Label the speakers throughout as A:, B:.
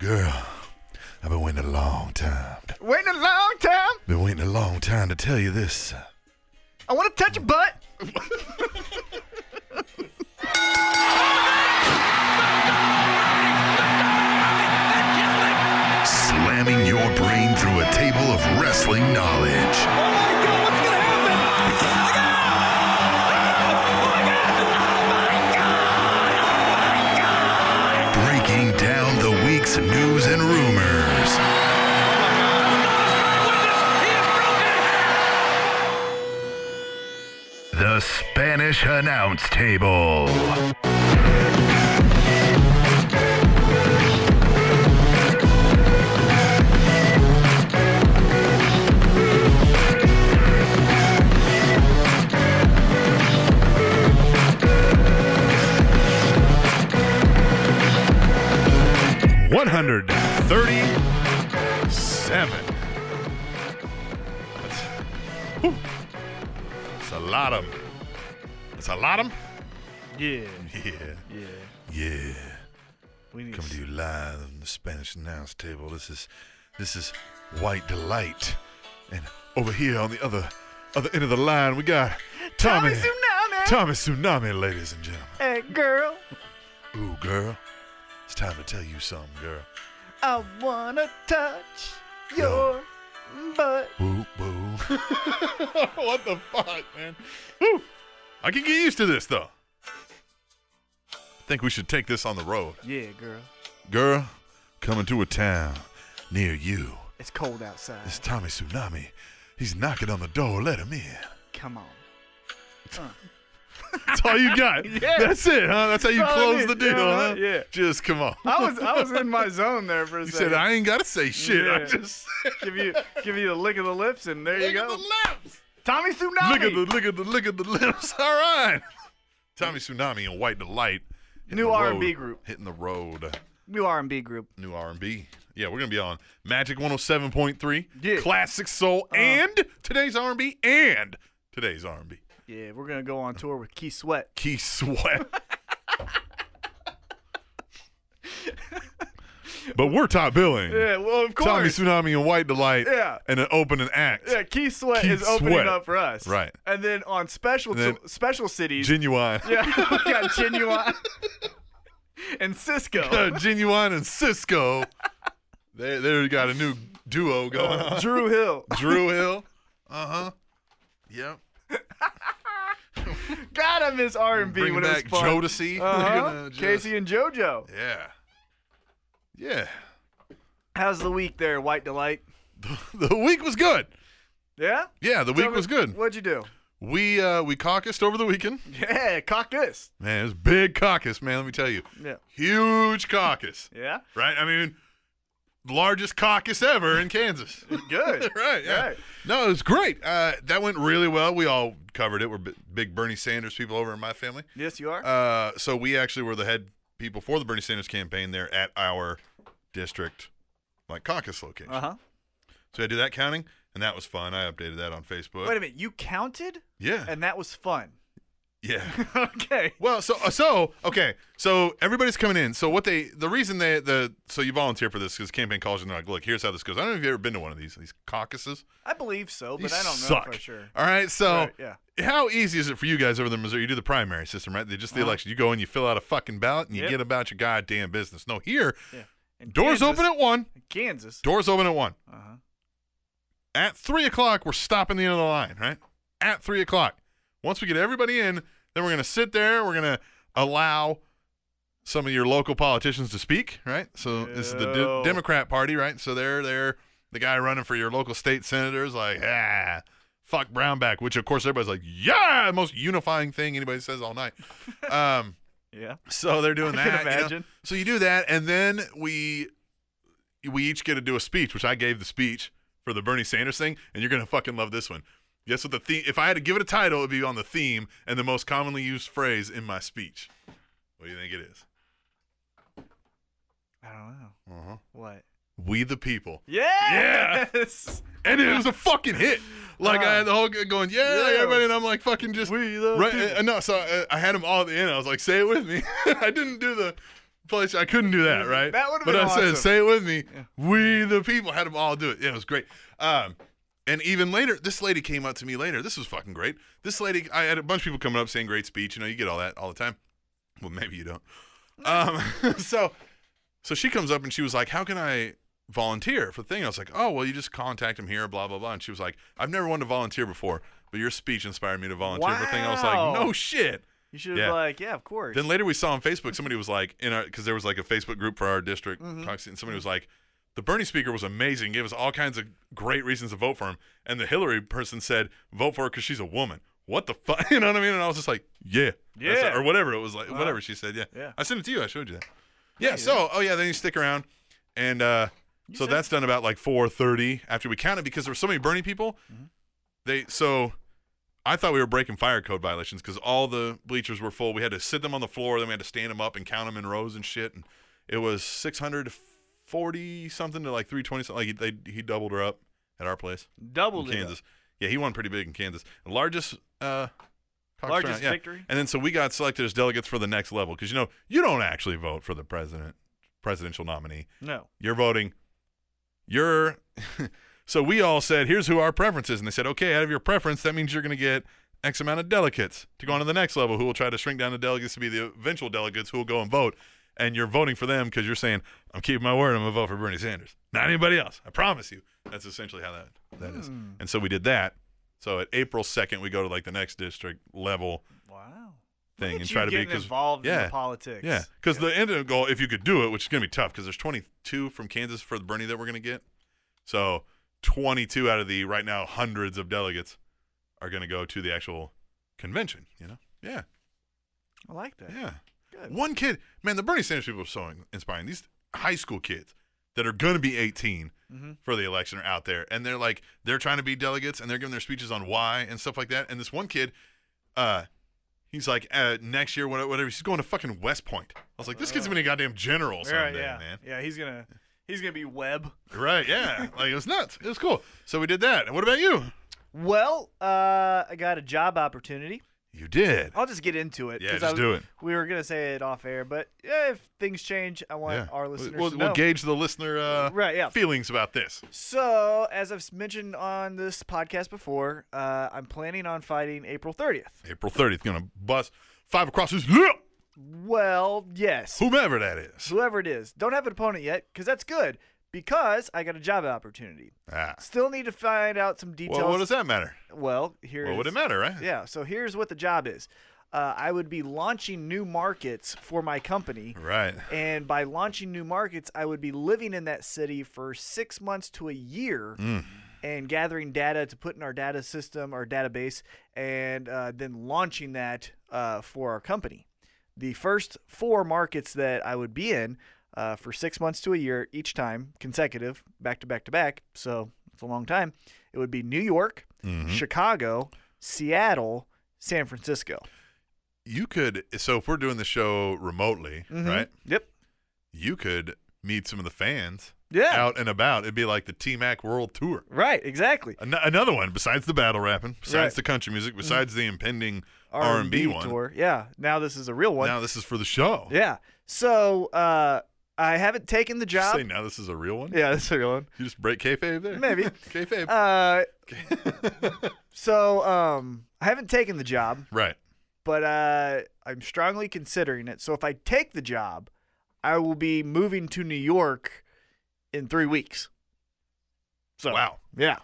A: Girl, I've been waiting a long time.
B: Waiting a long time.
A: Been waiting a long time to tell you this.
B: I want to touch your butt.
C: Slamming your brain through a table of wrestling knowledge. Breaking down the week's news and rumors. The Spanish Announce Table.
D: One hundred thirty-seven. That's, whew. That's a lot of 'em. That's a lot of 'em.
B: Yeah,
A: Yeah,
B: yeah.
A: yeah.
B: We need.
A: Coming to you live from the Spanish announce table. This is this is White Delight. And over here on the other other end of the line we got Tommy
B: Tommy Tsunami.
A: Tommy Tsunami, ladies and gentlemen.
B: Hey, girl,
A: Ooh, girl. It's time to tell you something, girl.
B: I wanna touch your butt.
A: Woo woo.
D: what the fuck, man? Whew. I can get used to this though.
A: I think we should take this on the road.
B: Yeah, girl.
A: Girl, coming to a town near you.
B: It's cold outside.
A: It's Tommy Tsunami. He's knocking on the door. Let him in.
B: Come on.
D: That's all you got.
B: Yeah.
D: That's it, huh? That's how you
B: That's all I
D: close the
B: need.
D: deal,
B: Yeah,
D: huh?
B: yeah.
D: Just come on.
B: I was I was in my zone there for a
D: You
B: second.
D: said I ain't gotta say shit. I
B: Yeah.
D: just
B: give you give you a lick of the lips, and there you
D: look at
B: go.
D: the lips.
B: Tommy Tsunami.
D: Look at the look at the look at the lips. All right. Tommy Tsunami and White Delight. hitting
B: New
D: the
B: R&B
D: road-
B: group.
D: Hitting the road.
B: New R&B group.
D: New R&B. Yeah, we're going to be on Magic 107.3,
B: Yeah. Uh-huh.
D: Classic Soul, and today's R&B, and today's R&B.
B: Yeah, we're gonna go on tour with Key Sweat.
D: Key Sweat. but we're top billing.
B: Yeah, well, of
D: Tommy
B: course.
D: Tsunami and White Delight.
B: Yeah.
D: And an opening act.
B: yeah, Key Sweat
D: Key
B: is opening
D: Sweat.
B: up for us.
D: Right.
B: And then on special
D: And then-
B: special cities.
D: Genuine.
B: yeah, we got Genuine and Cisco.
D: Uh, Genuine and Cisco. they they got a new duo going on.
B: Drew Hill.
D: Drew Hill. Uh huh. Yep.
B: God, I miss R&B
D: Bringing
B: when it was
D: back
B: fun.
D: Jodeci. They're
B: uh-huh.
D: gonna just-
B: Casey and JoJo.
D: Yeah. Yeah.
B: How's the week there, White Delight?
D: The week was good.
B: Yeah?
D: Yeah, the
B: Tell
D: week
B: me,
D: was good.
B: What'd you do?
D: We uh we caucused over the weekend.
B: Yeah, caucus.
D: Man, it was big caucus, man, let me tell you.
B: Yeah.
D: Huge caucus.
B: Yeah?
D: Right? I mean, largest caucus ever in Kansas.
B: Good.
D: right. Yeah.
B: Right.
D: No, it was great. Uh, that went really well. We all covered it. We're bi- big Bernie Sanders people over in my family.
B: Yes, you are.
D: Uh, so we actually were the head people for the Bernie Sanders campaign there at our district, like caucus location.
B: Uh-huh.
D: So I did that counting, and that was fun. I updated that on Facebook.
B: Wait a minute. You counted?
D: yeah,
B: And that was fun.
D: yeah.
B: okay.
D: Well, so uh, so okay, so everybody's coming in. So what they the reason they the so you volunteer for this because campaign college and they're like, look, here's how this goes. I don't know if you've ever been to one of these these caucuses,
B: I believe so, but
D: These
B: I don't know
D: suck.
B: for sure.
D: All right, so
B: Right, yeah.
D: how easy is it for you guys over there in Missouri? You do the primary system, right? They just the election. You go in, you fill out a fucking ballot, and you
B: Uh-huh. Yep.
D: get about your goddamn business. No, here
B: Yeah. And
D: doors
B: Kansas-
D: open at one.
B: Kansas.
D: Doors open at one.
B: Uh-huh.
D: At three o'clock, we're stopping the end of the line, right? At three o'clock. Once we get everybody in, then we're gonna sit there. We're gonna allow some of your local politicians to speak, right? So this is the
B: Yo.
D: de- Democrat Party, right? So they're they're the guy running for your local state senators, like ah, fuck Brownback, which of course everybody's like, yeah, most unifying thing anybody says all night. Um,
B: Yeah.
D: so they're doing that.
B: I can
D: you know?
B: imagine.
D: So you do that, and then we we each get to do a speech, which I gave the speech for the Bernie Sanders thing, and you're gonna fucking love this one. Guess what the theme? If I had to give it a title, it'd be on the theme and the most commonly used phrase in my speech. What do you think it is?
B: I don't know.
D: Uh-huh.
B: What?
D: We the people.
B: Yeah. Yes.
D: And it was a fucking hit. Like I had the whole g- going, yeah, like
B: Yeah.
D: everybody, and I'm like fucking just
B: We the
D: right.
B: people.
D: uh, no, so I, I had them all at the end. I was like, say it with me. I didn't do the place. I couldn't do that, right?
B: That would've
D: But
B: been
D: I
B: awesome.
D: said, say it with me.
B: Yeah.
D: We the people had them all do it. Yeah, it was great. Um, and even later, this lady came up to me later. This was fucking great. This lady, I had a bunch of people coming up saying great speech. You know, you get all that all the time. Well, maybe you don't. Um, so, so she comes up and she was like, "How can I volunteer for the thing?" I was like, "Oh, well, you just contact them here, blah blah blah." And she was like, "I've never wanted to volunteer before, but your speech inspired me to volunteer for the thing." I was
B: Wow.
D: like, "No shit."
B: You should
D: Yeah.
B: have like, yeah, of course.
D: Then later we saw on Facebook somebody was like in our because there was like a Facebook group for our district,
B: Mm-hmm.
D: Coxie, and somebody was like, the Bernie speaker was amazing, gave us all kinds of great reasons to vote for him, and the Hillary person said vote for her because she's a woman. What the fuck? You know what I mean? And I was just like, yeah, That's it,"
B: Yeah.
D: or whatever it was like, whatever she said. Yeah,
B: Yeah.
D: I sent it to you. I showed you that. Yeah. So, oh yeah, then you stick around, and uh, so
B: said-
D: that's done about like four thirty after we counted because there were so many Bernie people.
B: Mm-hmm.
D: They so I thought we were breaking fire code violations because all the bleachers were full. We had to sit them on the floor, then we had to stand them up and count them in rows and shit. And it was 640 something to like 320 something. Like he, they, he doubled her up at our place in
B: doubled it.
D: Kansas. Yeah, he won pretty big in Kansas. Largest, uh, Cox
B: Largest
D: turnout, yeah.
B: victory?
D: And then so we got selected as delegates for the next level because you know you don't actually vote for the president, presidential nominee
B: No.
D: you're voting you're so we all said here's who our preference is and they said okay out of your preference that means you're going to get x amount of delegates to go on to the next level who will try to shrink down the delegates to be the eventual delegates who will go and vote and you're voting for them because you're saying i'm keeping my word i'm going to vote for bernie sanders not anybody else i promise you that's essentially how that that is. and so we did that so at april 2nd we go to like the next district level
B: Wow.
D: thing and
B: Look at
D: try
B: you
D: to be
B: getting involved in
D: yeah,
B: the politics.
D: yeah, because the end of goal, if you could do it, which is going to be tough, because there's 22 from Kansas for the Bernie that we're going to get. So 22 out of the right now hundreds of delegates are going to go to the actual convention. You know? Yeah,
B: I like that.
D: yeah.
B: Good.
D: One kid, man, the Bernie Sanders people are so in- inspiring. These high school kids that are going to be 18
B: Mhm.
D: for the election are out there, and they're like they're trying to be delegates, and they're giving their speeches on why and stuff like that. And this one kid, uh, he's like uh, next year, whatever, whatever, he's going to fucking West Point. I was like, this kid's gonna be a goddamn general
B: Yeah,
D: someday,
B: Oh. yeah.
D: man.
B: Yeah, he's gonna he's gonna be web.
D: Right? Yeah, like it was nuts. It was cool. So we did that. And what about you?
B: Well, uh, I got a job opportunity.
D: You did.
B: I'll just get into it.
D: Yeah,
B: 'cause
D: just
B: I was-
D: do it.
B: We were gonna say it off air, but eh, if things change, I want
D: Yeah.
B: our
D: We'll-
B: listeners
D: We'll,
B: to know.
D: we'll gauge the listener uh,
B: Right, yeah.
D: feelings about this.
B: So, as I've s- mentioned on this podcast before, uh, I'm planning on fighting April 30th.
D: April 30th, gonna bust five across his lip,
B: Well, yes.
D: whomever that is.
B: Whoever it is, don't have an opponent yet, because that's good. Because I got a job opportunity.
D: Ah.
B: Still need to find out some details.
D: Well, what does that matter?
B: Well, here.
D: What would
B: is-
D: it matter, right?
B: Yeah. So here's what the job is. Uh, I would be launching new markets for my company.
D: Right.
B: And by launching new markets, I would be living in that city for six months to a year and gathering data to put in our data system, our database, and uh, then launching that uh, for our company. The first four markets that I would be in uh, for six months to a year each time, consecutive, back to back to back, so it's a long time, it would be New York,
D: Mm-hmm.
B: Chicago, Seattle, San Francisco.
D: You could. So if we're doing the show remotely,
B: Mhm.
D: right?
B: Yep.
D: You could meet some of the fans
B: Yeah.
D: out and about. It'd be like the T Mac World Tour.
B: Right, exactly.
D: An- another one besides the battle rapping, besides
B: Right. Mm-hmm.
D: the country music, besides the impending R and
B: R&B
D: B one.
B: tour. Yeah. Now this is a real one.
D: Now this is for the show.
B: yeah. So uh, I haven't taken the
D: You
B: job.
D: say now this is a real one.
B: Yeah, that's a real one.
D: You just break kayfabe there.
B: Maybe.
D: kayfabe.
B: Uh, so um, I haven't taken the job,
D: right.
B: but uh, I'm strongly considering it. So if I take the job, I will be moving to New York in three weeks. So
D: Wow. Uh,
B: yeah,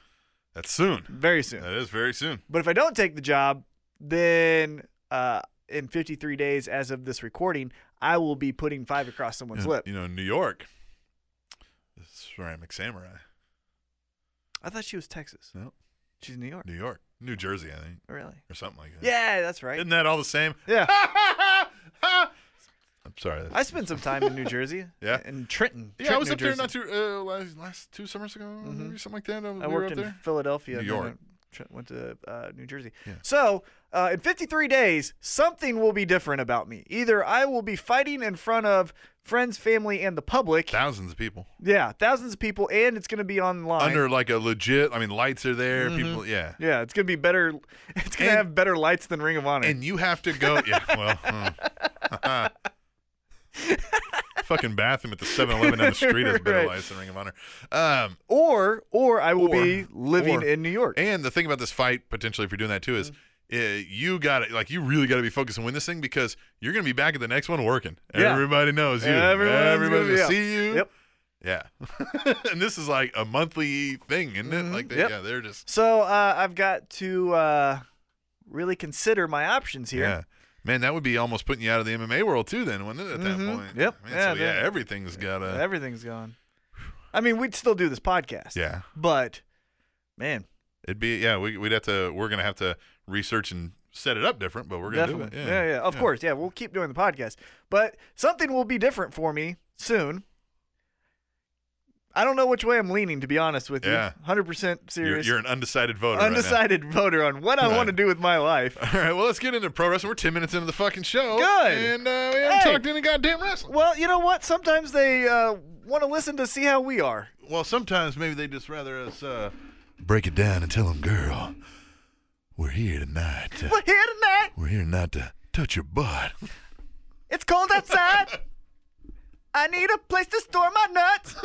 D: That's soon.
B: very soon.
D: That is very soon.
B: But if I don't take the job, then uh, in 53 days, as of this recording, I will be putting five across someone's
D: You know-
B: lip.
D: You know, New York. This is ceramic samurai.
B: I thought she was Texas.
D: No.
B: She's New York.
D: New York. New Jersey, I think.
B: Really?
D: Or something like that.
B: Yeah, that's right.
D: Isn't that all the same?
B: Yeah.
D: I'm sorry. that's-
B: I spent some time in New Jersey.
D: Yeah.
B: In Trenton.
D: yeah, I
B: Trenton,
D: was
B: New
D: up there
B: Jersey. Mm-hmm.
D: not too uh, last, last two summers ago, maybe something like that. we
B: I
D: were
B: worked
D: up
B: in
D: there.
B: Philadelphia.
D: New
B: and then
D: York.
B: I tr- Went to uh, New Jersey.
D: Yeah.
B: So, uh, in 53 days, something will be different about me. Either I will be fighting in front of friends, family, and the public.
D: Thousands of people
B: yeah, thousands of people, and it's going to be online.
D: under like a legit. I mean, lights are there. People, yeah.
B: Mm-hmm. Yeah, it's gonna be better. It's gonna
D: And-
B: have better lights than Ring of Honor.
D: And you have to go. Yeah. Well. hmm. fucking bathroom at the 7-Eleven down the street has better
B: Right.
D: lights than Ring of Honor. Um,
B: Or or I will
D: Or-
B: be living
D: or-
B: in New York.
D: and the thing about this fight, potentially, if you're doing that too, is
B: Mm-hmm.
D: uh, you got to like you really got to be focused and win this thing because you're gonna be back at the next one working.
B: Yeah.
D: Everybody knows you.
B: Everyone's gonna
D: Everybody's
B: be
D: gonna
B: out.
D: see you.
B: Yep.
D: Yeah. and this is like a monthly thing, isn't it?
B: Mhm.
D: Like, they,
B: Yep.
D: yeah, they're just
B: So uh, I've got to uh, really consider my options here.
D: Yeah. Man, that would be almost putting you out of the MMA world too, then, wouldn't it? At
B: Mhm.
D: that point.
B: Yep.
D: Man,
B: Yeah,
D: so yeah,
B: man.
D: everything's got to.
B: Everything's gone. I mean, we'd still do this podcast.
D: yeah.
B: But man,
D: It'd be yeah. We, we'd have to. We're gonna have to research and set it up different, but we're gonna
B: definitely.
D: do it.
B: yeah, Of course. Yeah, we'll keep doing the podcast. But something will be different for me soon. I don't know which way I'm leaning, to be honest with
D: Yeah.
B: you. 100%
D: You're,
B: serious.
D: you're an undecided voter. right now.
B: undecided voter on what I
D: Right. Uh.
B: want to do with my life.
D: All right, well, let's get into pro wrestling. We're 10 minutes into the fucking show.
B: Good.
D: And uh, we haven't
B: Hey.
D: talked any goddamn wrestling.
B: Well, you know what? Sometimes they uh, want to listen to see how we are.
D: Well, sometimes maybe they just rather us uh,
A: Break it down and tell them, girl, we're here tonight. to-
B: We're here tonight.
A: we're here not to touch your butt.
B: It's cold outside. I need a place to store my nuts.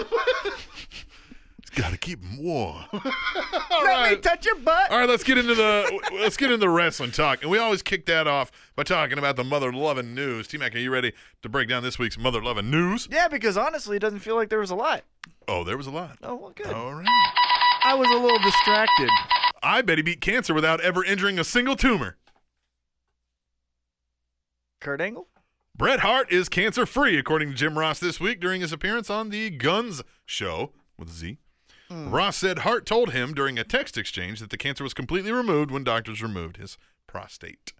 A: It's gotta keep 'em warm.
B: Let me touch your butt.
D: All right, let's get into the w- let's get into the wrestling talk, and we always kick that off by talking about the mother loving news. T Mac, are you ready to break down this week's mother loving news?
B: Yeah, because honestly, it doesn't feel like there was a lot.
D: Oh, there was a lot.
B: Oh, well, good.
D: All right,
B: I was a little distracted.
D: I bet he beat cancer without ever injuring a single tumor.
B: Kurt Angle?
D: Bret Hart is cancer free, according to Jim Ross this week during his appearance on the Guns Show with a Z.
B: Hmm.
D: Ross said Hart told him during a text exchange that the cancer was completely removed when doctors removed his prostate.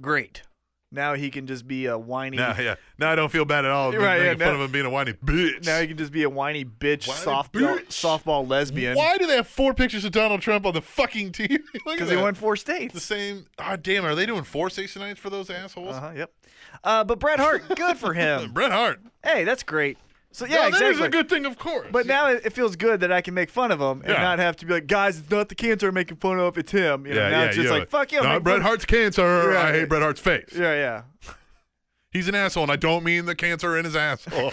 B: Great. Now he can just be a whiny.
D: Now, yeah, now I don't feel bad at all.
B: You're right,
D: making
B: yeah,
D: fun
B: now-
D: of him being a whiny bitch.
B: Now he can just be a whiny bitch,
D: Whiny
B: softball,
D: bitch.
B: softball lesbian.
D: Why do they have four pictures of Donald Trump on the fucking TV?
B: Because he won four states.
D: the same. Ah, damn, are they doing four station nights for those assholes? Uh,
B: Uh huh. Yep. Uh, but Bret Hart, good for him.
D: Bret Hart.
B: hey, that's great. So yeah,
D: No,
B: exactly.
D: That is a good thing, of course.
B: But now it, it feels good that I can make fun of him and
D: Yeah.
B: not have to be like, guys, it's not the cancer I'm making fun of, it's him. You know,
D: yeah,
B: now
D: yeah,
B: it's just
D: yeah.
B: like, fuck you. I'm
D: No,
B: making
D: Bret
B: fun-
D: Hart's cancer.
B: Yeah,
D: I
B: yeah.
D: hate Bret Hart's face.
B: Yeah, yeah.
D: He's an asshole, and I don't mean the cancer in his asshole.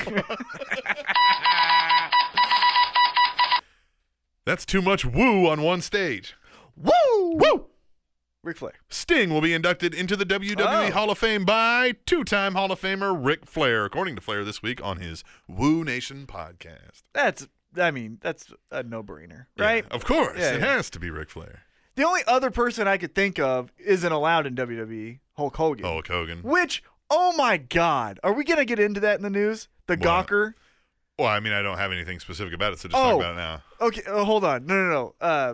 D: That's too much woo on one stage.
B: Woo!
D: Woo!
B: Ric Flair.
D: Sting will be inducted into the WWE
B: Oh.
D: Hall of Fame by two time Hall of Famer Ric Flair, according to Flair this week on his Woo Nation podcast.
B: That's, I mean, that's a no brainer,
D: Yeah,
B: right?
D: of course.
B: Yeah,
D: it
B: yeah.
D: has to be Ric Flair.
B: The only other person I could think of isn't allowed in WWE, Hulk Hogan.
D: Hulk Hogan.
B: Which, oh my God, are we going to get into that in the news? The
D: What?
B: Gawker?
D: Well, I mean, I don't have anything specific about it, so just
B: Oh.
D: talk about it now.
B: Okay, uh, hold on. No, no, no. Uh,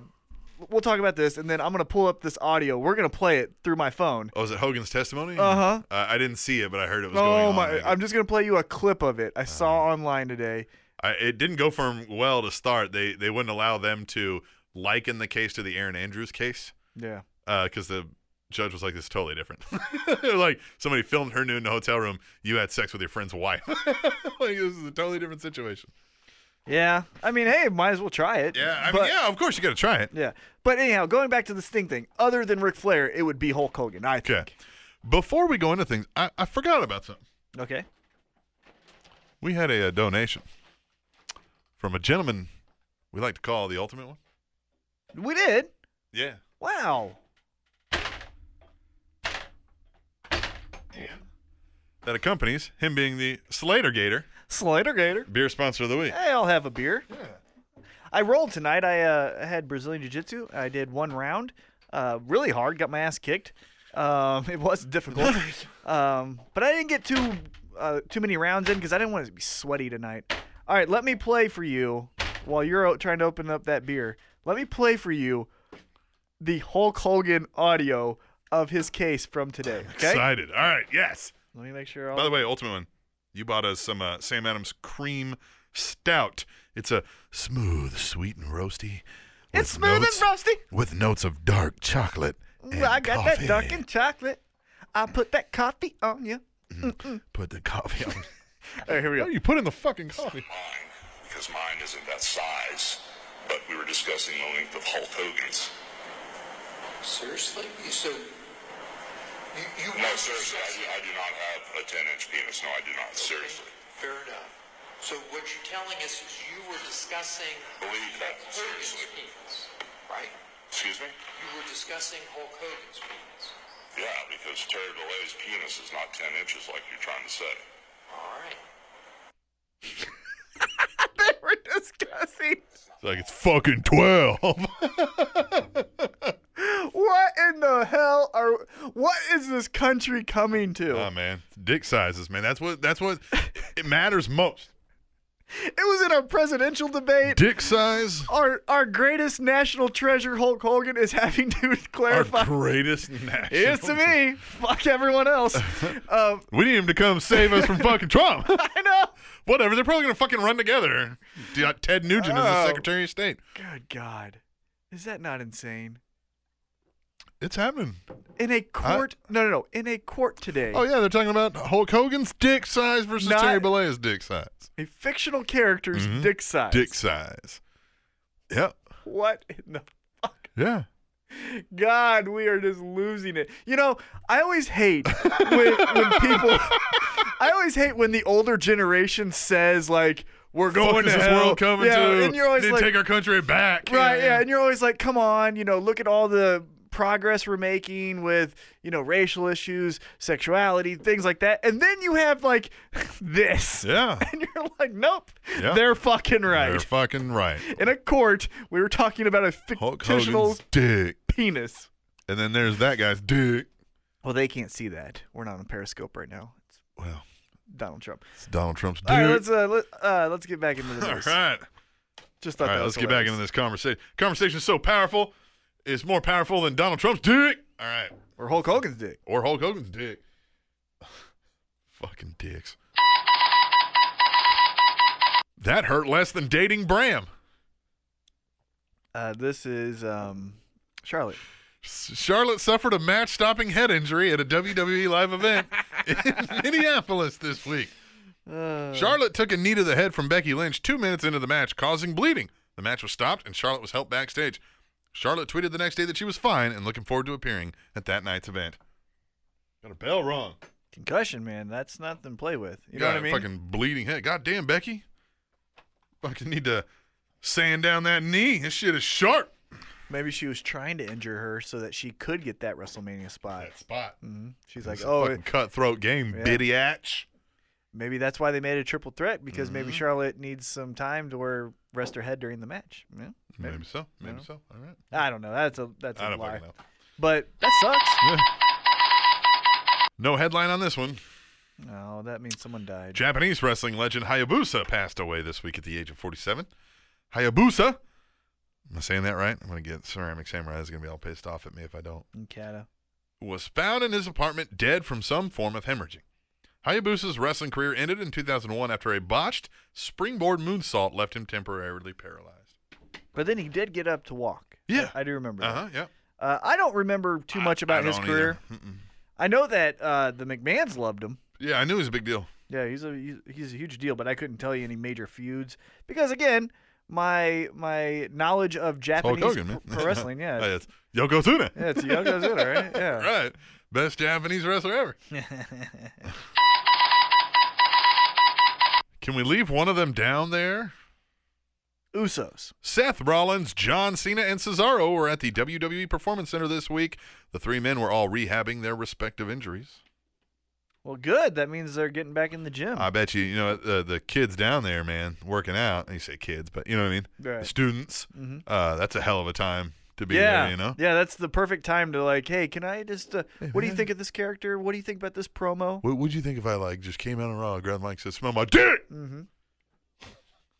B: we'll talk about this, and then I'm going to pull up this audio. We're going to play it through my phone.
D: Oh, is it Hogan's testimony?
B: Uh-huh.
D: Uh, I didn't see it, but I heard it was going
B: Oh
D: on. Uh-huh.
B: my!
D: I
B: I'm just gonna play you a clip of it I saw online today.
D: I, it didn't go for 'em well to start. They they wouldn't allow them to liken the case to the Aaron Andrews case
B: Yeah.
D: because the judge was like, "This is totally different." like somebody filmed her nude in a hotel room. You had sex with your friend's wife. like this is a totally different situation.
B: Yeah. I mean, hey, might as well try it.
D: Yeah, I
B: but,
D: mean, yeah, of course you got to try it.
B: Yeah. But anyhow, going back to the Sting thing, other than Ric Flair, it would be Hulk Hogan. I
D: Okay.
B: think.
D: Before we go into things, I, I forgot about something.
B: Okay.
D: We had a, uh donation from a gentleman we like to call the ultimate one.
B: We did.
D: Yeah.
B: Wow.
D: That accompanies him being the Slater Gator
B: Slater Gator.
D: beer sponsor of the week.
B: Hey, I'll have a beer. I rolled tonight. I uh, had Brazilian Jiu Jitsu. I did one round, uh, really hard. Got my ass kicked. Um, it was difficult, um, but I didn't get too uh, too many rounds in because I didn't want to be sweaty tonight. All right, let me play for you while you're out trying to open up that beer. Let me play for you the Hulk Hogan audio of his case from today. Okay.
D: Excited. All right. Yes.
B: Let me make sure.
D: By
B: I'll...
D: the way, Ultimate One, you bought us some uh, Sam Adams Cream Stout. It's a
A: Smooth, sweet, and roasty.
B: It's
A: with
B: smooth
A: notes-
B: and rusty.
A: With notes of dark chocolate. And
B: I got
A: coffee.
B: that dark and chocolate. I put that coffee on you.
A: Put the coffee on.
B: All right, here we
D: How
B: go.
D: do you put in the fucking coffee?
E: mine because mine isn't that size. But we were discussing the length of Hulk Hogan's.
F: Seriously? So You, you
E: No,
F: want
E: seriously, I do, I do not have a 10-inch penis. No, I do not. Seriously.
F: Fair enough. So what you're telling us is you were discussing
E: Believe that,
F: Hulk Hogan's
E: seriously.
F: penis, right?
E: Excuse me?
F: You were discussing Hulk Hogan's penis.
E: Yeah, because Terry DeLay's penis is not 10 inches like you're trying to say.
F: All right.
B: they were discussing.
D: It's like it's fucking twelve.
B: What in the hell are? What is this country coming to?
D: oh man, dick sizes, man. That's what. That's what. It matters most.
B: it was in a presidential debate.
D: Dick size.
B: Our our greatest national treasure, Hulk Hogan, is having to
D: Our
B: clarify.
D: greatest national.
B: Here's to me. Fuck everyone else. um,
D: We need him to come save us from fucking Trump.
B: I know.
D: Whatever. They're probably gonna fucking run together. D- uh, Ted Nugent is the
B: Oh.
D: Secretary of State.
B: Good God, is that not insane?
D: It's happening.
B: In a court? no, no, no. In a court today,
D: Oh yeah, they're talking about Hulk Hogan's dick size versus
B: Not-
D: Terry Bollea's dick size.
B: a fictional character's
D: Mhm.
B: dick size.
D: Dick size. Yep.
B: What in the fuck?
D: Yeah.
B: God, we are just losing it. You know, I always hate when, when people. I always hate when the older generation says like, "We're
D: Fuck
B: going
D: is
B: to
D: this
B: hell."
D: world coming
B: yeah,
D: to?
B: and you're always
D: Need to
B: like,
D: take our country back.
B: right, yeah, and you're always like, "Come on, you know, look at all the." progress we're making with you know racial issues sexuality things like that and then you have like this
D: Yeah.
B: and you're like nope
D: Yeah.
B: they're fucking right
D: You're fucking right.
B: in a court we were talking about a
D: Hulk
B: fictional
D: Hogan's dick.
B: penis
D: And then there's that guy's dick.
B: Well, they can't see that. We're not on Periscope right now. It's
D: Well,
B: Donald Trump.
D: it's Donald Trump's dick.
B: All right, let's uh, let, uh, let's get back into the
D: All
B: news.
D: right.
B: Just
D: All
B: thought
D: right,
B: that
D: let's
B: was
D: get back into this
B: hilarious.
D: conversation. Conversation's so powerful. It's more powerful than Donald Trump's dick. All right.
B: Or Hulk Hogan's dick.
D: Or Hulk Hogan's dick. Fucking dicks. That hurt less than dating Bram.
B: Uh, this is um, Charlotte.
D: S- Charlotte suffered a match stopping head injury at a WWE live event in Minneapolis this week.
B: Uh,
D: Charlotte took a knee to the head from Becky Lynch two minutes into the match, causing bleeding. The match was stopped, and Charlotte was helped backstage. Charlotte tweeted the next day that she was fine and looking forward to appearing at that night's event. Got a bell wrong.
B: concussion, man. That's nothing to play with. You know
D: Got
B: what I
D: a
B: mean?
D: Fucking bleeding head. God damn, Becky. Fucking need to sand down that knee. This shit is sharp.
B: Maybe she was trying to injure her so that she could get that WrestleMania spot.
D: That spot.
B: hmm
D: It's
B: She's like,
D: a
B: oh,
D: fucking cutthroat game,
B: Yeah.
D: biddy atch.
B: maybe that's why they made a triple threat because maybe
D: Mm-hmm.
B: Charlotte needs some time to where rest her head during the match. Yeah,
D: Maybe,
B: maybe.
D: so. Maybe
B: Yeah.
D: so. All right.
B: I don't know. That's a that's a
D: I don't
B: lie.
D: fucking know.
B: But that sucks.
D: No headline on this one.
B: Oh, that means someone died.
D: Japanese wrestling legend Hayabusa passed away this week at the age of 47. Hayabusa. Am I saying that right? I'm going to get Ceramic Samurai is going to be all pissed off at me if I don't.
B: And Kata.
D: Was found in his apartment dead from some form of hemorrhaging. Hayabusa's wrestling career ended in 2001 after a botched springboard moonsault left him temporarily paralyzed.
B: But then he did get up to walk.
D: Yeah.
B: I, I do remember
D: Uh
B: that.
D: huh. Yeah.
B: Uh, I don't remember too much about
D: I
B: his
D: don't
B: career.
D: either. Mm-mm.
B: I know that uh, the McMahons loved him.
D: Yeah, I knew it was a big deal.
B: Yeah, he's a he's- he's a huge deal, but I couldn't tell you any major feuds because again, my my knowledge of
D: Hulk
B: Japanese
D: Hogan, man. Oh,
B: pro- pro wrestling, yeah,
D: yeah it's Yokozuna.
B: yeah, it's Yokozuna, right? Yeah.
D: Right. Best Japanese wrestler ever. Can we leave one of them down there?
B: Usos.
D: Seth Rollins, John Cena, and Cesaro were at the WWE Performance Center this week. The three men were all rehabbing their respective injuries.
B: Well, good. That means they're getting back in the gym.
D: I bet you, you know, uh, the kids down there, man, working out. You say kids, but you know what I mean?
B: Right.
D: The students.
B: Mhm.
D: Uh, that's a hell of a time to be
B: yeah,
D: there, you know?
B: yeah, that's the perfect time to like, hey, can I just? Uh, what do you think of this character? What do you think about this promo?
D: What would you think if I, like, just came out on Raw, grabbed the mic, said, smell my dick?
B: Mm-hmm.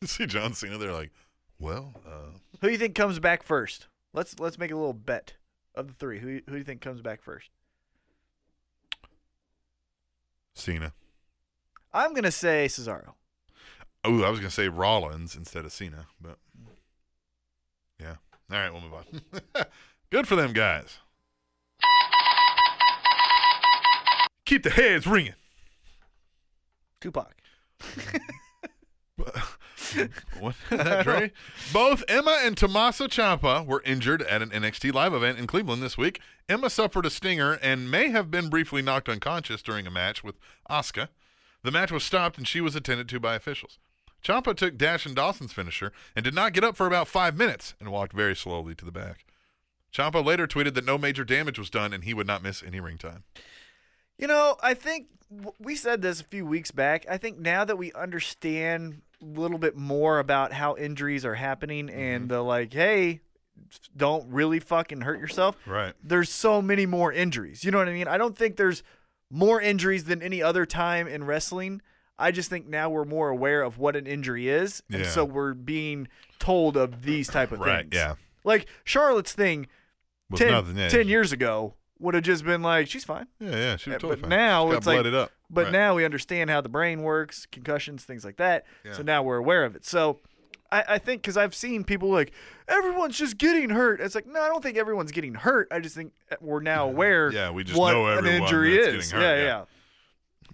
D: See John Cena, they're like, well, uh,
B: Who do you think comes back first? Let's let's make a little bet of the three. Who who do you think comes back first?
D: Cena.
B: I'm gonna say Cesaro.
D: Oh, I was gonna say Rollins instead of Cena, but yeah. All right, we'll move on. Good for them guys. Keep the heads ringing.
B: Tupac.
D: What that Dre? Both Emma and Tommaso Ciampa were injured at an NXT live event in Cleveland this week. Emma suffered a stinger and may have been briefly knocked unconscious during a match with Asuka. The match was stopped and she was attended to by officials. Ciampa took Dash and Dawson's finisher and did not get up for about five minutes and walked very slowly to the back. Ciampa later tweeted that no major damage was done and he would not miss any ring time.
B: You know, I think w- we said this a few weeks back. I think now that we understand a little bit more about how injuries are happening
D: Mm-hmm.
B: and the like, hey, don't really fucking hurt yourself.
D: Right.
B: There's so many more injuries. You know what I mean? I don't think there's more injuries than any other time in wrestling. I just think now we're more aware of what an injury is, and
D: Yeah.
B: so we're being told of these type of
D: Right,
B: things.
D: yeah.
B: Like Charlotte's thing,
D: Was
B: 10,
D: nothing, yeah.
B: 10 years ago would have just been like, she's fine.
D: Yeah, yeah, she was
B: Yeah,
D: totally
B: but
D: fine.
B: now
D: She Eh, got
B: it's like-
D: blooded up.
B: But
D: Right.
B: now we understand how the brain works, concussions, things like that.
D: Yeah.
B: So now we're aware of it. So I, I think because I've seen people like everyone's just getting hurt. It's like no, I don't think everyone's getting hurt. I just think that we're now aware.
D: Yeah, we just
B: what
D: know
B: an
D: everyone
B: injury
D: that's
B: is.
D: getting hurt,
B: yeah,
D: yeah.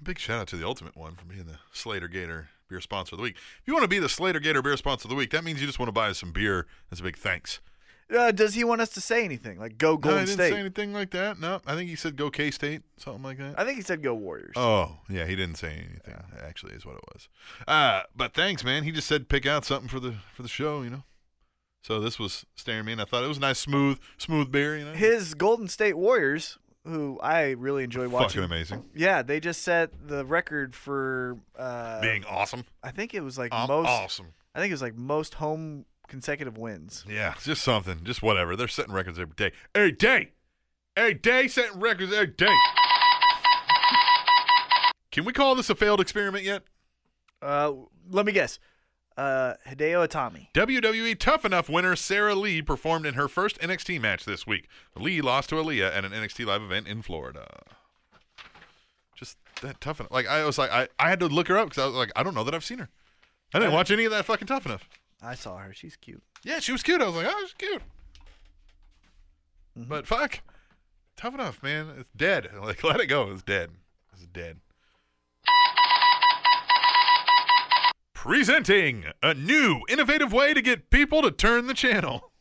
D: Big shout out to the Ultimate One for being the Slater Gator beer sponsor of the week. If you want to be the Slater Gator beer sponsor of the week, that means you just want to buy us some beer. That's a big thanks.
B: yeah. Uh, does he want us to say anything like go
D: No, I
B: Golden
D: didn't
B: State?
D: say anything like that. No, I think he said go K State, something like that.
B: I think he said go Warriors.
D: Oh, yeah, he didn't say anything. That Actually, is what it was. Uh, but thanks, man. He just said pick out something for the for the show, you know. So this was staring me, and I thought it was a nice, smooth, smooth beer, you know.
B: His Golden State Warriors, who I really enjoy watching.
D: Fucking amazing,
B: Yeah, they just set the record for. Uh,
D: being awesome,
B: I think it was like
D: Um,
B: most.
D: awesome.
B: I think it was like most home consecutive wins.
D: Yeah, it's just something, just whatever. They're setting records every day. Every day. Every day setting records every day. Can we call this a failed experiment yet?
B: Uh, let me guess. Uh, Hideo Itami.
D: WWE E Tough Enough winner Sarah Lee performed in her first NXT match this week. Lee lost to Aaliyah at an NXT live event in Florida. Just that tough enough. Like I was like I, I had to look her up because I was like I don't know that I've seen her. I didn't watch any of that fucking Tough Enough.
B: I saw her. She's cute.
D: Yeah, she was cute. I was like, oh, she's cute. But fuck, tough enough, man. It's dead. Like, let it go. It's dead. It's dead. Presenting a new, innovative way to get people to turn the channel.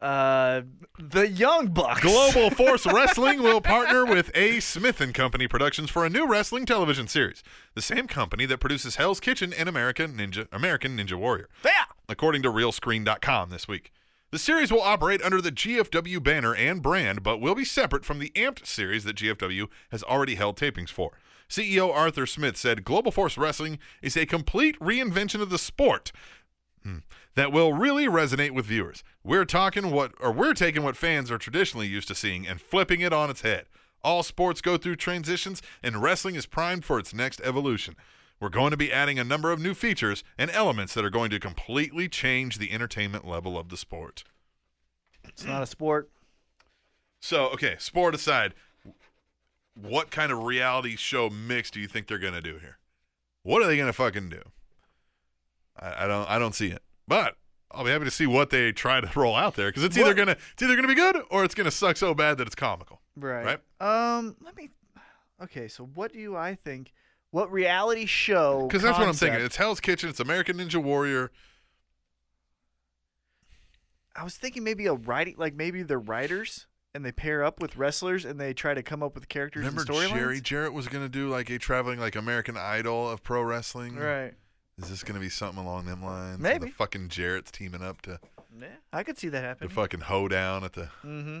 B: Uh, the Young Bucks.
D: Global Force Wrestling will partner with A. Smith and Company Productions for a new wrestling television series. The same company that produces Hell's Kitchen and American Ninja American Ninja Warrior.
B: Yeah.
D: according to realscreen.com this week. The series will operate under the GFW banner and brand, but will be separate from the Amped series that GFW has already held tapings for. CEO Arthur Smith said Global Force Wrestling is a complete reinvention of the sport hmm, that will really resonate with viewers. We're talking what or we're taking what fans are traditionally used to seeing and flipping it on its head. All sports go through transitions and wrestling is primed for its next evolution. We're going to be adding a number of new features and elements that are going to completely change the entertainment level of the sport.
B: It's not a sport.
D: So, okay, sport aside, what kind of reality show mix do you think they're going to do here? What are they going to fucking do? I, I don't I don't see it. But I'll be happy to see what they try to roll out there cuz it's either
B: What-
D: going to it's either going to be good or it's going to suck so bad that it's comical.
B: Right. Right. Um, let me. Okay, so what do you, I think? What reality show?
D: Cuz that's what I'm thinking.
B: concept-
D: It's Hell's Kitchen, it's American Ninja Warrior.
B: I was thinking maybe a writing, like maybe they're writers and they pair up with wrestlers and they try to come up with characters
D: Remember
B: and storylines.
D: Jerry Jarrett was going to do like a traveling like American Idol of pro wrestling?
B: Right.
D: Is this going to be something along them lines? And
B: Maybe.
D: The fucking Jarrett's teaming up to
B: Yeah, I could see that
D: the
B: happening.
D: fucking hoedown at the
B: mm-hmm.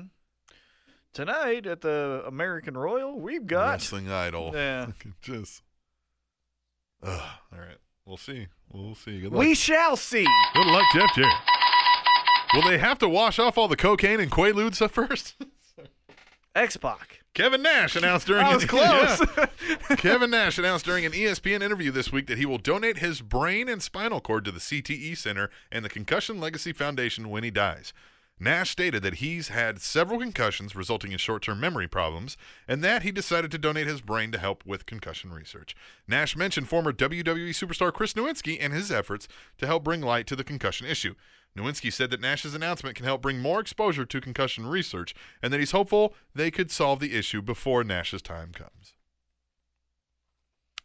B: Tonight at the American Royal, we've got.
D: wrestling idol.
B: Yeah.
D: Fucking Just. Ugh. All right. We'll see. We'll see. Good luck.
B: We shall see.
D: Good luck, Jeff Jarrett. Will they have to wash off all the cocaine and Quaaludes at first?
B: X Pac.
D: Kevin Nash announced during
B: I
D: an-
B: was close.
D: Yeah. Kevin Nash announced during an E ESPN interview this week that he will donate his brain and spinal cord to the CTE Center and the Concussion Legacy Foundation when he dies. Nash stated that he's had several concussions resulting in short term memory problems and that he decided to donate his brain to help with concussion research. Nash mentioned former WWE superstar Chris Nowinski and his efforts to help bring light to the concussion issue. Nowinski said that Nash's announcement can help bring more exposure to concussion research and that he's hopeful they could solve the issue before Nash's time comes.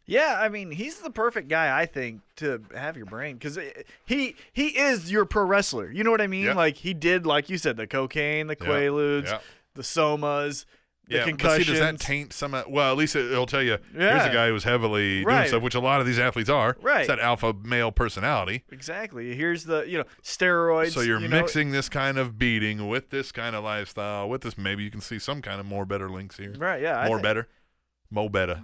B: Yeah, I mean, he's the perfect guy, I think, to have your brain because he he is your pro wrestler. You know what I mean?
D: Yeah.
B: Like he did, like you said, the cocaine, the quaaludes,
D: yeah.
B: the somas,
D: but
B: the
D: see,
B: concussions.
D: does that taint some? Well, at least it, it'll tell you here's
B: Yeah.
D: a guy who's heavily doing
B: Right.
D: stuff, which a lot of these athletes are.
B: Right.
D: It's that alpha male personality.
B: exactly. Here's the you know steroids.
D: So you're
B: you know,
D: mixing this kind of beating with this kind of lifestyle with this. Maybe you can see some kind of more better links here.
B: right? Yeah,
D: More
B: I think,
D: better, mo better,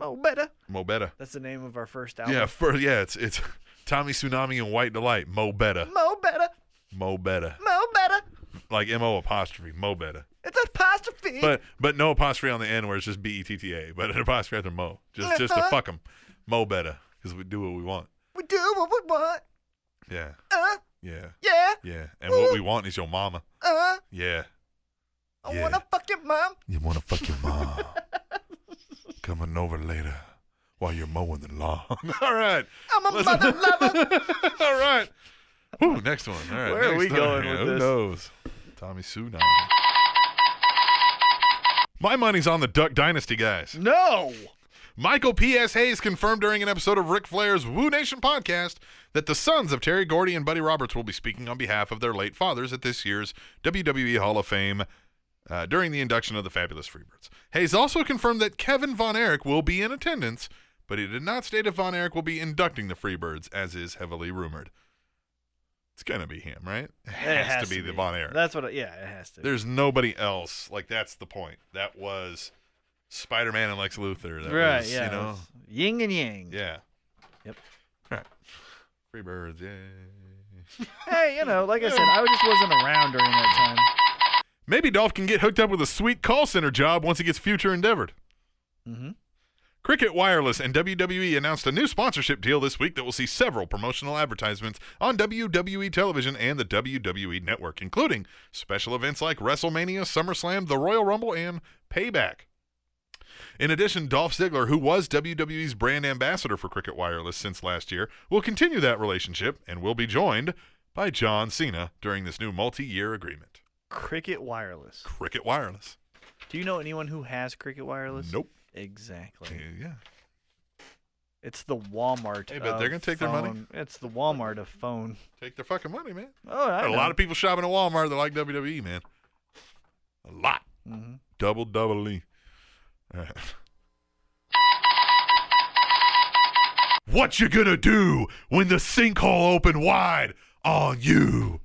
B: Oh, better.
D: mo better.
B: That's the name of our first album.
D: Yeah, first, yeah. It's it's Tommy Tsunami and White Delight. Mo better,
B: Mo better,
D: mo better.
B: mo better.
D: Like M O apostrophe, mo better.
B: It's apostrophe.
D: But but no apostrophe on the end where it's just B E T T A. But an apostrophe after mo, just just to
B: Uh-huh.
D: fuck them, mo better because we do what we want.
B: we do what we want.
D: Yeah,
B: Uh,
D: yeah,
B: yeah.
D: yeah. And what we want is your mama.
B: Uh,
D: Yeah.
B: I
D: Yeah.
B: wanna fuck your mom.
A: You want to fuck your mom? Coming over later while you're mowing the lawn.
D: All right.
B: I'm a mother lover.
D: All right. Whew, next one. All right.
B: Where
D: next
B: are we
D: one.
B: going with
D: Who
B: this?
D: knows? Tommy Tsunami. My money's on the Duck Dynasty guys.
B: No.
D: Michael P.S. Hayes confirmed during an episode of Ric Flair's Woo Nation podcast that the sons of Terry Gordy and Buddy Roberts will be speaking on behalf of their late fathers at this year's WWE Hall of Fame uh, during the induction of the Fabulous Freebirds. Hayes also confirmed that Kevin Von Erich will be in attendance, but he did not state if Von Erich will be inducting the Freebirds, as is heavily rumored. It's going to be him, right? It
B: It
D: has, to, be, the Von Erich.
B: That's what. I, yeah, it has to. be.
D: There's nobody else. Like, that's the point. That was Spider Man and Lex Luthor. That
B: right.
D: was,
B: yeah.
D: You know?
B: it's Yin and yang.
D: Yeah.
B: Yep.
D: Right. Free birds, yeah.
B: Hey, you know, like I said, I just wasn't around during that time.
D: Maybe Dolph can get hooked up with a sweet call center job once he gets future endeavored.
B: Mm-hmm.
D: Cricket Wireless and WWE announced a new sponsorship deal this week that will see several promotional advertisements on WWE television and the WWE network, including special events like WrestleMania, SummerSlam, the Royal Rumble, and Payback. In addition, Dolph Ziggler, who was WWE's brand ambassador for Cricket Wireless since last year, will continue that relationship and will be joined by John Cena during this new multi year agreement.
B: Cricket Wireless.
D: Cricket Wireless.
B: Do you know anyone who has Cricket Wireless?
D: Nope.
B: Exactly.
D: Yeah.
B: It's the Walmart.
D: Hey, but
B: of
D: they're gonna take their money.
B: phone- It's the Walmart of phone.
D: Take their fucking money, man.
B: Oh, I
D: There are
B: know.
D: a lot of people shopping at Walmart that like WWE, man. A lot.
B: Mhm.
D: Double, double E. All right. What you gonna do when the sinkhole open wide on you?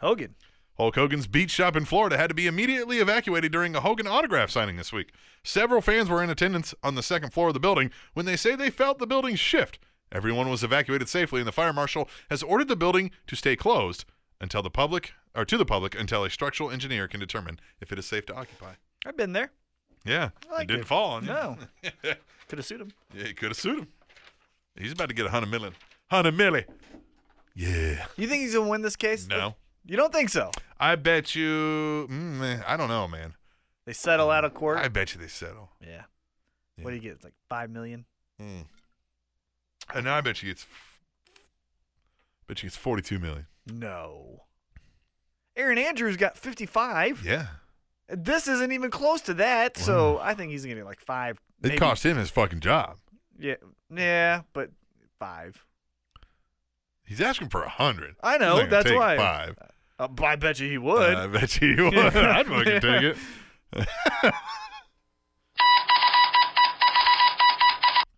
B: Hogan.
D: Hulk Hogan's beach shop in Florida had to be immediately evacuated during a Hogan autograph signing this week. Several fans were in attendance on the second floor of the building when they say they felt the building shift. Everyone was evacuated safely, and the fire marshal has ordered the building to stay closed until the public or to the public until a structural engineer can determine if it is safe to occupy.
B: I've been there.
D: Yeah,
B: I like
D: it didn't
B: it.
D: fall on you.
B: No. Could have sued him.
D: yeah, he could have sued him. He's about to get a hundred million. Hundred milli. Yeah.
B: You think he's gonna win this case?
D: No,
B: You don't think so?
D: I bet you. Mm, I don't know, man.
B: They settle out of court.
D: I bet you they settle.
B: yeah.
D: Yeah.
B: What do you get? Like five million.
D: Mm. And now Uh, I bet you it's bet you it's forty two million.
B: No. Aaron Andrews got fifty-five.
D: Yeah.
B: This isn't even close to that. So I think he's gonna get like five.
D: It
B: maybe-
D: cost him his fucking job.
B: Yeah. Yeah, but five.
D: He's asking for a hundred.
B: I know,
D: He's not gonna
B: that's
D: take
B: why.
D: Five.
B: Uh, but I bet you he would.
D: Uh, I bet you he would. I'd fucking take it.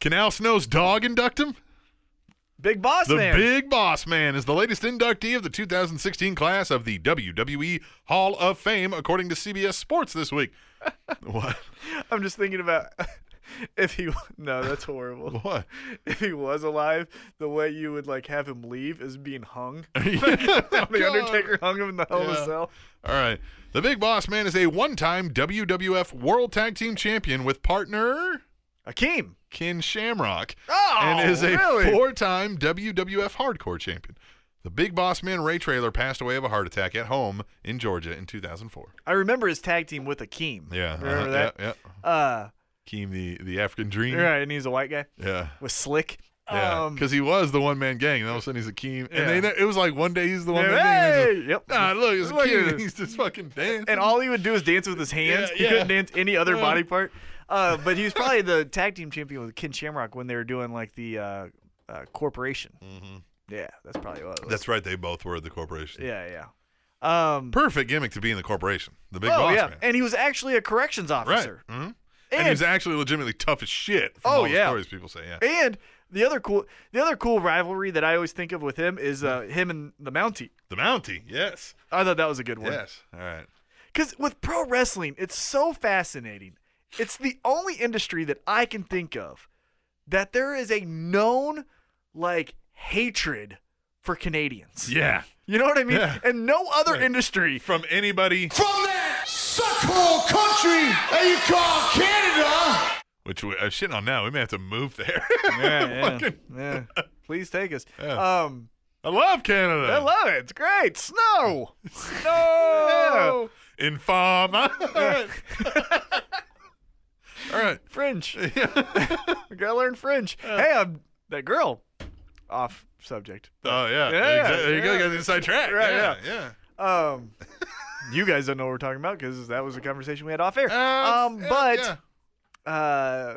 D: Can Al Snow's dog induct him?
B: Big boss
D: The
B: man.
D: Big Boss Man is the latest inductee of the 2016 class of the WWE Hall of Fame, according to CBS Sports this week. what?
B: I'm just thinking about if he. No, that's horrible.
D: What?
B: if he was alive, the way you would like have him leave is being hung.
D: the
B: the Undertaker hung him in the Hell in
D: Oh, Yeah.
B: a Cell.
D: All right. The Big Boss Man is a one time WWF World Tag Team Champion with partner
B: Akeem.
D: Ken Shamrock
B: Oh,
D: and is a
B: really?
D: four time WWF Hardcore Champion. The Big Boss Man Ray Trailer passed away of a heart attack at home in Georgia in 2004.
B: I remember his tag team with Akeem.
D: Yeah.
B: remember
D: uh-huh,
B: that?
D: Yeah. yeah.
B: Uh,
D: Keem, the, the African Dream.
B: you're right, and he's a white guy
D: Yeah.
B: with slick.
D: Yeah,
B: um,
D: because he was the one man gang, and all of a sudden he's a Keem, and
B: Yeah.
D: they ne- it was like one day he's the one man gang. and
B: hey,
D: he's
B: yep.
D: just, Nah, look, it's
B: Look at
D: Keem.
B: this.
D: He's just fucking dancing.
B: and all he would do is dance with his hands.
D: Yeah,
B: He couldn't
D: yeah.
B: dance any other
D: Yeah.
B: body part. Uh, but he was probably the tag team champion with Ken Shamrock when they were doing like the uh, uh, corporation. Yeah, that's probably what. It was.
D: Mm-hmm. That's right. They both were at the corporation.
B: yeah, yeah. Um,
D: Perfect gimmick to be in the corporation. The big
B: oh
D: boss
B: yeah,
D: man.
B: and he was actually a corrections
D: right.
B: officer.
D: hmm And, he was actually legitimately tough as shit. From
B: Oh,
D: all the
B: yeah.
D: Stories people say. Yeah.
B: And the other cool, the other cool rivalry that I always think of with him is
D: Hmm.
B: uh, him and the Mountie.
D: The Mountie. Yes.
B: I thought that was a good one.
D: Yes. All right.
B: Because with pro wrestling, it's so fascinating. It's the only industry that I can think of that there is a known like hatred for Canadians.
D: Yeah.
B: You know what I mean?
D: Yeah.
B: And no other industry.
D: From anybody,
G: From that suckhole country that you call Canada.
D: which we- uh, shit on now, we may have to move there. Fucking-
B: yeah. Please take us.
D: Yeah.
B: Um,
D: I love Canada.
B: I love it. It's great. Snow.
D: Yeah.
B: Snow.
D: Inform. All right. All right.
B: French. we gotta learn French. Hey, I'm that girl. Off subject.
D: Oh yeah.
B: Yeah,
D: Exactly. There you go.
B: yeah.
D: You got the inside track.
B: Right,
D: Yeah.
B: yeah.
D: Yeah.
B: Um, you guys don't know what we're talking about because that was a conversation we had off air.
D: Uh,
B: um,
D: yeah, yeah.
B: but uh,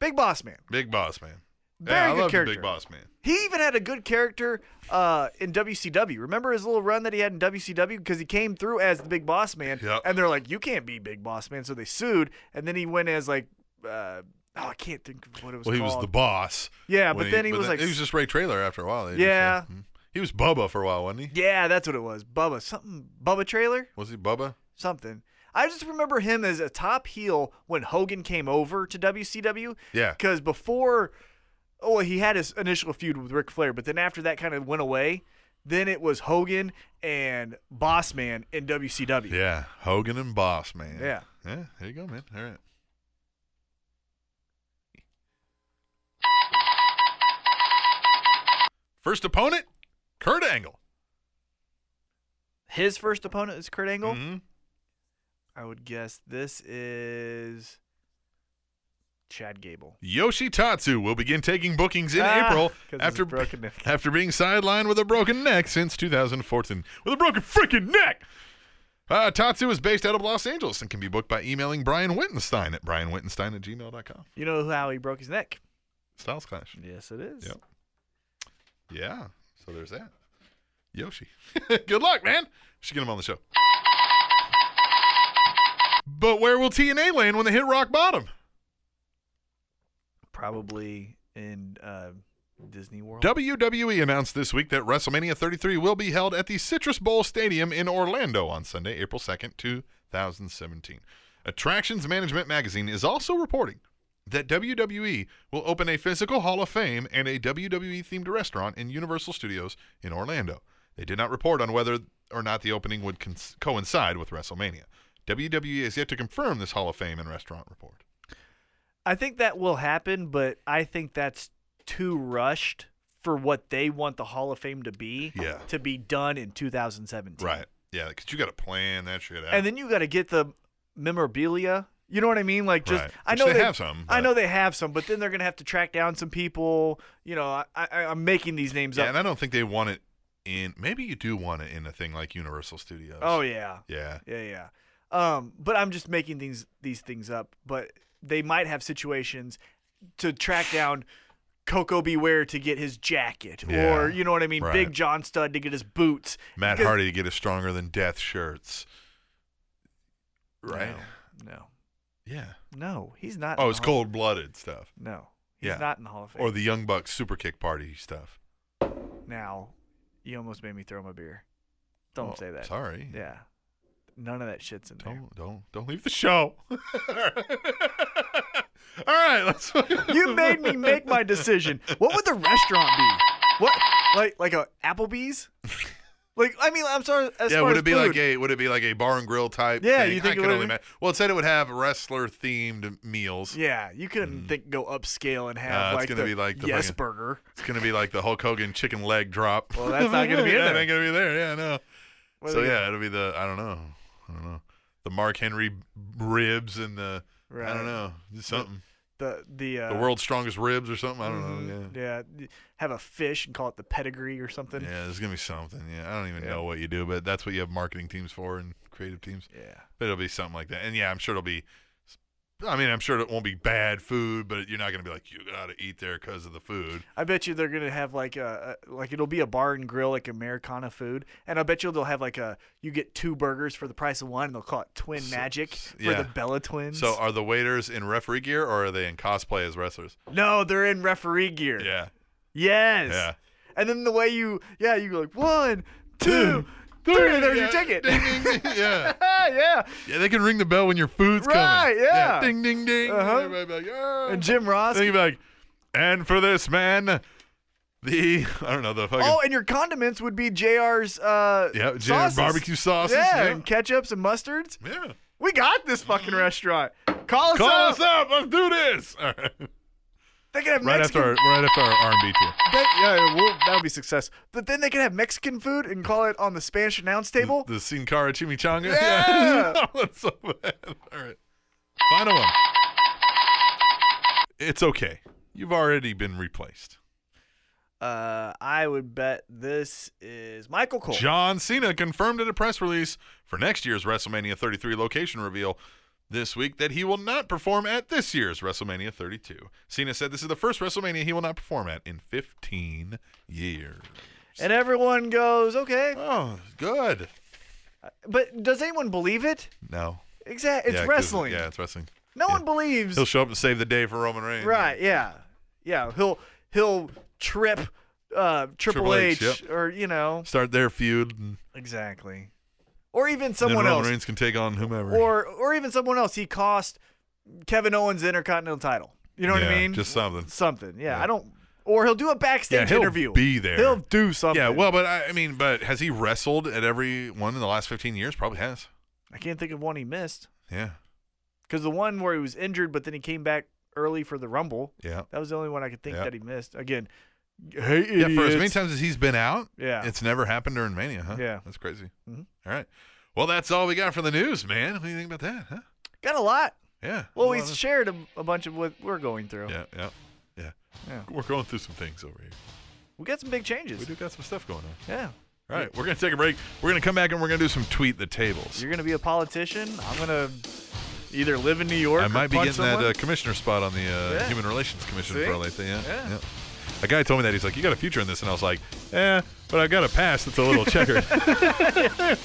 B: Big Boss Man,
D: Big Boss Man.
B: very
D: yeah, I
B: good
D: love the
B: character.
D: Big Boss Man.
B: He even had a good character uh, in WCW. Remember his little run that he had in WCW because he came through as the Big Boss Man,
D: Yep.
B: and they're like, "You can't be Big Boss Man," so they sued, and then he went as like, uh, oh, I can't think of what it was.
D: Well, he was
B: called.
D: the boss.
B: Yeah,
D: when
B: but then he was like
D: he was just Ray Trailer after a while. They just,
B: Yeah.
D: Mhm. He was Bubba for a while, wasn't he?
B: Yeah, that's what it was. Bubba, something. Bubba trailer,
D: Was he Bubba?
B: something. I just remember him as a top heel when Hogan came over to WCW.
D: Yeah.
B: Because before, oh, well, he had his initial feud with Ric Flair, but then after that kind of went away. Then it was Hogan and Boss Man in WCW.
D: Yeah. Hogan and Boss Man.
B: Yeah.
D: Yeah. There you go, man. All right. First opponent, Kurt Angle.
B: His first opponent is Kurt Angle.
D: Mhm.
B: I would guess this is Chad Gable.
D: Yoshitatsu will begin taking bookings in
B: Ah,
D: April
B: 'cause it's a
D: after
B: broken neck.
D: after being sidelined with a broken neck since 2014 with a broken freaking neck. Uh, Tatsu is based out of Los Angeles and can be booked by emailing Brian Wittenstein at brianwittenstein at gmail.com.
B: You know how he broke his neck?
D: Styles Clash.
B: Yes, it is.
D: Yep. Yeah. So there's that. Yoshi. Good luck, man. We should get him on the show. But where will TNA land when they hit rock bottom?
B: Probably in uh, Disney World.
D: WWE E announced this week that WrestleMania 33 will be held at the Citrus Bowl Stadium in Orlando on Sunday, April 2nd, 2017. Attractions Management Magazine is also reporting that WWE will open a physical Hall of Fame and a WWE themed restaurant in Universal Studios in Orlando. They did not report on whether or not the opening would con- coincide with WrestleMania. WWE has yet to confirm this Hall of Fame and restaurant report.
B: I think that will happen, but I think that's too rushed for what they want the Hall of Fame to be.
D: Yeah.
B: To be done in 2017.
D: Right. Yeah, because you got to plan that shit out.
B: And then you got to get the memorabilia. You know what I mean? Like just
D: Right.
B: I
D: Which
B: know
D: they have some,
B: I
D: but-
B: know they have some, but then they're gonna have to track down some people. You know, I, I, I'm making these names
D: Yeah,
B: up.
D: and I don't think they want it in. Maybe you do want it in a thing like Universal Studios.
B: oh yeah,
D: yeah,
B: yeah, yeah. Um, but I'm just making things these things up. But they might have situations to track down Coco Beware to get his jacket,
D: Yeah,
B: or you know what I mean, Big
D: right.
B: John Stud to get his boots.
D: Matt
B: Because-
D: Hardy to get a stronger than death shirts. Right.
B: No,
D: Yeah.
B: no, no, he's not. in
D: Oh,
B: the
D: it's
B: Hall-
D: cold blooded stuff,
B: No, he's
D: Yeah.
B: not in the Hall of Fame.
D: or the Young Bucks super kick party stuff.
B: now, you almost made me throw my beer. Don't
D: Oh,
B: say that.
D: Sorry.
B: Yeah, none of that shit's in there.
D: Don't don't don't leave the show. All right, let's.
B: You made me make my decision. What would the restaurant be? What like like a Applebee's? Like I mean, I'm sorry. As
D: yeah,
B: far
D: would
B: as
D: it be
B: food,
D: like a would it be like a bar and grill type?
B: Yeah,
D: thing?
B: you think
D: I
B: it
D: could
B: would
D: only
B: be?
D: ma- Well, it said it would have wrestler themed meals.
B: Yeah, you couldn't think go upscale and
D: Hmm. Nah,
B: have
D: it's
B: like
D: gonna
B: the
D: be like the
B: Yes
D: fucking-
B: Burger.
D: It's gonna be like the Hulk Hogan chicken leg drop.
B: Well, that's not gonna be in
D: Yeah,
B: there.
D: Not gonna be there. Yeah, no.
B: What
D: so
B: are they
D: yeah, it'll be the I don't know, I don't know, the Mark Henry ribs and the I
B: Right.
D: don't know just something
B: The the uh,
D: the world's strongest ribs or something. I don't know.
B: mhm,
D: Yeah.
B: yeah. have a fish and call it the pedigree or something.
D: Yeah, there's gonna be something. Yeah, I don't even know what you do, but that's what you have marketing teams for and creative teams.
B: Yeah.
D: But it'll be something like that. And yeah, I'm sure it'll be s- I mean, I'm sure it won't be bad food, but you're not going to be like, you got to eat there because of the food.
B: I bet you they're gonna have like a a- like it'll be a bar and grill like Americana food, and I bet you they'll have like a you get two burgers for the price of one, and they'll call it Twin Magic for
D: yeah.
B: the Bella Twins.
D: So are the waiters in referee gear or are they in cosplay as wrestlers?
B: no, they're in referee gear.
D: Yeah.
B: Yes.
D: Yeah.
B: And then the way you yeah you go like one, two, three. There's
D: Yeah.
B: your ticket.
D: Ding, ding, ding. Yeah.
B: yeah.
D: Yeah, they can ring the bell when your food's
B: Right,
D: coming.
B: yeah.
D: Ding, ding, ding.
B: Uh-huh.
D: Everybody be like, "Yeah."
B: And Jim Ross.
D: Then you'd be like, and for this man, the, I don't know, the fucking,
B: Oh, and your condiments would be Jr's uh,
D: yeah, Jim,
B: sauces.
D: barbecue sauces.
B: Yeah,
D: Yeah.
B: and ketchups and mustards.
D: Yeah.
B: We got this fucking restaurant. Call us
D: Call
B: up.
D: us up. Let's do this. All right.
B: They can have
D: Right
B: Mexican.
D: after our, right after our R&B tour.
B: they- yeah, well, that would be success. But then they can have Mexican food and call it on the Spanish announce table.
D: The sin cara chimichanga.
B: Yeah.
D: Oh, that's so bad. All right. Final one. It's okay. You've already been replaced.
B: Uh, I would bet this is Michael Cole.
D: John Cena confirmed in a press release for next year's WrestleMania 33 location reveal this week that he will not perform at this year's WrestleMania 32. Cena said this is the first WrestleMania he will not perform at in 15 years.
B: and everyone goes, okay.
D: Oh, good.
B: But does anyone believe it?
D: No.
B: Exactly. It's
D: Yeah, 'cause-
B: wrestling.
D: Yeah, it's wrestling.
B: no
D: yeah.
B: one believes.
D: He'll show up and save the day for Roman Reigns.
B: Right. Yeah. Yeah. He'll he'll trip uh, Triple,
D: Triple
B: H,
D: H,
B: or you know
D: Start their feud. And
B: exactly, or even
D: then
B: someone
D: Roman
B: else,
D: Reigns can take on whomever.
B: or or even someone else. He cost Kevin Owens the Intercontinental title. You know what
D: Yeah,
B: I mean?
D: just something.
B: Something. Yeah, I don't. Or he'll do a backstage
D: Yeah, he'll
B: interview.
D: be there.
B: He'll do something.
D: yeah, well, but I, I mean, but has he wrestled at every one in the last 15 years? Probably has.
B: I can't think of one he missed
D: Yeah.
B: because the one where he was injured, but then he came back early for the Rumble.
D: Yeah.
B: That was the only one I could think
D: Yeah.
B: that he missed. Again, hey idiots.
D: Yeah, for as many times as he's been out,
B: Yeah.
D: it's never happened during Mania, huh?
B: Yeah. Mm-hmm.
D: That's crazy. All right. Well, that's all we got for the news, man. What do you think about that, huh?
B: Got a lot.
D: Yeah.
B: Well,
D: A
B: we
D: lot of-
B: shared a, a bunch of what we're going through.
D: Yeah, yeah, yeah,
B: Yeah.
D: We're going through some things over here.
B: We got some big changes.
D: We do got some stuff going on.
B: Yeah.
D: All right, we're going to take a break. We're going to come back and we're going to do some tweet the tables.
B: You're going to be a politician. I'm going to either live in New York
D: I
B: or
D: might be
B: punch
D: getting
B: someone.
D: that uh, commissioner spot on the uh,
B: Yeah.
D: Human Relations Commission
B: See?
D: for LA. Yeah,
B: Yeah.
D: yeah. A guy told me that he's like, "You got a future in this," and I was like, "Eh, but I got a past that's a little checkered."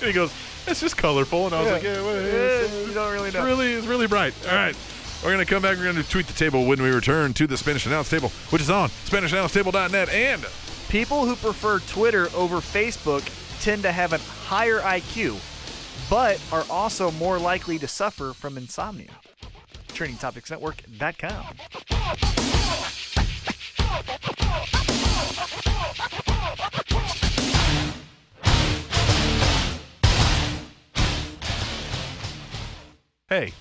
D: he goes, "It's just colorful," and I was like, "Yeah, what is
B: Yeah, you don't really
D: It's uh,
B: know.
D: really, it's really bright." All right, we're gonna come back. We're gonna tweet the table when we return to the Spanish Announce Table, which is on SpanishAnnounceTable.net and
B: People who prefer Twitter over Facebook tend to have a higher IQ, but are also more likely to suffer from insomnia. TrainingTopicsNetwork.com.
D: Hey,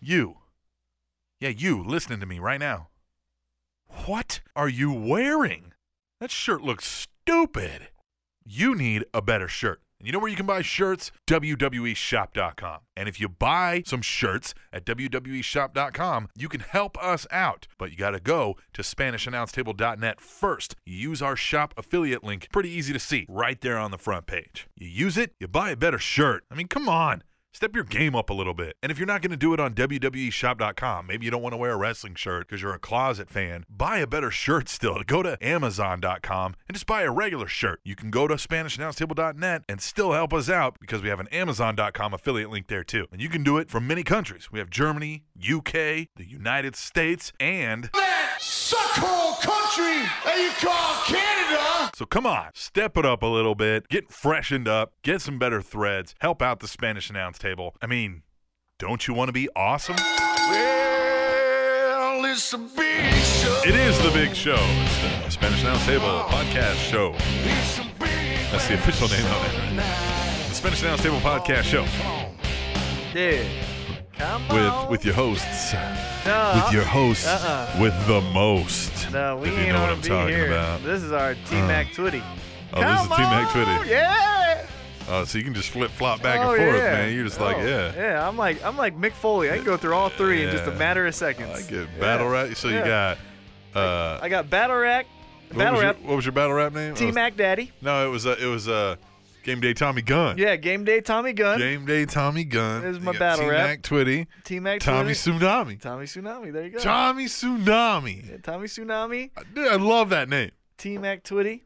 D: you. Yeah, you listening to me right now. What are you wearing? That shirt looks stupid. You need a better shirt. And you know where you can buy shirts? E WWEshop.com. And if you buy some shirts at E WWEshop.com, you can help us out. But you got to go to SpanishAnnounceTable.net first. You use our shop affiliate link, pretty easy to see, right there on the front page. You use it, you buy a better shirt. I mean, come on. Step your game up a little bit. And if you're not going to do it on E WWEshop.com, maybe you don't want to wear a wrestling shirt because you're a closet fan, buy a better shirt still. Go to Amazon.com and just buy a regular shirt. You can go to SpanishAnnounceTable.net and still help us out because we have an Amazon.com affiliate link there too. And you can do it from many countries. We have Germany, UK, the United States, and
G: That suckhole country that you call Canada.
D: So come on, step it up a little bit, get freshened up, get some better threads, help out the Spanish announce table. I mean, don't you want to be awesome?
G: Well, it's a big show.
D: It is the big show. It's the Spanish Announce Table podcast show.
G: It's a big
D: That's the official name of it. The Spanish Announce Table podcast show
B: Dude, come on.
D: with with your hosts,
B: no,
D: with your hosts,
B: Uh-uh.
D: with the most.
B: no, we
D: if
B: ain't
D: you know what
B: gonna
D: I'm
B: be
D: talking
B: here.
D: about.
B: This is our T Mac Twitty.
D: Oh, this is
B: Come
D: T Mac
B: on,
D: Twitty.
B: Yeah.
D: Oh, so you can just flip flop back
B: Oh,
D: and forth,
B: yeah.
D: man. You're just like,
B: Oh,
D: yeah.
B: Yeah, I'm like I'm like Mick Foley. I can go through all three in just a
D: Yeah.
B: matter of seconds.
D: I get battle rap. So you got. Uh,
B: I got battle rap,
D: what,
B: battle
D: was your,
B: rap,
D: what was your battle rap name? Oh,
B: T Mac Daddy.
D: No, it was uh, it was uh, Game Day Tommy Gunn.
B: Yeah, game day, Tommy Gunn,
D: Game Day Tommy Gunn.
B: There's
D: You
B: my
D: got
B: battle
D: T-Mac
B: rap.
D: Twitty.
B: Team X,
D: Tommy
B: Tsunami.
D: Tsunami.
B: Tommy Tsunami. There you go.
D: Tommy Tsunami.
B: Yeah, Tommy Tsunami,
D: Dude, I love that name.
B: T Mac Twitty,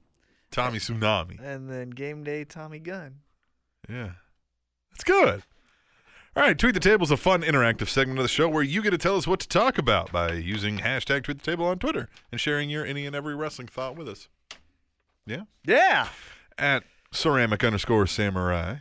D: Tommy Tsunami.
B: and then game day, Tommy Gunn.
D: Yeah. That's good. All right, Tweet the Table is a fun, interactive segment of the show where you get to tell us what to talk about by using hashtag Tweet the Table on Twitter and sharing your any and every wrestling thought with us. Yeah.
B: Yeah.
D: At ceramic underscore samurai.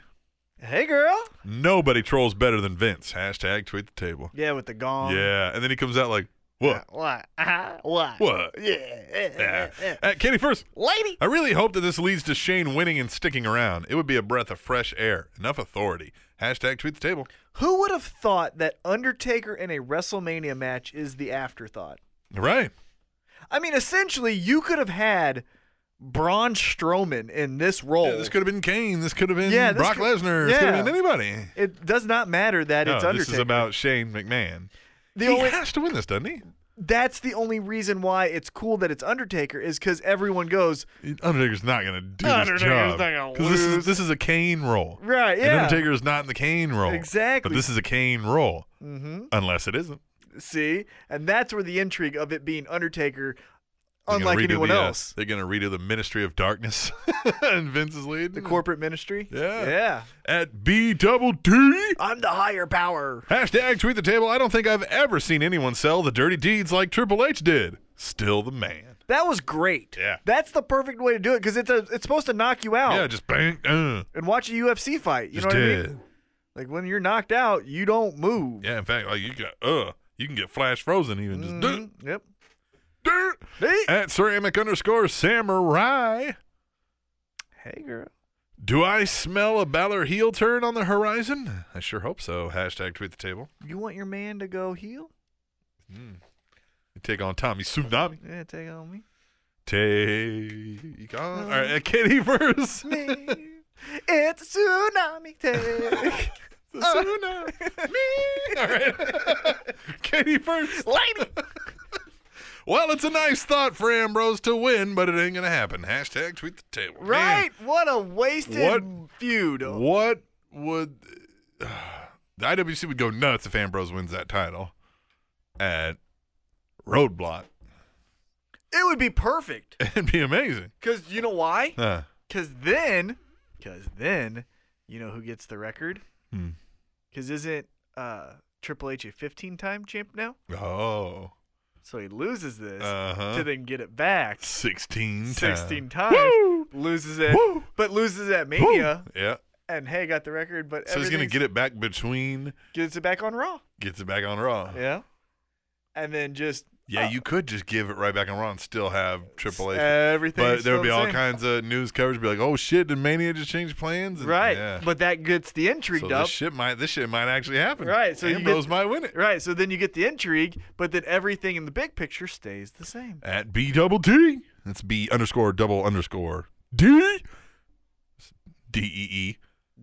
B: Hey, girl.
D: Nobody trolls better than Vince. Hashtag Tweet the Table.
B: Yeah, with the gong.
D: Yeah. And then he comes out like, what?
B: What? Uh-huh. What?
D: What?
B: Yeah. eh, eh,
D: Yeah.
B: eh.
D: At Katie First,
B: Lady.
D: I really hope that this leads to Shane winning and sticking around. It would be a breath of fresh air. Enough authority. Hashtag tweet the table.
B: Who would have thought that Undertaker in a WrestleMania match is the afterthought?
D: Right.
B: I mean, essentially, you could have had Braun Strowman in this role.
D: Yeah, this could have been Kane. This could have been
B: Oh. Yeah, this
D: Brock
B: could-
D: Lesnar. This could
B: yeah.
D: have been anybody.
B: it does not matter that it's
D: No,
B: Undertaker.
D: this is about Shane McMahon.
B: the
D: he
B: only,
D: has to win this, doesn't he?
B: that's the only reason why it's cool that it's Undertaker is because everyone goes
D: Undertaker's not going to do
B: Undertaker's
D: this job.
B: not gonna
D: 'Cause this
B: lose.
D: is this is a Kane role.
B: right,
D: And
B: yeah.
D: Undertaker is not in the Kane role.
B: Exactly.
D: But this is a Kane role. Mm-hmm. Unless it isn't.
B: See, and that's where the intrigue of it being Undertaker,
D: They're gonna
B: unlike
D: redo
B: anyone
D: the, uh,
B: else,
D: they're going to redo the Ministry of Darkness, and Vince is leading.
B: the corporate ministry.
D: Yeah.
B: yeah.
D: at B double D.
B: I'm the higher power.
D: Hashtag tweet the table. I don't think I've ever seen anyone sell the dirty deeds like Triple H did. Still the man.
B: That was great.
D: Yeah.
B: That's the perfect way to do it because it's a, it's supposed to knock you out
D: Yeah, just bang. Uh,
B: and watch a UFC fight. You
D: just
B: know what
D: dead.
B: I mean? Like when you're knocked out, you don't move.
D: Yeah, in fact, like you got uh, you can get flash frozen even. Just duh,
B: Mhm. Yep.
D: duh. at ceramic underscore samurai.
B: Hey girl.
D: Do I smell a Balor heel turn on the horizon? I sure hope so. Hashtag tweet the table.
B: You want your man to go heel?
D: Take on Tommy Tsunami.
B: Yeah, take on me.
D: Take on. All right, at Katie first.
B: it's a tsunami take.
D: Tsunami. All right. Katie first. Lady. well, it's a nice thought for Ambrose to win, but it ain't going to happen. Hashtag tweet the table.
B: right? What a wasted
D: What-
B: feud.
D: Man, what would. the IWC would go nuts if Ambrose wins that title at Roadblock.
B: It would be perfect.
D: It'd be amazing.
B: Because you know why?
D: Huh.
B: Because then, because then, you know who gets the record?
D: Hmm.
B: Because isn't uh, Triple H a 15 time champ now?
D: oh.
B: So he loses this
D: Uh-huh.
B: to then get it back
D: 16 times.
B: 16 times. Loses it,
D: Woo!
B: but loses at
D: Woo!
B: Mania.
D: Yeah.
B: And hey, got the record, but
D: So he's going to
B: everything's-
D: get it back between,
B: gets it back on Raw.
D: gets it back on Raw.
B: Yeah. And then just
D: Yeah,
B: uh,
D: you could just give it right back and Raw and still have Triple H.
B: everything.
D: But there
B: still
D: would be
B: the
D: all
B: same.
D: kinds of news coverage, be like, "Oh shit, did Mania just change plans?" And-
B: Right.
D: Yeah.
B: But that gets the intrigue
D: So
B: up.
D: this shit might this shit might actually happen.
B: Right, so you
D: Ambrose
B: get-
D: might win it
B: Right, so then you get the intrigue, but then everything in the big picture stays the same.
D: at B double T. That's B underscore double underscore D. D E E.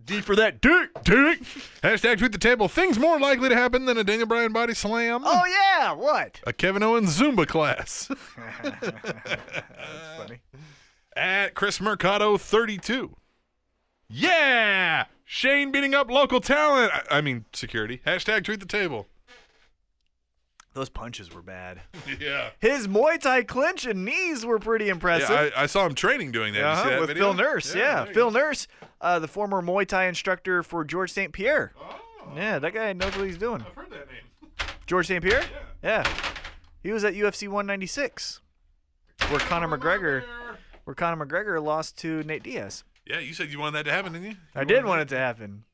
B: D for that
D: Dick, dick. Hashtag tweet the table. Things more likely to happen than a Daniel Bryan body slam.
B: Oh yeah, what?
D: A Kevin Owens Zumba class.
B: That's funny.
D: at Chris Mercado 32. Yeah! Shane beating up local talent. I, I mean, security. Hashtag tweet the table.
B: Those punches were bad.
D: Yeah.
B: His Muay Thai clinch and knees were pretty impressive.
D: yeah I, I saw him training doing that. Did you see
B: Uh-huh,
D: that
B: with
D: video?
B: Phil Nurse, yeah,
D: there you
B: Phil Nurse, uh, the former Muay Thai instructor for George St. Pierre.
D: Oh.
B: Yeah, that guy knows what he's doing.
D: go. I've heard that name.
B: George St. Pierre? Yeah. He was at UFC 196, where Conor McGregor, where Conor McGregor lost to Nate Diaz.
D: Yeah, you said you wanted that to happen, didn't you?
B: I did want it to happen.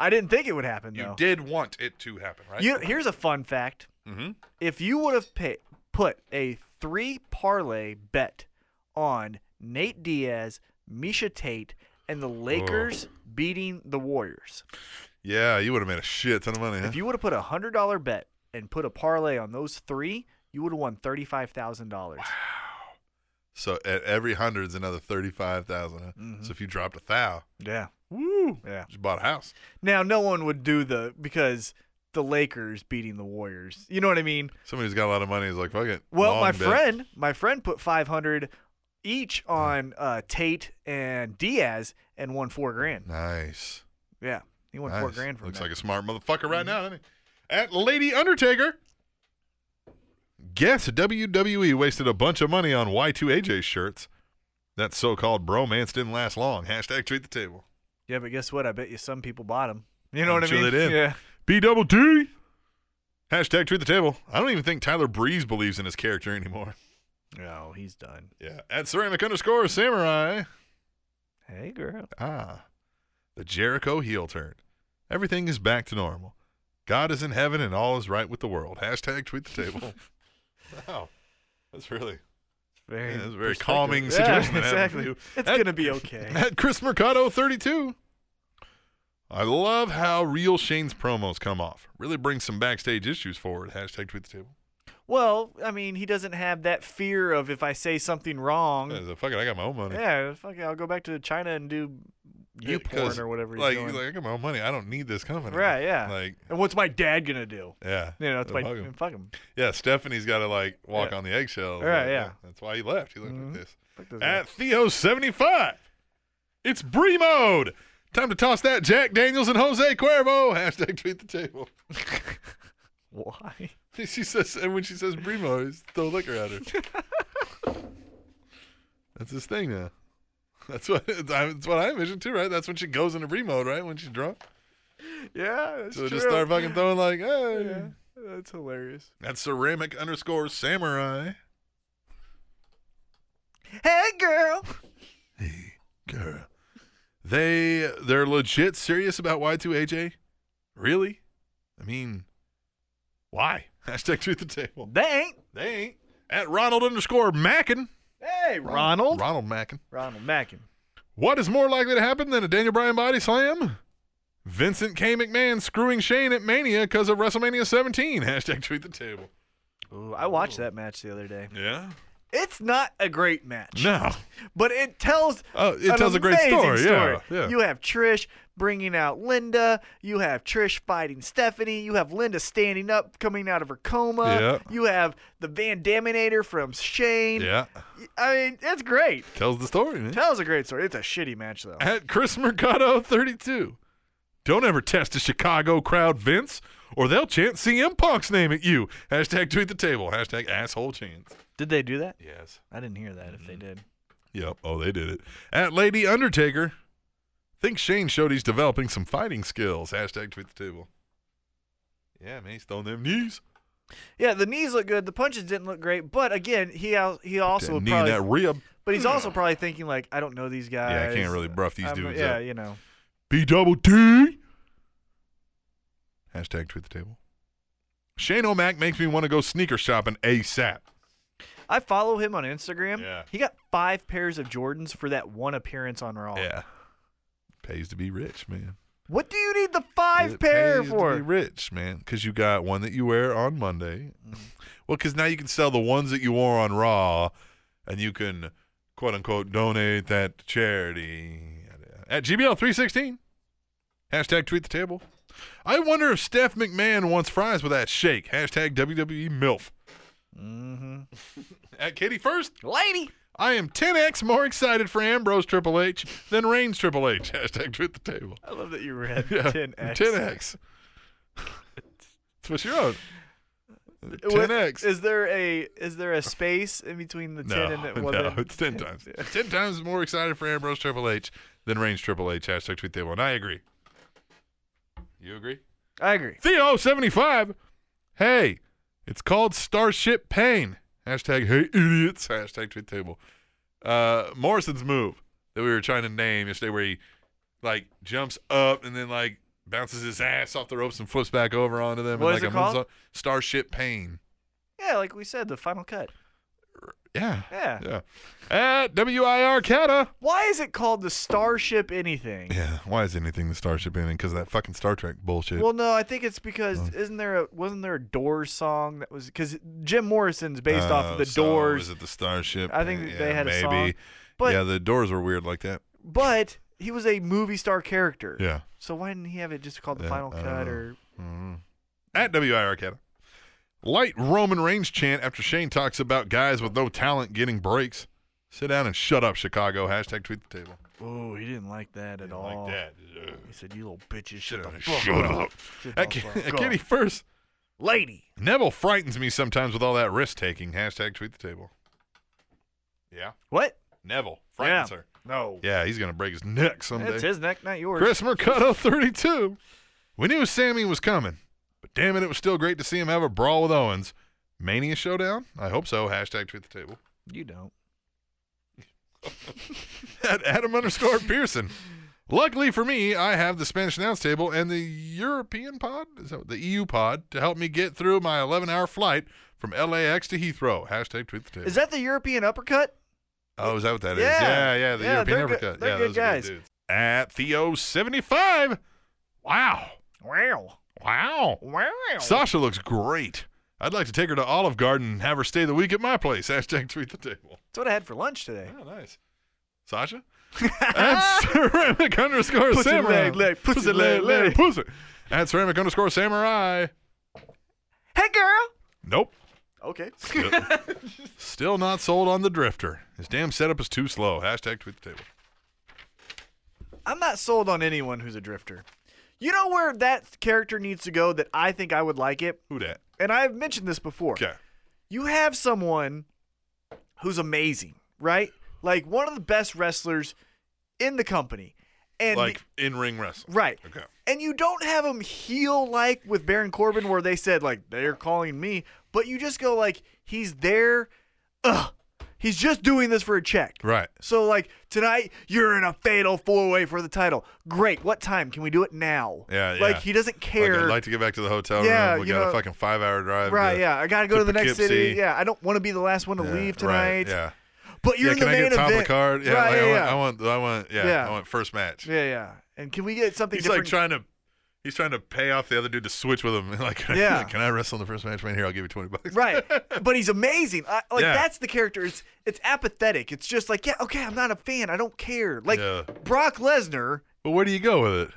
B: I didn't think it would happen
D: You
B: though.
D: did want it to happen, right?
B: You- here's a fun fact.
D: Mhm.
B: If you would have pay, put a three parlay bet on Nate Diaz, Misha Tate, and the Lakers beating the Warriors,
D: Yeah, you would have made a shit ton of money, huh?
B: if you would have put a hundred dollar bet and put a parlay on those three, you would have won thirty five thousand dollars.
D: so at every hundred's another 35000 huh?
B: Mm-hmm.
D: So if you dropped a thou,
B: Yeah.
D: woo,
B: Yeah.
D: just bought a house.
B: Now no one would do the because the Lakers beating the Warriors. You know what I mean?
D: Somebody who's got a lot of money is like, fuck it.
B: Well,
D: long
B: my
D: bet.
B: friend, my friend put 500 each on uh, Tate and Diaz and won four grand.
A: Nice.
B: Yeah, he won four
A: Nice.
B: grand from
D: Looks
B: that. Mm-hmm.
D: like a smart motherfucker right now, doesn't he? At Lady Undertaker. Guess WWE wasted a bunch of money on Y2AJ shirts. That so called bromance didn't last long. Hashtag tweet the table.
B: yeah, but guess what? I bet you some people bought him. You know
D: I'm
B: what I
D: sure
B: mean?
D: they did.
B: Yeah.
D: B double T. Hashtag tweet the table. I don't even think Tyler Breeze believes in his character anymore.
B: No, Oh, he's done.
D: Yeah. At ceramic underscore samurai.
B: Hey, girl.
D: Ah, the Jericho heel turn. Everything is back to normal. God is in heaven and all is right with the world. Hashtag tweet the table. wow. That's really
B: Very.
D: yeah, that's a very
B: perspective.
D: calming
B: Yeah,
D: situation. that happened to
B: exactly.
D: you.
B: It's
D: At-
B: gonna be okay.
D: At Chris Mercado 32. I love how real Shane's promos come off. Really brings some backstage issues forward. Hashtag tweet the table.
B: well, I mean, he doesn't have that fear of if I say something wrong.
D: Yeah, fuck it, I got my own money.
B: Mm. Yeah, fuck it, I'll go back to China and do
D: Yeah,
B: you porn
D: 'cause,
B: or whatever he's
D: Like,
B: doing.
D: like, I got my own money. I don't need this company.
B: right, yeah.
D: Like,
B: and what's my dad gonna do?
D: yeah.
B: You know, it's my
D: Fuck 'em.
B: fuck him.
D: Yeah, Stephanie's got to like walk
B: Yeah.
D: on the eggshells.
B: Right,
D: Like,
B: yeah.
D: That's why he left. He looked
B: Mhm.
D: like this.
B: Fuck this guy.
D: At Theo75, it's Bree mode. Time to toss that Jack Daniels and Jose Cuervo. Hashtag tweet the table.
B: Why?
D: she says, and when she says Bree mode, he's throw liquor at her. that's his thing now. That's what that's what I envision too, right? That's when she goes into Bree mode, right? When she's drunk,
B: Yeah, that's
D: so just start fucking throwing like, hey.
B: That's hilarious.
D: That's ceramic underscore samurai.
B: Hey, girl.
D: Girl. They they're legit serious about Y2AJ? Really? I mean, why? Hashtag truth the table.
B: They ain't.
D: They ain't. At Ronald underscore Mackin.
B: Hey, Ronald.
D: Ronald Mackin.
B: Ronald Mackin.
D: What is more likely to happen than a Daniel Bryan body slam? Vincent K. McMahon screwing Shane at Mania because of WrestleMania 17. Hashtag tweet the table.
B: Ooh, I watched that match the other day.
D: Yeah.
B: It's not a great match.
D: No.
B: But it tells
D: Oh, it
B: an
D: tells a great
B: amazing
D: story, yeah, yeah.
B: You have Trish bringing out Linda. You have Trish fighting Stephanie. You have Linda standing up, coming out of her coma.
D: Yeah.
B: You have the Van Daminator from Shane.
D: Yeah.
B: I mean, it's great.
D: Tells the story, man.
B: Tells a great story. It's a shitty match though.
D: at Chris Mercado 32. Don't ever test a Chicago crowd, Vince, or they'll chant CM Punk's name at you. Hashtag tweet the table. Hashtag asshole chance.
B: Did they do that?
D: Yes.
B: I didn't hear that. If they did,
D: Yep. Oh, they did it. At Lady Undertaker. Think Shane showed he's developing some fighting skills. Hashtag tweet the table. Yeah, man, he's throwing them knees.
B: yeah, the knees look good. The punches didn't look great, but again, he al- he also
D: that
B: would
D: knee
B: probably,
D: and that rib.
B: but he's also probably thinking like, I don't know these guys.
D: Hmm. Yeah, I can't really bruff these
B: I'm-
D: dudes
B: Yeah,
D: up.
B: you know.
D: B double T. Hashtag tweet the table. Shane O'Mac makes me want to go sneaker shopping ASAP.
B: I follow him on Instagram.
D: Yeah.
B: He got five pairs of Jordans for that one appearance on Raw.
D: Yeah. Pays to be rich, man.
B: What do you need the five
D: It
B: pair
D: pays
B: for?
D: To be rich, man, because you got one that you wear on Monday. Well, because now you can sell the ones that you wore on Raw, and you can quote unquote donate that to charity at GBL three sixteen. Hashtag tweet the table. I wonder if Steph McMahon wants fries with that shake. Hashtag WWE MILF. Mm-hmm. at Katie First,
B: Lady.
D: I am 10x more excited for Ambrose Triple H than Reigns Triple H. Hashtag tweet the table.
B: I love that you read
D: Yeah,
B: 10X.
D: 10x. That's what you wrote.
B: What-
D: 10x.
B: Is there a is there a space in between the
D: no,
B: ten and the
D: no,
B: well, then-
D: it's 10 times. 10 times more excited for Ambrose Triple H than Reigns Triple H. Hashtag tweet table. And I agree. You agree?
B: I agree.
D: Theo75. Hey, it's called Starship Pain. Hashtag hey idiots. Hashtag tweet table. Uh, Morrison's move that we were trying to name yesterday where he like jumps up and then like bounces his ass off the ropes and flips back over onto them.
B: What
D: and,
B: is
D: like,
B: it
D: a moonsault.
B: called?
D: Starship Pain.
B: Yeah, like we said, the final cut.
D: Yeah.
B: Yeah.
D: Yeah. At WIR Cata.
B: Why is it called the Starship anything?
D: Yeah. Why is anything the Starship in? Because that fucking Star Trek bullshit.
B: Well, no, I think it's because
D: Oh.
B: isn't there a wasn't there a Doors song that was because Jim Morrison's based off
D: Oh,
B: of the
D: so
B: Doors,
D: Is it the Starship?
B: I think
D: Pain?
B: they
D: Yeah,
B: had a
D: maybe.
B: song, but-
D: yeah, the Doors were weird like that.
B: but he was a movie star character.
D: Yeah.
B: So why didn't he have it just called the
D: Yeah, uh,
B: final
D: I don't
B: cut
D: know.
B: or
D: At WIR Canada. Light Roman Reigns chant after Shane talks about guys with no talent getting breaks. Sit down and shut up, Chicago. Hashtag tweet the table.
B: Oh, he didn't like that at all.
D: Like that.
B: He said, "You little bitches, shut the fuck
D: Shut
B: up.
D: up.
B: Shut the
D: At, Ki-
B: fuck
D: at
B: up.
D: Kitty first.
B: lady."
D: Neville frightens me sometimes with all that risk taking. Hashtag tweet the table. Yeah.
B: What?
D: Neville frightens
B: Yeah.
D: her.
B: No,
D: Yeah, he's gonna break his neck someday.
B: that's his neck, not yours.
D: Chris Mercado, 32. We knew Sammy was coming, but damn it, it was still great to see him have a brawl with Owens. Mania showdown? I hope so. Hashtag tweet the table.
B: you don't.
D: At Adam underscore Pearson. Luckily for me, I have the Spanish announce table and the European pod, is that what- the EU pod, to help me get through my 11 hour flight from LAX to Heathrow. Hashtag tweet the table.
B: Is that the European uppercut?
D: Oh, is that what that is?
B: Yeah.
D: Yeah, yeah. The
B: Yeah,
D: European
B: they're good-
D: uppercut.
B: they're
D: yeah,
B: good
D: those
B: guys.
D: Are good dudes. At Theo seventy five. Wow,
B: Wow,
D: wow.
B: wow.
D: Sasha looks great. I'd like to take her to Olive Garden and have her stay the week at my place. Hashtag tweet the table.
B: That's what I had for lunch today.
D: Oh, nice. Sasha? At ceramic underscore
B: Pussy
D: samurai.
B: leg, leg, pussy leg, leg.
D: pussy. At ceramic underscore samurai.
B: Hey, girl.
D: Nope.
B: Okay.
D: Still not sold on the drifter. His damn setup is too slow. Hashtag tweet the table.
B: I'm not sold on anyone who's a drifter. You know where that character needs to go that I think I would like it?
D: Who dat?
B: And I've mentioned this before.
D: Okay.
B: You have someone who's amazing, right? Like one of the best wrestlers in the company. And
D: Like in ring wrestling.
B: Right.
D: Okay.
B: And you don't have them heel like with Baron Corbin, where they said like they're calling me, but you just go like he's there. Ugh, he's just doing this for a check.
D: Right.
B: So like tonight you're in a fatal four way for the title. Great. What time can we do it now?
D: Yeah,
B: Like
D: yeah.
B: he doesn't care.
D: Like, I'd like to get back to the hotel
B: Yeah,
D: room. We
B: you
D: got a
B: know-
D: fucking five hour drive.
B: right.
D: to-
B: yeah. I gotta go to, the next city.
D: Poughkeepsie.
B: Yeah. I don't want to be the last one to
D: Yeah,
B: leave
D: right,
B: tonight.
D: yeah.
B: But you're
D: yeah,
B: in
D: can
B: the
D: I
B: main
D: get top
B: event.
D: of card? Yeah,
B: Right,
D: like,
B: yeah,
D: I,
B: yeah.
D: want, I want, I want, yeah,
B: Yeah.
D: I want first match.
B: yeah. Yeah. And can we get something
D: he's
B: different?
D: like trying to, he's trying to pay off the other dude to switch with him. Like, can I-
B: Yeah.
D: can I wrestle in the first match? Man, here, I'll give you twenty bucks.
B: Right. But he's amazing. I, like
D: Yeah.
B: that's the character. It's it's apathetic. It's just like, yeah, okay, I'm not a fan. I don't care. Like
D: Yeah.
B: Brock Lesnar,
D: But where do you go with it?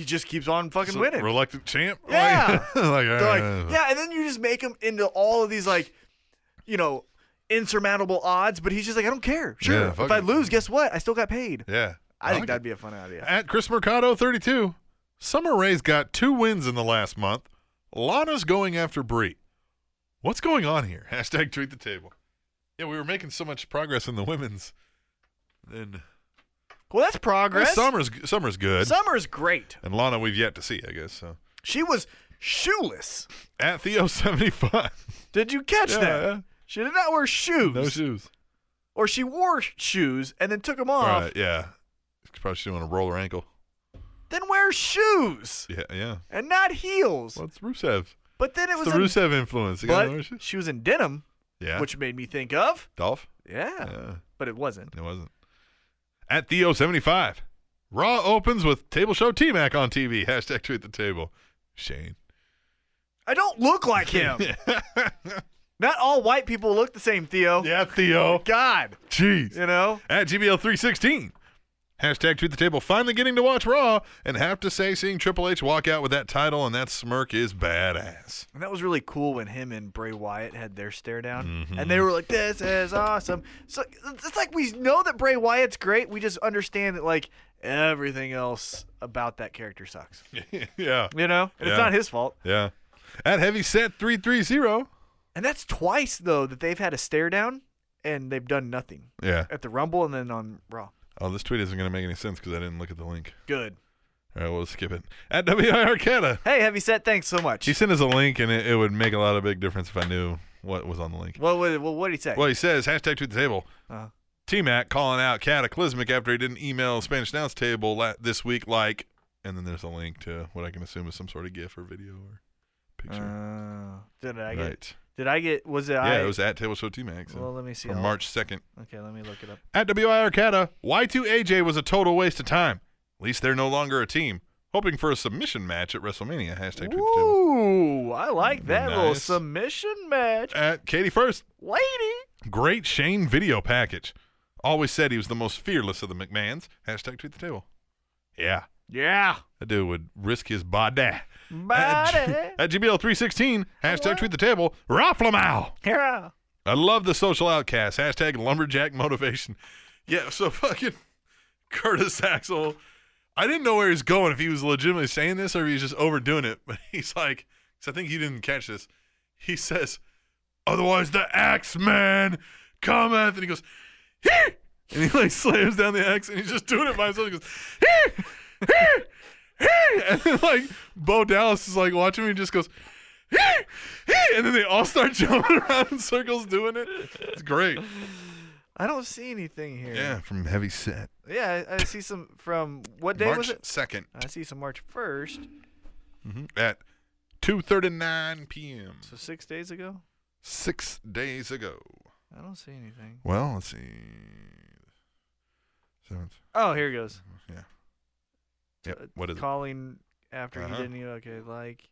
B: he just keeps on fucking
D: Some
B: winning.
D: Reluctant champ.
B: Yeah.
D: like, like,
B: They're like,
D: uh,
B: yeah, and then you just make him into all of these like, you know, insurmountable odds, but he's just like, I don't care. Sure.
D: Yeah, fuck
B: if I
D: it.
B: lose, guess what? I still got paid.
D: yeah.
B: I, think
D: like
B: that'd be a fun idea.
D: it. at Chris Mercado thirty two. Summer Rae's got two wins in the last month. Lana's going after Brie. What's going on here? Hashtag tweet the table. Yeah, we were making so much progress in the women's. Then
B: Well, that's progress.
D: summer's summer's good.
B: Summer's great.
D: And Lana, we've yet to see, I guess. So
B: She was shoeless.
D: at Theo seventy five,
B: Did you catch
D: Yeah,
B: that?
D: yeah.
B: She did not wear shoes.
D: no shoes.
B: or she wore shoes and then took them
D: All
B: off.
D: right, yeah. She Probably should want to roll her ankle.
B: Then wear shoes
D: Yeah, yeah.
B: and not heels.
D: What's Rusev?
B: But then it
D: It's
B: was
D: the
B: in,
D: Rusev influence. You gotta
B: but
D: wear shoes.
B: she was in denim,
D: Yeah.
B: which made me think of
D: Dolph?
B: yeah,
D: Yeah.
B: but it wasn't.
D: It wasn't. At Theo seventy five, Raw opens with Table Show T Mac on TV. Hashtag tweet the table. Shane.
B: I don't look like him. not all white people look the same, Theo.
D: yeah, Theo.
B: God,
D: Jeez.
B: you know.
D: at GBL316. Hashtag tweet the table. Finally getting to watch Raw and have to say, seeing Triple H walk out with that title and that smirk is badass.
B: And that was really cool when him and Bray Wyatt had their stare down,
D: Mm-hmm.
B: and they were like, "This is awesome." So it's like we know that Bray Wyatt's great. We just understand that like everything else about that character sucks.
D: yeah.
B: You know, and
D: Yeah.
B: it's not his fault.
D: Yeah. At Heavy Set 330.
B: And that's twice though that they've had a stare down and they've done nothing
D: Yeah.
B: at the Rumble and then on Raw.
D: Oh, this tweet isn't going to make any sense because I didn't look at the link.
B: Good.
D: All right, we'll skip it. At WIR Arcata.
B: Hey, heavy set. Thanks so much.
D: He sent us a link and it, it would make a lot of big difference if I knew what was on the link.
B: what? What? What did he say?
D: Well, he says hashtag tweet the table.
B: Uh-huh.
D: T Mac calling out Cataclysmic after he didn't email Spanish Announce Table la- this week, like, and then there's a link to what I can assume is some sort of GIF or video or picture.
B: Uh, did I get?
D: right.
B: Did I get? Was it?
D: Yeah,
B: I,
D: it was at Table Show T Mac. so-
B: Well, let me see.
D: From
B: I'll-
D: March 2nd.
B: Okay, let me look it up.
D: At WIR Cata, Y2AJ was a total waste of time. At least they're no longer a team. Hoping for a submission match at WrestleMania. Hashtag tweet the table.
B: Ooh, I like that little
D: Nice.
B: submission match,
D: At Katie First,
B: lady.
D: Great Shane video package. Always said he was the most fearless of the McMahons. Hashtag tweet the table. Yeah.
B: Yeah.
D: That dude would risk his body.
B: Body.
D: At, G- at GBL316, hashtag tweet the table, Rafflemow.
B: Yeah.
D: I love the social outcast. Hashtag lumberjack motivation. Yeah, so fucking Curtis Axel. I didn't know where he was going, if he was legitimately saying this or if he was just overdoing it. But he's like, because I think you didn't catch this. He says, otherwise the Axeman cometh. And he goes, "Hee!" and he like slams down the axe and he's just doing it by himself. He goes, "Hee! Hee! Hee!" and then like Bo Dallas is like watching me and just goes, "Hee! Hee!" and then they all start jumping around in circles doing it. It's great.
B: I don't see anything here.
D: Yeah, from heavy set.
B: Yeah, I, I see some from what day was
D: March
B: it?
D: second Mm-hmm.
B: I see some March first,
D: at two thirty nine p.m.
B: so six days ago.
D: Six days ago.
B: I don't see anything.
D: Well, let's see. Seventh.
B: Oh, here it goes.
D: Yeah. Yep.
B: Uh,
D: Mm-hmm. What is it?
B: calling after
D: Uh-huh.
B: he didn't even okay like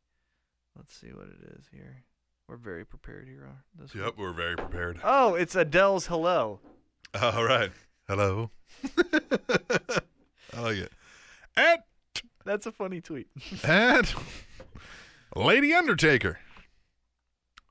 B: let's see what it is here we're very prepared here on this one.
D: Yep, we're very prepared.
B: oh it's adele's hello
D: All right. Hello. I like it. At
B: that's a funny tweet
D: at Lady Undertaker.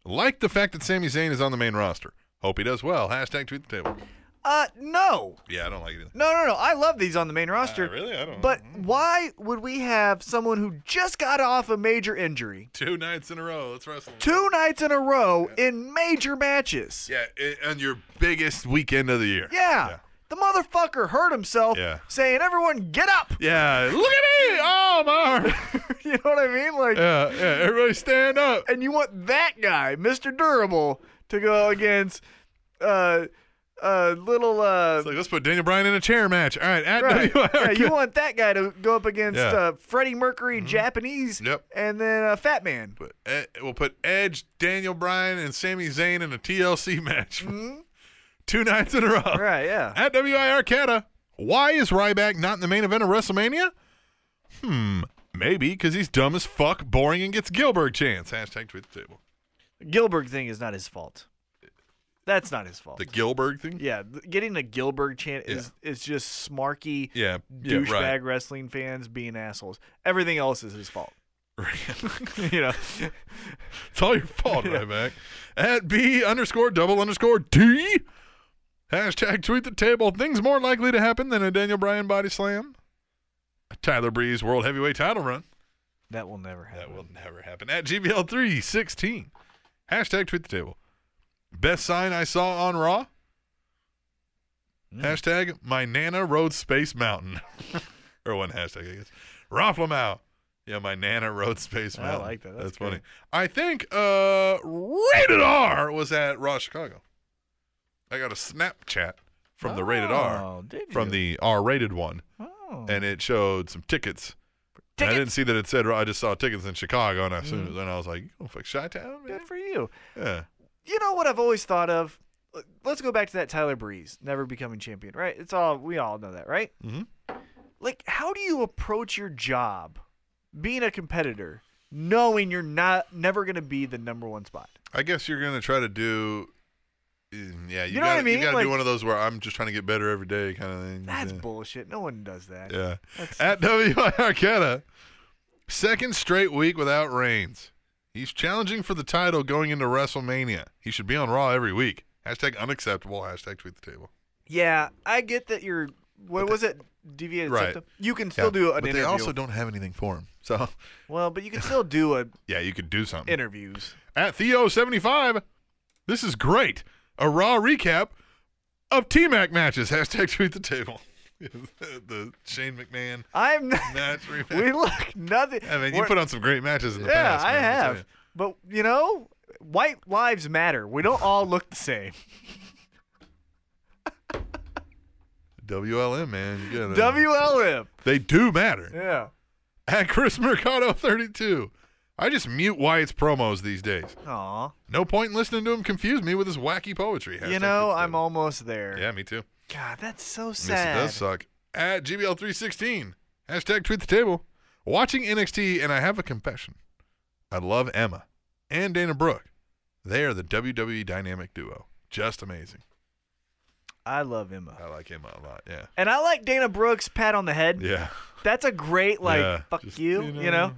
D: Like the fact that Sami Zayn is on the main roster. Hope he does well. Hashtag tweet the table.
B: uh no
D: Yeah, I don't like it. either.
B: no no no i love these on the main roster
D: Ah, really? Mm-hmm. I don't-
B: but why would we have someone who just got off a major injury
D: Two nights in a row. Let's wrestle.
B: two nights in a row in major matches
D: Yeah, i- on your biggest weekend of the year.
B: yeah,
D: Yeah.
B: the motherfucker hurt himself
D: Yeah.
B: saying everyone get up
D: Yeah, look at me! Oh, my arm!
B: you know what i mean like
D: yeah, yeah, everybody stand up.
B: and you want that guy, Mr. Durable, to go against uh uh little uh
D: It's like, let's put Daniel Bryan in a chair match. All right, at
B: right.
D: WIRK.
B: Yeah, you want that guy to go up against
D: Yeah. Mm-hmm.
B: uh Freddie Mercury Japanese
D: Yep.
B: and then uh, Fat Man.
D: Put Ed- we'll put Edge, Daniel Bryan, and Sami Zayn in a TLC match. Two nights in a row.
B: Mm-hmm. Right, yeah.
D: At WIR Canada, why is Ryback not in the main event of WrestleMania? Hmm, maybe because he's dumb as fuck, boring, and gets Gilbert chance. Hashtag tweet the table.
B: Gilbert thing is not his fault. That's not his fault.
D: The Gilbert thing?
B: yeah, th- getting a Gilbert chant is is just smarky
D: Yeah. Yeah,
B: douchebag
D: right.
B: wrestling fans being assholes. Everything else is his fault. you know.
D: It's all your fault, Ryback. At B underscore double underscore D. Hashtag tweet the table. Things more likely to happen than a Daniel Bryan body slam. A Tyler Breeze World Heavyweight title run.
B: That will never happen.
D: That will never happen. At GBL316. Hashtag tweet the table. Best sign I saw on Raw.
B: Hmm.
D: Hashtag my Nana rode Space Mountain. or one hashtag, I guess. Rafflemau. Yeah, my Nana rode Space
B: I
D: Mountain.
B: like that. That's
D: funny.
B: good.
D: I think uh Rated R was at Raw Chicago. I got a Snapchat from the Rated R.
B: Oh, did
D: From
B: you?
D: the R rated one.
B: Oh.
D: And it showed some tickets. And I
B: Tickets. Mm.
D: didn't see that it said. I just saw tickets in Chicago, and I assumed. Then I was like, "You gonna fuck Chi Town, man?"
B: Good for you.
D: Yeah,
B: You know what I've always thought of? Let's go back to that Tyler Breeze never becoming champion, right? It's all we all know that, right? Mm-hmm. Like, how do you approach your job, being a competitor, knowing you're not never going to be the number one spot?
D: I guess you're gonna try to do. mm, Yeah, you,
B: You know what
D: gotta,
B: I mean?
D: you gotta
B: Like-
D: do one of those where I'm just trying to get better every day, kind of thing.
B: That's
D: yeah.
B: bullshit. No one does that.
D: Yeah. At W I Arcata, second straight week without Reigns. He's challenging for the title going into WrestleMania. He should be on Raw every week. Hashtag unacceptable. Hashtag tweet the table.
B: Yeah, I get that you're. What was it? Deviated
D: Right.
B: septum? You can still
D: Yeah.
B: do an
D: but
B: interview.
D: they also don't have anything for him. So
B: well, but you can still do a
D: yeah, you could do something.
B: interviews.
D: at Theo75. This is great. A raw recap of T Mac matches. Hashtag tweet the table. the Shane McMahon
B: I'm. Not,
D: match rematch.
B: we look nothing.
D: I mean, you
B: we're-
D: put on some great matches in the
B: Yeah,
D: past.
B: I
D: man, I'll tell
B: have. But you know, white lives matter. We don't all look the same.
D: you. WLM, man. You gotta-
B: WLM.
D: they do matter.
B: Yeah.
D: At Chris Mercado32. I just mute Wyatt's promos these days.
B: Aw.
D: No point in listening to him confuse me with his wacky poetry. Hashtag
B: You
D: tweet
B: know,
D: the
B: I'm
D: table.
B: almost there.
D: Yeah, me too.
B: God, that's so
D: Yes,
B: sad.
D: it does suck. At GBL316, hashtag tweet the table. Watching NXT, and I have a confession. I love Emma and Dana Brooke. They are the WWE dynamic duo. Just amazing.
B: I love Emma.
D: I like Emma a lot. Yeah.
B: And I like Dana Brooks pat on the head.
D: Yeah.
B: That's a great like
D: Yeah,
B: fuck
D: just,
B: you,
D: you
B: you know.
D: know.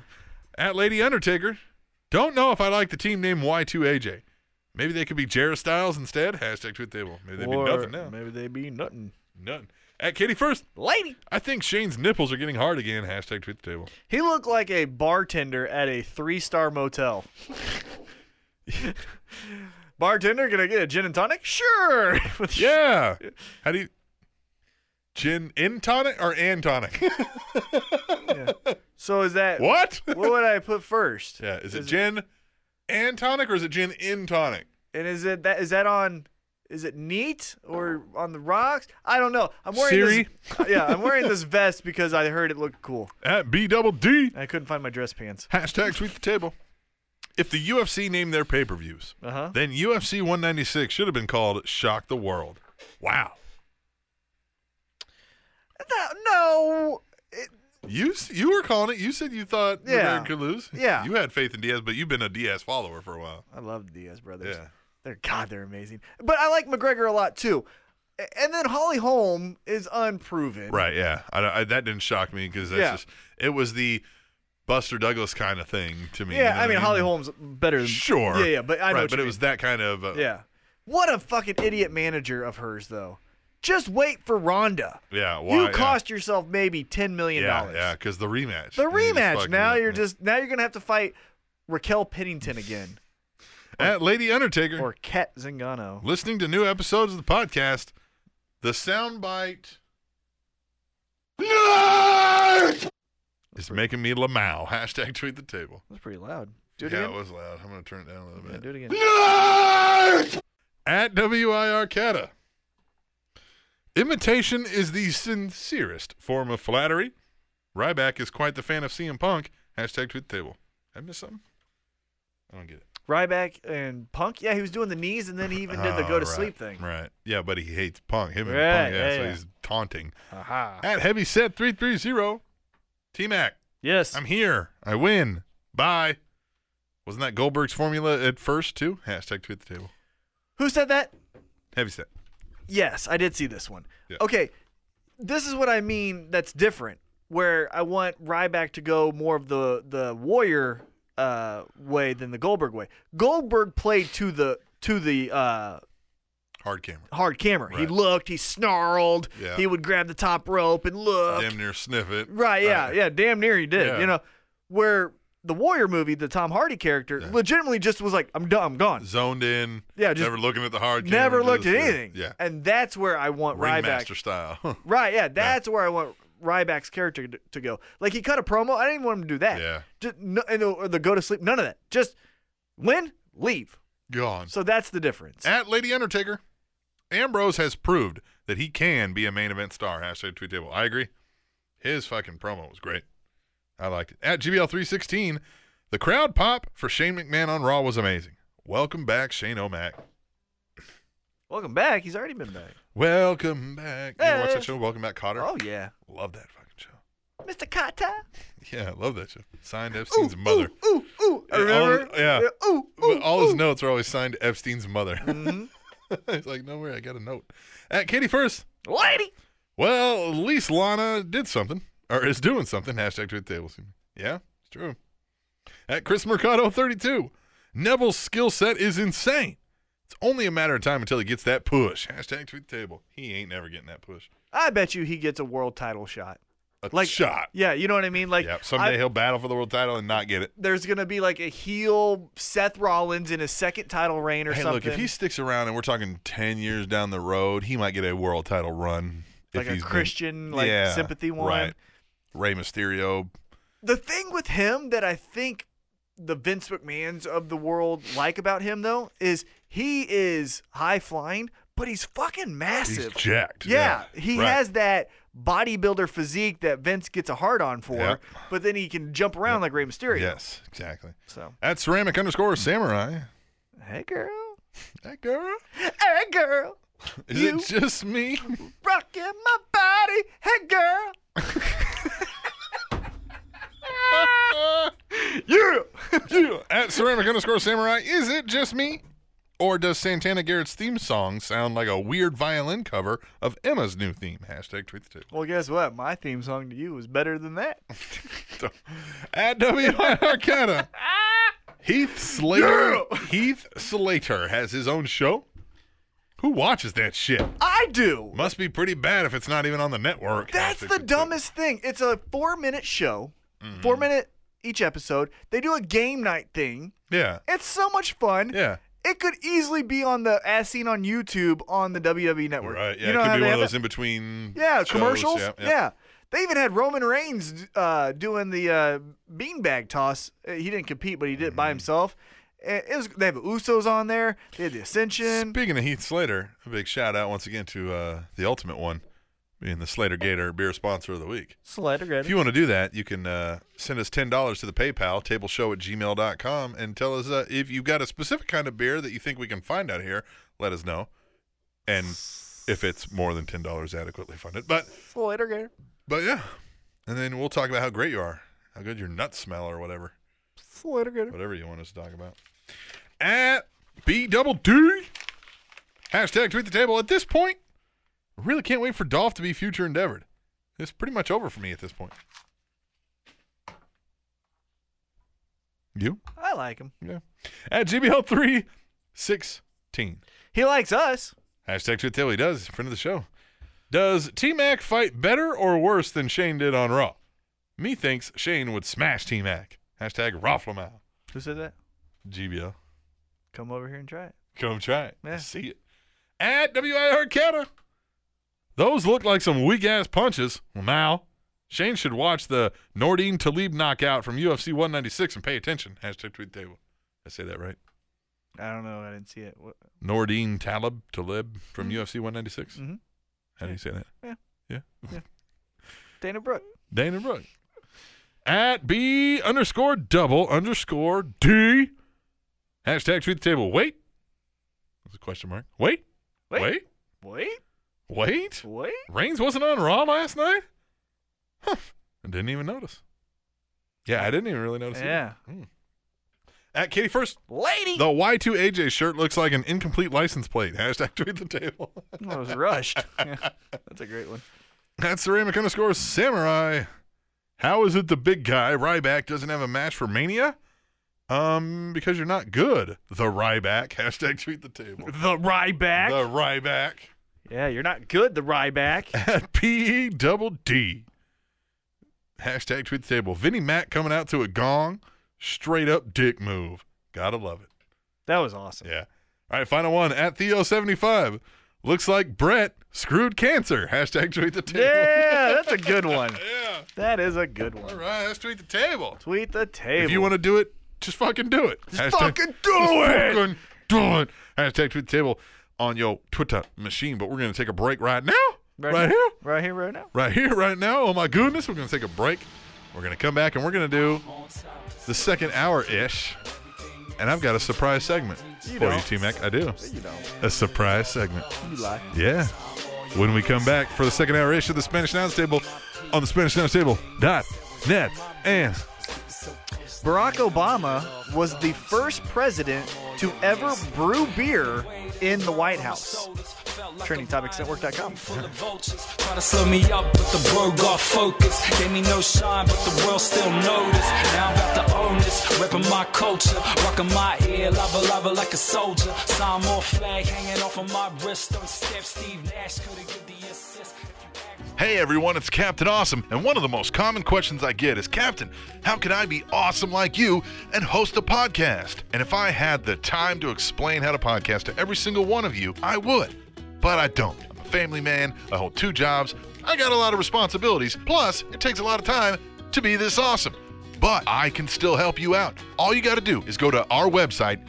D: At Lady Undertaker, don't know if I like the team name Y2AJ. Maybe they could be Jarrah Styles instead. Hashtag tweet table. Maybe they'd
B: or
D: be nothing now.
B: Maybe they be nothing.
D: Nothing. At Katie first,
B: Lady,
D: I think Shane's nipples are getting hard again. Hashtag tweet the table.
B: he looked like a bartender at a three-star motel. bartender, gonna get a gin and tonic? Sure. With-
D: Yeah. How do you? Gin in tonic or and tonic?
B: So is that
D: what?
B: What would I put first?
D: yeah. Is it gin and tonic or is it gin in tonic?
B: And is it that is that on is it neat or on the rocks? I don't know. I'm wearing this uh, Yeah, I'm wearing this vest because I heard it looked cool.
D: At B double D.
B: I couldn't find my dress pants.
D: Hashtag tweet the table. If the UFC named their pay per views,
B: Uh-huh.
D: then UFC 196 should have been called Shock the World. Wow.
B: No, no.
D: You s- you were calling it. You said you thought
B: Yeah.
D: Rivera could lose.
B: Yeah.
D: You had faith in Diaz, but you've been a Diaz follower for a while.
B: I love the Diaz brothers.
D: Yeah.
B: They're God, they're amazing. But I like McGregor a lot too. A- And then Holly Holm is unproven.
D: Right. Yeah. I, I, that didn't shock me because that's
B: Yeah.
D: just it was the Buster Douglas kind of thing to me. you
B: Yeah,
D: know
B: I
D: what
B: mean Holly Holm's better than
D: Sure.
B: Yeah, yeah, but I know
D: right,
B: what
D: but it
B: you mean.
D: was that kind of. Uh,
B: Yeah. What a fucking idiot manager of hers though. Just wait for Ronda.
D: Yeah. Why?
B: you cost yourself maybe ten million
D: Yeah.
B: dollars.
D: Yeah. Because the rematch.
B: The
D: You just
B: rematch.
D: fucking-
B: Now you're just now you're gonna have to fight Raquel Pennington again
D: at Lady Undertaker.
B: or Kat Zingano.
D: listening to new episodes of the podcast, the soundbite is making me Lamau. Hashtag tweet the table.
B: That's pretty loud. Do it
D: yeah, it
B: again.
D: was loud. I'm going to turn it down a little
B: Yeah,
D: bit.
B: do it again.
D: At WIR Cata. Imitation is the sincerest form of flattery. Ryback is quite the fan of CM Punk. Hashtag tweet the table. I missed something? I don't get it.
B: Ryback and Punk. Yeah, he was doing the knees and then he even did the
D: Oh,
B: go to
D: right,
B: sleep thing.
D: Right. Yeah, but he hates Punk. Him and
B: Right,
D: Punk. Yeah,
B: yeah,
D: so
B: yeah.
D: he's taunting.
B: Aha.
D: At heavy set 330, T Mac,
B: Yes.
D: I'm here. I win. Bye. Wasn't that Goldberg's formula at first, too? Hashtag tweet the table.
B: Who said that?
D: Heavy set.
B: Yes, I did see this one.
D: Yeah.
B: Okay, this is what I mean. That's different. Where I want Ryback to go more of the the warrior uh, way than the Goldberg way. Goldberg played to the to the uh,
D: Hard camera.
B: hard camera. He
D: Right.
B: looked. He snarled.
D: Yeah.
B: He would grab the top rope and look.
D: Damn near sniff it.
B: Right, yeah,
D: Right.
B: yeah, damn near he did.
D: Yeah.
B: You know, where the Warrior movie, the Tom Hardy character, legitimately just was like, I'm done, I'm gone.
D: Zoned in.
B: Yeah, just-
D: never looking at the hard camera.
B: Never looked at
D: just, uh,
B: anything.
D: Yeah.
B: And that's where I want Ryback.
D: Ringmaster style.
B: Right, yeah, that's where I want Ryback's character to, to go. Like, he cut a promo. I didn't even want him to do that.
D: Yeah.
B: Just, no, and the, or the go to sleep, none of that. Just win, leave.
D: Gone.
B: So that's the difference.
D: At Lady Undertaker, Ambrose has proved that he can be a main event star. Hashtag tweet table. I agree. His fucking promo was great. I liked it. At GBL316, the crowd pop for Shane McMahon on Raw was amazing. Welcome back, Shane O'Mac.
B: Welcome back. He's already been back.
D: Welcome back. You ever watch
B: Hey.
D: that show, Welcome Back, Cotter?
B: Oh, yeah.
D: Love that fucking show.
B: Mr. Kata.
D: Yeah, I love that show. Signed Epstein's mother.
B: Ooh, ooh. I
D: Yeah, all-
B: remember?
D: yeah.
B: Ooh, ooh. Mm-hmm.
D: But all his notes are always signed Epstein's mother. He's like, no worry, I got a note. At Katie First,
B: Lady.
D: Well, at least Lana did something, or is doing something. Hashtag tweet the table. Yeah, it's true. At Chris Mercado 32, Neville's skill set is insane. It's only a matter of time until he gets that push. Hashtag tweet the table. He ain't never getting that push.
B: I bet you he gets a world title shot.
D: A
B: Like
D: shot.
B: Yeah, you know what I mean. Like
D: Yeah, someday
B: I-
D: he'll battle for the world title and not get it.
B: there's gonna be like a heel Seth Rollins in his second title reign or
D: Hey,
B: something.
D: look, if he sticks around and we're talking 10 years down the road, he might get a world title run.
B: like
D: if
B: a
D: he's been-
B: Christian, like
D: Yeah,
B: sympathy one.
D: Right. Rey Mysterio.
B: The thing with him that I think the Vince McMahon's of the world like about him though is he is high flying, but he's fucking
D: He's
B: massive.
D: jacked.
B: yeah, he
D: Right.
B: has that bodybuilder physique that Vince gets a hard on for,
D: Yep.
B: but then he can jump around like Rey Mysterio.
D: Yes, exactly.
B: So
D: At ceramic underscore samurai.
B: hey girl,
D: That girl.
B: hey girl.
D: Is
B: You.
D: it just me?
B: rocking my body. Hey, girl.
D: yeah. yeah. At ceramic underscore samurai. Is it just me? Or does Santana Garrett's theme song sound like a weird violin cover of Emma's new theme? Hashtag tweet the
B: Well, guess what? My theme song to you was better than that.
D: table. At WIRCATA. Heath Slater. Heath Slater has his own show. Who watches that shit?
B: I do.
D: Must be pretty bad if it's not even on the network.
B: That's the dumbest thing. It's a four minute show,
D: Mm-hmm.
B: four minute each episode. They do a game night thing.
D: Yeah.
B: It's so much fun.
D: Yeah.
B: It could easily be on the as seen on YouTube on the WWE network.
D: Right. Yeah.
B: You know
D: it
B: how
D: could be
B: they
D: one of
B: have
D: those
B: that-
D: in between.
B: yeah, commercials. Yeah. They even had Roman Reigns uh, doing the uh, beanbag toss. Uh, He didn't compete, but he did it
D: Mm-hmm.
B: by himself. Uh, It was, they have Usos on there. They had the Ascension.
D: Speaking of Heath Slater, a big shout out once again to uh, the ultimate one, being the Slater Gator beer sponsor of the week.
B: Slater,
D: If you want to do that, you can uh, send us $10 to the PayPal, tableshow at gmail.com, and tell us uh, if you've got a specific kind of beer that you think we can find out here, let us know. And if it's more than $10 adequately funded. But,
B: Slater Gator.
D: but yeah. And then we'll talk about how great you are, how good your nuts smell or whatever.
B: Slater Gator.
D: Whatever you want us to talk about. At B double D. Hashtag tweet the table. At this point, I really can't wait for Dolph to be future endeavored. It's pretty much over for me at this point. You?
B: I like him.
D: Yeah. At GBL316.
B: He likes us.
D: Hashtag tweet the table. He does. He's a Friend of the show. Does T Mac fight better or worse than Shane did on Raw? Me thinks Shane would smash T Mac. Hashtag Rafflemow.
B: Who said that?
D: GBL.
B: Come over here and try it.
D: Come try it.
B: Yeah.
D: See it. At WIR Canada. Those look like some weak ass punches. Wow. Shane should watch the Nordine Talib knockout from UFC 196 and pay attention. Hashtag tweet the table. I say that right.
B: I don't know. I didn't see it. What?
D: Nordine Talib Talib from UFC 196.
B: Mhm.
D: How do you say that?
B: Dana Brooke.
D: Dana Brooke. At B underscore double underscore D. Hashtag tweet the table. Wait. That's a question mark. Wait. Wait.
B: Wait.
D: Wait.
B: Wait.
D: Reigns wasn't on Raw last night? Huh. I didn't even notice. Yeah, I didn't even really notice. either. Hmm.
B: Yeah.
D: At Katie First,
B: Lady.
D: the Y2AJ shirt looks like an incomplete license plate. Hashtag tweet the table.
B: That was rushed. Yeah. That's a great one.
D: At Ceramic underscore Samurai. How is it the big guy, Ryback, doesn't have a match for Mania? Um, because you're not good. The Ryback. Hashtag tweet the table.
B: The Ryback.
D: The Ryback.
B: yeah, you're not good, the Ryback.
D: at PE double D. Hashtag tweet the table. Vinnie Mac coming out to a gong. Straight up dick move. Gotta love it.
B: That was awesome.
D: Yeah. All right, final one at Theo75. Looks like Brett screwed cancer. Hashtag tweet the table.
B: Yeah, that's a good one.
D: Yeah.
B: That is a good
D: All
B: one.
D: right, let's tweet the table.
B: Tweet the table.
D: If you want to do it, just fucking do it. Just
B: fucking do it.
D: Fucking do it. Hashtag tweet the table on your Twitter machine. But we're going to take a break right now. Right, here.
B: Right here, right now.
D: right here, right now. Oh my goodness, we're gonna take a break. We're gonna come back and we're gonna do the second hour ish. And I've got a surprise segment for you, T Mac. I do. A surprise segment.
B: You lie.
D: Yeah. When we come back for the second hour ish of the Spanish Announce Table on the Spanish Announce Table dot net and
B: Barack Obama was the first president to ever brew beer in the White House. TrainingTopicsNetwork.com.
H: full of vultures. Try to slow me up, but the world got focus. Gave me no shine, but the world still noticed. Now I'm about to own this, repping my culture, rocking my ear, lava lava like a soldier. Sign more flag hanging off of my wrist. Don't step, Steve Nash could've give the assist.
A: Hey everyone, it's Captain Awesome, and one of the most common questions I get is Captain, how can I be awesome like you and host a podcast? And if I had the time to explain how to podcast to every single one of you, I would. But I don't. I'm a family man, I hold two jobs, I got a lot of responsibilities, plus, it takes a lot of time to be this awesome. But I can still help you out. All you got to do is go to our website,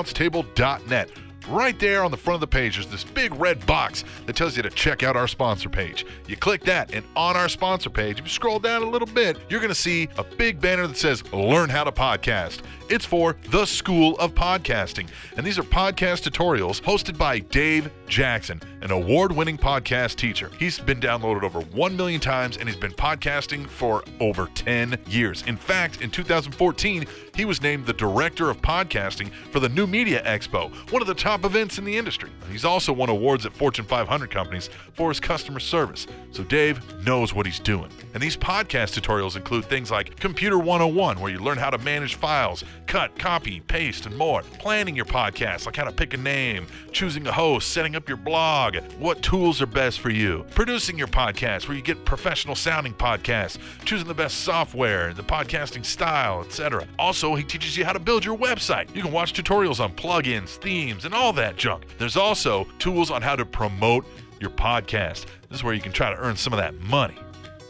A: SpanishAnnounceTable.net. Right there on the front of the page, there's this big red box that tells you to check out our sponsor page. You click that, and on our sponsor page, if you scroll down a little bit, you're going to see a big banner that says Learn How to Podcast. It's for the School of Podcasting. And these are podcast tutorials hosted by Dave Jackson, an award winning podcast teacher. He's been downloaded over 1 million times and he's been podcasting for over 10 years. In fact, in 2014, he was named the director of podcasting for the New Media Expo, one of the top top events in the industry. He's also won awards at Fortune 500 companies for his customer service, so Dave knows what he's doing. And these podcast tutorials include things like Computer 101, where you learn how to manage files, cut, copy, paste, and more, planning your podcast, like how to pick a name, choosing a host, setting up your blog, what tools are best for you, producing your podcast, where you get professional sounding podcasts, choosing the best software, the podcasting style, etc. Also, he teaches you how to build your website. You can watch tutorials on plugins, themes, and all that junk. There's also tools on how to promote your podcast. This is where you can try to earn some of that money.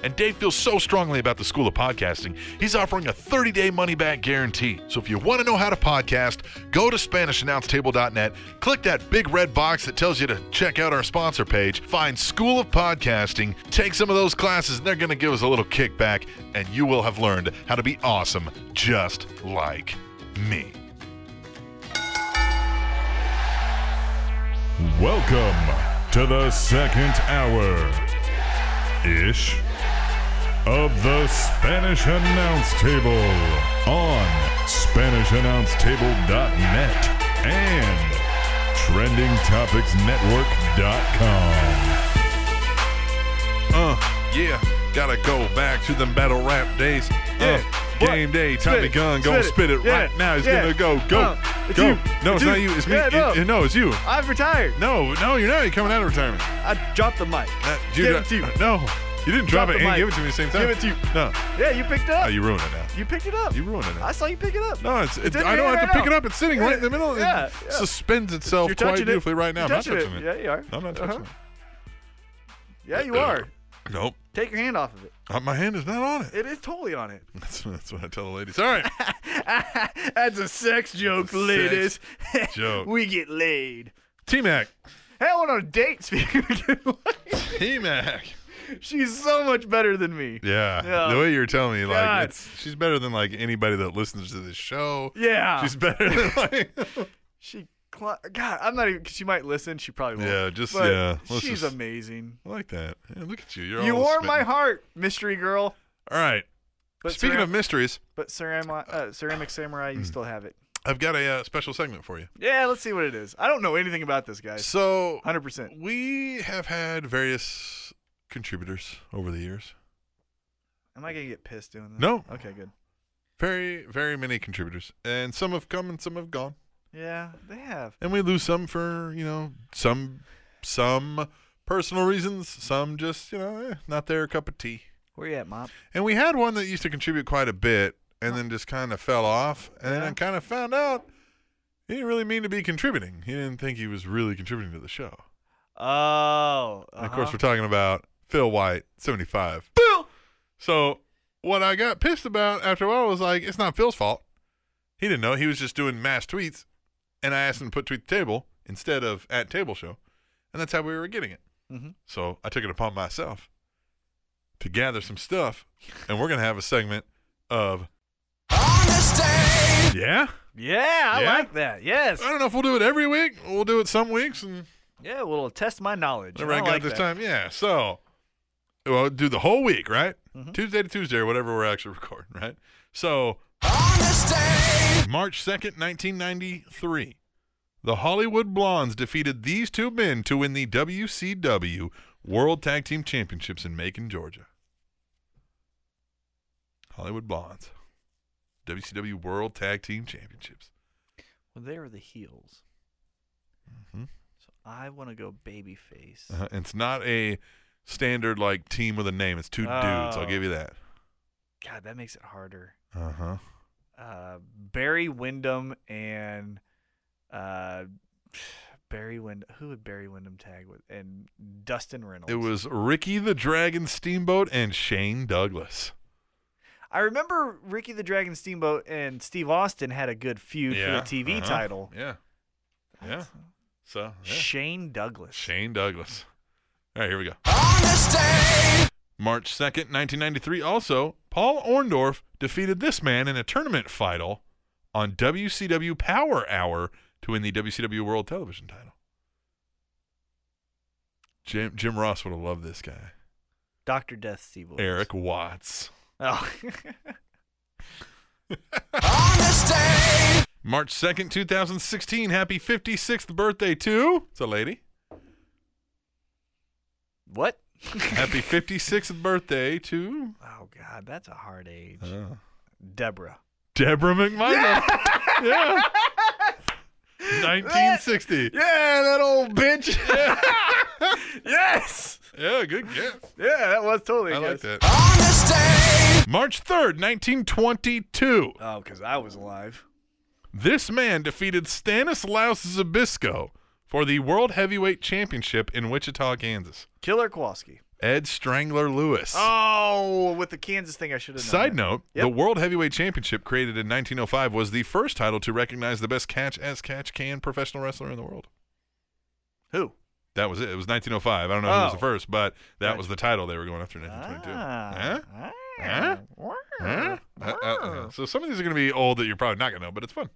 A: And Dave feels so strongly about the School of Podcasting, he's offering a 30 day money back guarantee. So if you want to know how to podcast, go to SpanishAnnounceTable.net, click that big red box that tells you to check out our sponsor page, find School of Podcasting, take some of those classes, and they're going to give us a little kickback, and you will have learned how to be awesome just like me.
I: Welcome to the second hour ish of the Spanish Announce Table on SpanishAnnounceTable.net and TrendingTopicsNetwork.com.
A: Uh, yeah. Gotta go back to them battle rap days. Uh,
D: Yeah. What?
A: game day, Tommy
D: Spit it.
A: Gun, gonna
D: Spit
A: spit
D: it.
A: it
D: Yeah.
A: right now. He's
D: Yeah.
A: gonna go, go,
D: Uh, it's
A: go.
D: you.
A: No,
D: It's
A: it's, not
D: you.
A: you. It's me.
D: Yeah,
A: It-
D: no.
A: it- no, it's you.
B: I've retired.
D: No, no, you're not. You're coming out of retirement.
B: I dropped the mic.
D: Uh,
B: Give
D: dro-
B: it to you.
D: No, you didn't drop,
B: Drop
D: it
B: the
D: and
B: mic.
D: give it to me at the same time.
B: Give it to you.
D: No,
B: Yeah, you picked
D: oh,
B: it up.
D: you ruined it now.
B: You picked it up.
D: You ruined it. Now.
B: I saw you pick it up.
D: no, it's, it,
B: in
D: I
B: your
D: don't
B: hand
D: have
B: right
D: to pick
B: now.
D: it up. It's sitting right in the middle. It
B: Yeah, yeah.
D: suspends itself
B: You're
D: quite
B: touching it.
D: beautifully right now. I'm
B: You're
D: not
B: touching
D: touching
B: it.
D: it.
B: Yeah, Uh-huh. you are.
D: I'm not touching Uh-uh.
B: Yeah, you are.
D: it. Nope.
B: Take your hand off of it.
D: Uh, My hand is not on it.
B: It is totally on it.
D: That's, that's what I tell the ladies. All right.
B: That's a sex joke,
D: Sex
B: ladies.
D: joke.
B: we get laid.
D: T Mac.
B: Hey, I went on a date. Speaking of getting laid.
D: T Mac.
B: she's so much better than me.
D: Yeah.
B: Yeah.
D: The way you're telling me,
B: God.
D: like, it's, she's better than like anybody that listens to this show.
B: Yeah.
D: She's better than like.
B: she. Cl- God, I'm not even. She might listen. She probably will.
D: Yeah, just-
B: But
D: yeah, let's
B: she's
D: just-
B: amazing.
D: I like that. Yeah, look at you. You're
B: You
D: all
B: warm my
D: smitten.
B: heart, mystery girl.
D: All right.
B: But
D: Speaking
B: ceram-
D: of mysteries,
B: but ceramic, uh, ceramic samurai,
D: hmm.
B: you still have it.
D: I've got a uh, special segment for you.
B: Yeah, let's see what it is. I don't know anything about this, guys.
D: So,
B: 100%.
D: we have had various contributors over the years.
B: Am I gonna get pissed doing this?
D: No.
B: Okay, good.
D: Very, very many contributors. And some have come and some have gone.
B: Yeah, they have.
D: And we lose some for, you know, some some personal reasons, some just, you know, eh, not their cup of tea.
B: Where you at, mom?
D: And we had one that used to contribute quite a bit and then just kind of fell off. And then
B: Yeah.
D: I kind of found out he didn't really mean to be contributing. He didn't think he was really contributing to the show.
B: Oh,
D: And of course, we're talking about Phil White, 75. So, what I got pissed about after a while was like, it's not Phil's fault. He didn't know. He was just doing mass tweets. And I asked him to put tweet the table instead of at table show. And that's how we were getting it.
B: Mhm.
D: So, I took it upon myself to gather some stuff. And we're going to have a segment of. Yeah.
B: yeah, I
D: Yeah?
B: like that. Yes.
D: I don't know if we'll do it every week. We'll do it some weeks. And
B: Yeah, well, it'll test my knowledge.
D: Whenever
B: I
D: I got
B: like
D: this
B: that.
D: time, yeah. So, well, do the whole week, right?
B: Mhm.
D: Tuesday to Tuesday, or whatever we're actually recording, right? So, March second, nineteen ninety three, the Hollywood Blondes defeated these two men to win the WCW World Tag Team Championships in Macon, Georgia. Hollywood Blondes, WCW World Tag Team Championships.
B: Well, they are the heels.
D: Mhm.
B: So I want to go babyface.
D: Uh, it's not a standard like team with a name. It's two dudes. I'll
B: Oh.
D: give you that.
B: God, that makes it harder.
D: Uh huh.
B: Uh, Barry Wyndham and uh, Barry Wyndham. Who would Barry Wyndham tag with? And Dustin Reynolds.
D: It was Ricky the Dragon Steamboat and Shane Douglas.
B: I remember Ricky the Dragon Steamboat and Steve Austin had a good feud for the TV
D: uh-huh.
B: title.
D: Yeah. Yeah. So, yeah.
B: Shane Douglas.
D: Shane Douglas. All right, here we go. March 2nd, 1993. Also, Paul Orndorff defeated this man in a tournament final on WCW Power Hour to win the WCW World Television title. Jim, Jim Ross would have loved this guy.
B: Doctor Death Steve. Williams.
D: Eric Watts.
B: Oh.
D: March 2nd, 2016. Happy 56th birthday to. It's a lady.
B: What?
D: Happy 56th birthday to
B: Oh God, that's a hard age.
D: Uh-huh.
B: Deborah.
D: Deborah McMichael. Yeah. 1960.
B: Yeah, that old bitch. yes.
D: Yeah, good guess.
B: Yeah, that was totally.
D: I
B: a
D: like
B: guess.
D: that. March 3rd, 1922.
B: Oh, because I was alive.
D: This man defeated Stanislaus Zabisco for the World Heavyweight Championship in Wichita, Kansas.
B: Killer Kowalski.
D: Ed Strangler Lewis.
B: Oh, with the Kansas thing, I should have. known
D: Side
B: that.
D: note,
B: Yep.
D: the World Heavyweight Championship created in 1905 was the first title to recognize the best catch as catch can professional wrestler in the world.
B: Who?
D: That was it. It was 1905. I don't know who was the
B: Oh.
D: first, but that
B: Gotcha.
D: was the title they were going after in 1922. Huh?
B: Ah.
D: Huh? Huh? Uh, uh, uh. So some of these are going to be old that you're probably not going to know, but it's fun.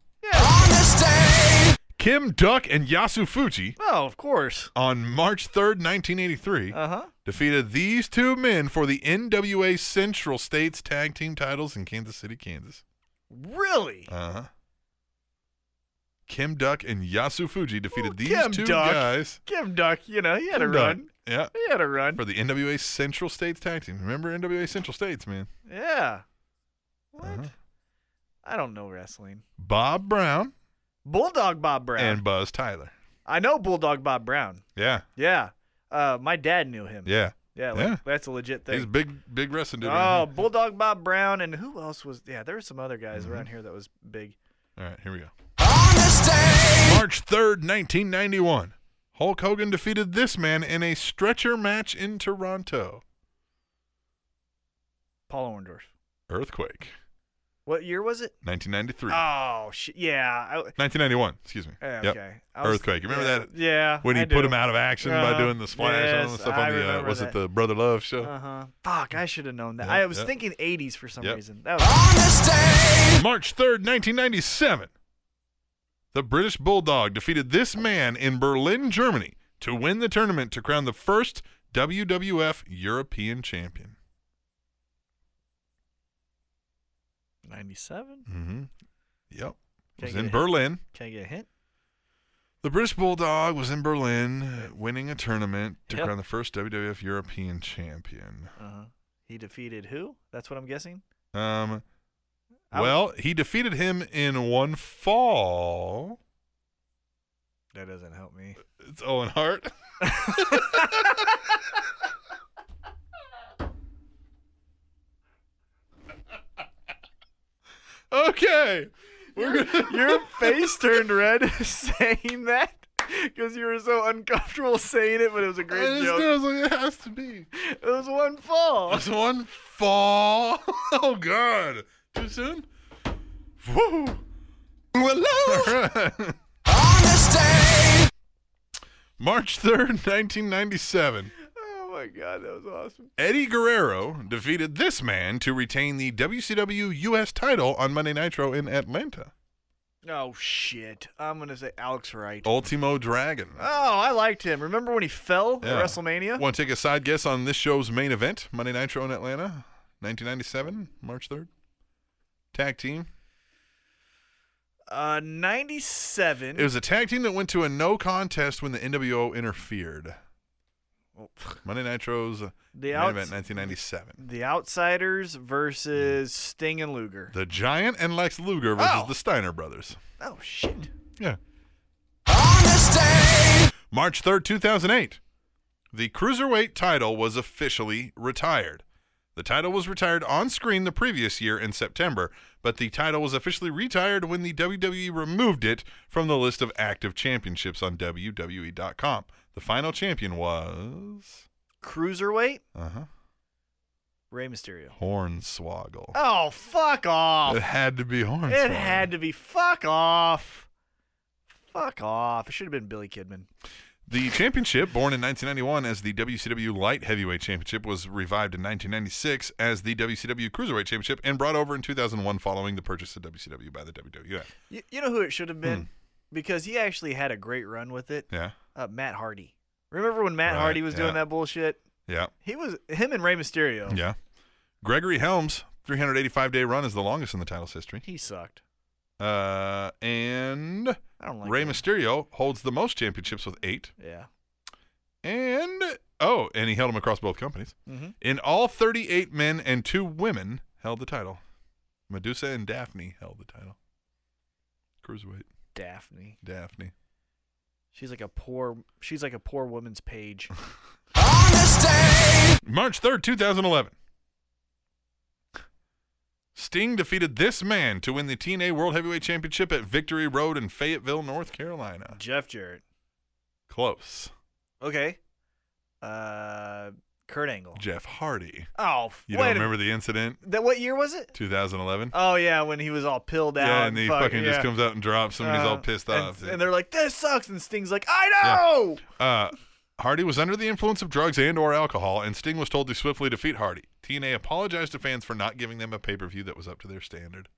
D: Kim Duck and Yasu Fuji
B: Oh, of course.
D: on March 3rd, 1983,
B: Uh huh.
D: defeated these two men for the NWA Central States Tag Team titles in Kansas City, Kansas.
B: Really?
D: Uh huh. Kim Duck and Yasu Fuji defeated these
B: Well, Kim
D: two
B: Duck.
D: guys.
B: Kim Duck, you know, he had a
D: Kim Duck.
B: run.
D: Yeah.
B: He had a run.
D: For the NWA Central States Tag Team. Remember NWA Central States, man?
B: Yeah. What?
D: Uh-huh.
B: I don't know wrestling.
D: Bob Brown,
B: Bulldog Bob Brown.
D: and Buzz Tyler.
B: I know Bulldog Bob Brown.
D: Yeah.
B: Yeah. Uh, my dad knew him.
D: Yeah.
B: Yeah, like,
D: Yeah.
B: that's a legit
D: He's a
B: thing.
D: big, big wrestling dude.
B: Oh, Bulldog Bob Brown and who else was? Yeah, there were some other guys
D: Mm-hmm.
B: around here that was big.
D: All right, here we go. March 3rd, 1991. Hulk Hogan defeated this man in a stretcher match in Toronto.
B: Paul Orndorff.
D: Earthquake.
B: What year was it?
D: 1993.
B: Oh, sh- yeah. I,
D: 1991, excuse me.
B: eh,
D: Yep.
B: okay. I was-
D: Earthquake. You remember
B: yeah,
D: that?
B: Yeah.
D: When he
B: I
D: put
B: do.
D: him out of action by
B: Uh-huh.
D: doing the splash and all
B: Yes,
D: the stuff
B: I
D: on the, uh,
B: remember
D: was
B: that.
D: it the Brother Love show?
B: Uh huh. Fuck, I should have known that.
D: Yeah,
B: I was
D: yeah.
B: thinking 80s for some
D: Yep.
B: reason. That was, Uh-huh.
D: March 3rd, 1997. The British Bulldog defeated this man in Berlin, Germany to win the tournament to crown the first WWF European champion.
B: 97.
D: Mm-hmm. Yep. It
B: Can't
D: was
B: get
D: in
B: it.
D: Berlin.
B: Can I get a hint?
D: The British Bulldog was in Berlin uh, winning a tournament to
B: Yep.
D: crown the first WWF European champion.
B: Uh huh. He defeated who? That's what I'm guessing.
D: Um,
B: I w-
D: well, he defeated him in one fall.
B: That doesn't help me.
D: It's Owen Hart. okay. We're gonna,
B: Your face turned red saying that because you were so uncomfortable saying it, but it was a
D: I
B: great
D: just
B: joke.
D: knew, I was like, it has to be.
B: It was one fall.
D: That's one fall. Oh God! Too soon. Woo! Hello. March third, nineteen ninety-seven.
B: Oh my god, that was awesome.
D: Eddie Guerrero defeated this man to retain the WCW U.S. title on Monday Nitro in Atlanta.
B: Oh shit. I'm gonna say Alex Wright. Oh,
D: Ultimo Dragon.
B: I liked him. Remember when he fell
D: Yeah.
B: Oh, at WrestleMania?
D: Want to take a side guess on this show's main event, Monday Nitro in Atlanta, 1997, March 3rd? Tag team.
B: Uh, 97.
D: It was a tag team that went to a no contest when the NWO interfered.
B: Oh,
D: Monday Nitro's the
B: The
D: main
B: outs-
D: event, 1997.
B: the Outsiders versus Sting and Luger.
D: The Giant and Lex Luger versus
B: Oh.
D: the Steiner brothers.
B: Oh shit.
D: Yeah. March 3rd, 2008. The Cruiserweight title was officially retired. The title was retired on screen the previous year in September, but the title was officially retired when the WWE removed it from the list of active championships on WWE.com. The final champion was.
B: Cruiserweight.
D: Uh huh.
B: Rey Mysterio.
D: Hornswoggle.
B: Oh fuck
D: It
B: off.
D: had to be Hornswoggle.
B: It had to be fuck off. Fuck off. It should have been Billy Kidman.
D: The championship, born in 1991 as the WCW Light Heavyweight Championship, was revived in 1996 as the WCW Cruiserweight Championship and brought over in 2001 following the purchase of WCW by the E. WWF.
B: You, you know who it should have been?
D: Hmm.
B: Because he actually had a great run with it.
D: Yeah,
B: Uh, Matt Hardy. Remember when Matt
D: Right,
B: Hardy was
D: yeah.
B: doing that bullshit?
D: yeah,
B: He was him and Rey Mysterio.
D: yeah. Gregory Helms' 385 day run is the longest in the title's history.
B: He sucked.
D: Uh, and
B: I don't like
D: Rey
B: that.
D: Mysterio holds the most championships with eight.
B: Yeah.
D: And oh, and he held them across both companies.
B: Mhm.
D: In all, 38 men and two women held the title. Medusa and Daphne held the title. Cruiserweight,
B: Daphne.
D: Daphne.
B: She's like a poor she's like a poor woman's page.
D: March 3rd, 2011. Sting defeated this man to win the TNA World Heavyweight Championship at Victory Road in Fayetteville, North Carolina.
B: Jeff Jarrett.
D: Close.
B: Okay. Uh Kurt Angle.
D: Jeff Hardy.
B: Oh, f-
D: You
B: wait
D: don't
B: a-
D: remember the incident?
B: that what year was it?
D: 2011.
B: Oh yeah, when he was all pilled out.
D: yeah, and he
B: fuck-
D: fucking just
B: yeah.
D: comes out and drops him, and he's all
B: Uh,
D: pissed
B: and-
D: off.
B: And, they're like, "This sucks," and Sting's like, "I know."
D: Uh, Hardy was under the influence of drugs and or alcohol, and Sting was told to swiftly defeat Hardy. TNA apologized to fans for not giving them a pay-per-view that was up to their standard.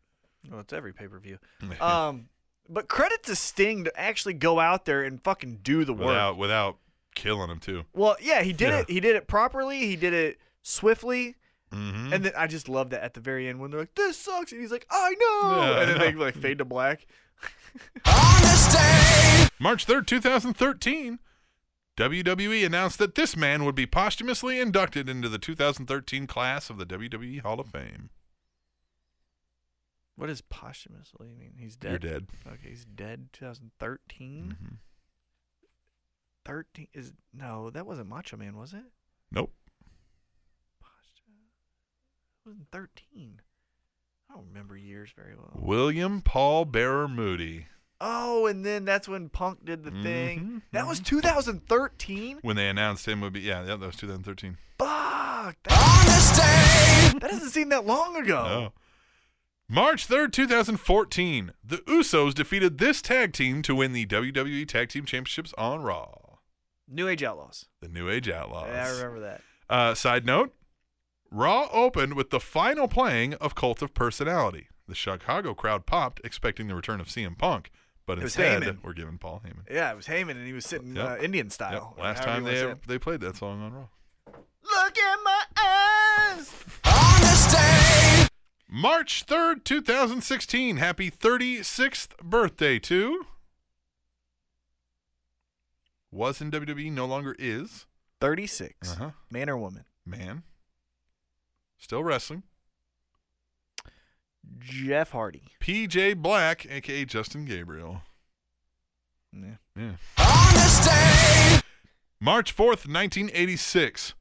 B: Well, it's every pay per view. um, but credit to Sting to actually go out there and fucking do the work.
D: Without without killing him too.
B: Well, yeah, he did
D: Yeah.
B: it. He did it properly. He did it swiftly.
D: Mm-hmm.
B: And then I just love that at the very end when they're like, "This sucks," and he's like, "I know,"
D: Yeah, I
B: and then they
D: know.
B: like fade to black.
D: March 3rd, 2013, WWE E announced that this man would be posthumously inducted into the 2013 class of the WWE Hall of Fame.
B: What does posthumously mean? He's dead.
D: You're dead.
B: Okay, he's dead. 2013.
D: Mhm.
B: 13 is no, that wasn't Macho Man, was it?
D: Nope.
B: It wasn't 13. I don't remember years very well.
D: William Paul Bearer Moody.
B: Oh, and then that's when Punk did the thing.
D: Mhm,
B: That was 2013.
D: When they announced him would be yeah, yeah that was 2013.
B: Fuck. That, that doesn't seem that long ago.
D: No. March 3rd, 2014, the Usos defeated this tag team to win the WWE Tag Team Championships on Raw.
B: New Age Outlaws.
D: The New Age Outlaws.
B: Yeah, I remember that.
D: Uh, side note Raw opened with the final playing of Cult of Personality. The Chicago crowd popped, expecting the return of CM Punk, but
B: It was
D: instead
B: Heyman.
D: we're giving Paul Heyman.
B: Yeah, it was Heyman, and he was sitting
D: Yep.
B: uh, Indian
D: Yep,
B: style. or
D: Last
B: however you
D: time
B: wanna
D: they
B: say
D: ever,
B: it.
D: they played that song on Raw.
B: Look at my eyes.
D: March 3rd, 2016. Happy 36th birthday to. Was in WWE, no longer is.
B: 36.
D: Uh-huh.
B: Man or woman?
D: Man. Still wrestling.
B: Jeff Hardy.
D: PJ Black, aka Justin Gabriel.
B: Yeah.
D: Yeah. March 4th, 1986.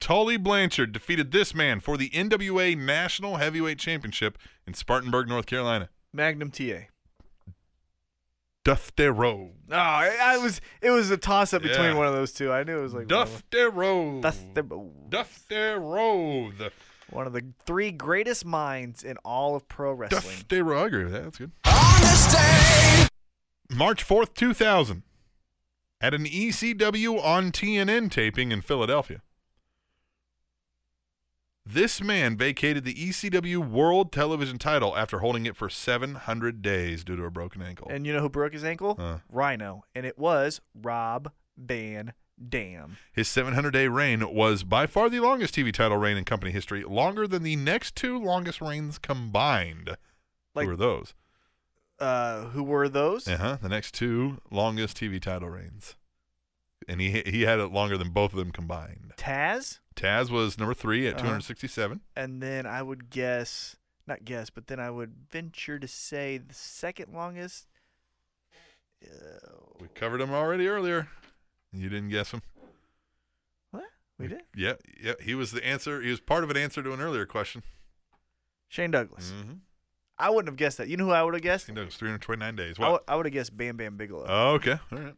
D: Tully Blanchard defeated this man for the NWA National Heavyweight Championship in Spartanburg, North Carolina.
B: Magnum TA.
D: Duff Rowe.
B: Oh, I, I was. It was a toss up between
D: Yeah.
B: one of those two. I knew it was like one of
D: Duff Rowe.
B: the- That's the,
D: Duff Rowe. The
B: one of the three greatest minds in all of pro wrestling.
D: Duff Rowe. I agree with that. That's good. March 4th, 2000. At an ECW on TNN taping in Philadelphia. This man vacated the ECW World Television title after holding it for 700 days due to a broken ankle.
B: And you know who broke his ankle?
D: Huh.
B: Rhino, and it was Rob Van Dam.
D: His 700 day reign was by far the longest TV title reign in company history, longer than the next two longest reigns combined.
B: Like,
D: Who are those?
B: uh, who were those?
D: Uh huh. The next two longest TV title reigns, and he he had it longer than both of them combined.
B: Taz,
D: Taz was number three at
B: Uh-huh.
D: 267.
B: and then I would guess, not guess, but then I would venture to say the second longest.
D: We covered him already earlier. You didn't guess him.
B: What we did?
D: Yeah, yeah. He was the answer. He was part of an answer to an earlier question.
B: Shane Douglas.
D: Mm-hmm.
B: I wouldn't have guessed that. You know who I would have guessed?
D: He knows 329 days.
B: I
D: What?
B: would have guessed Bam Bam Bigelow.
D: Oh, okay. All right.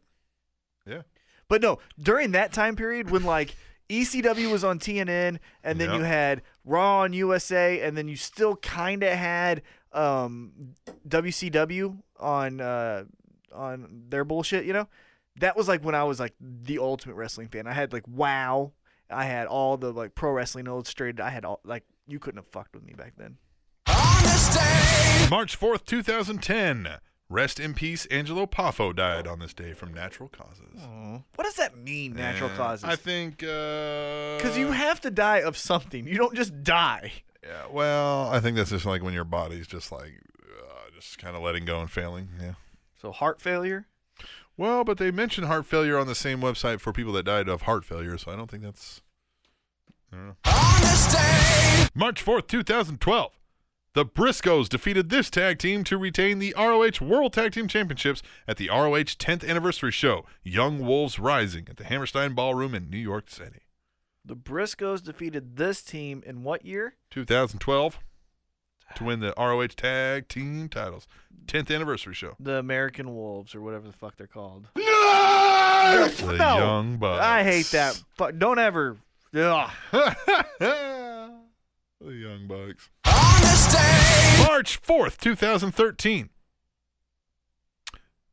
D: Yeah.
B: But no, during that time period when like ECW was on TNN, and then
D: Yeah.
B: you had Raw on USA, and then you still kind of had um, WCW on uh, on their bullshit. You know, that was like when I was like the ultimate wrestling fan. I had like Wow, I had all the like Pro Wrestling Illustrated. I had all like you couldn't have fucked with me back then.
D: March 4th, 2010. Rest in peace. Angelo Poffo died
B: Oh.
D: on this day from natural causes.
B: What does that mean? Oh, Natural
D: Uh,
B: causes.
D: I think. uh, Because
B: because you have to die of something. You don't just die.
D: Yeah, well, I think that's just like when your body's just like uh, just kind of letting go and failing. Yeah.
B: So heart failure.
D: Well, but they mention heart failure on the same website for people that died of heart failure, so I don't think that's. I don't know. March 4th, 2012. The Briscoes defeated this tag team to retain the ROH World Tag Team Championships at the ROH 10th Anniversary Show, Young Wolves Rising, at the Hammerstein Ballroom in New York City.
B: The Briscoes defeated this team in what year?
D: 2012 to win the ROH Tag Team titles. 10th Anniversary Show.
B: The American Wolves or whatever the fuck they're called.
D: The
B: No.
D: Young Bucks.
B: I hate that. Fu don't ever. Ugh.
D: the Young Bucks. March 4th, 2013.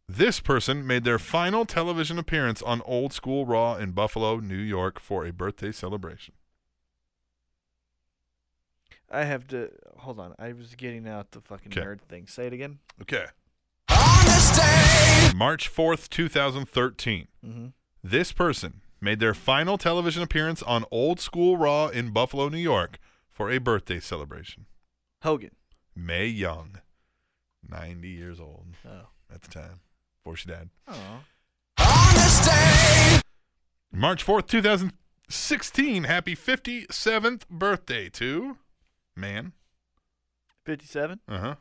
D: This person made their final television appearance on Old School Raw in Buffalo, New York for a birthday celebration.
B: I have to hold on. I was getting out the fucking
D: Okay.
B: nerd thing. Say it again.
D: Okay. March 4th, 2013.
B: Mhm.
D: This person made their final television appearance on Old School Raw in Buffalo, New York for a birthday celebration.
B: Hogan.
D: May Young, 90 years old
B: Oh.
D: at the time, before she died.
B: Oh.
D: March 4th, 2016. Happy 57th birthday to man.
B: 57.
D: Uh huh.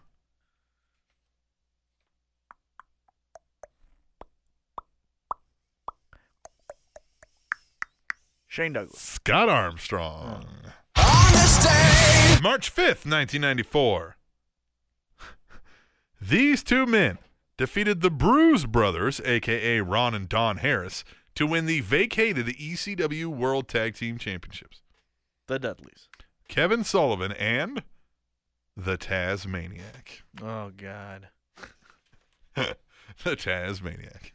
B: Shane Douglas.
D: Scott Armstrong. March 5th, 1994. These two men defeated the Bruise Brothers, aka Ron and Don Harris, to win the vacated ECW World Tag Team Championships.
B: The Dudleys.
D: Kevin Sullivan and the Tasmaniac.
B: Oh God.
D: the Tasmaniac.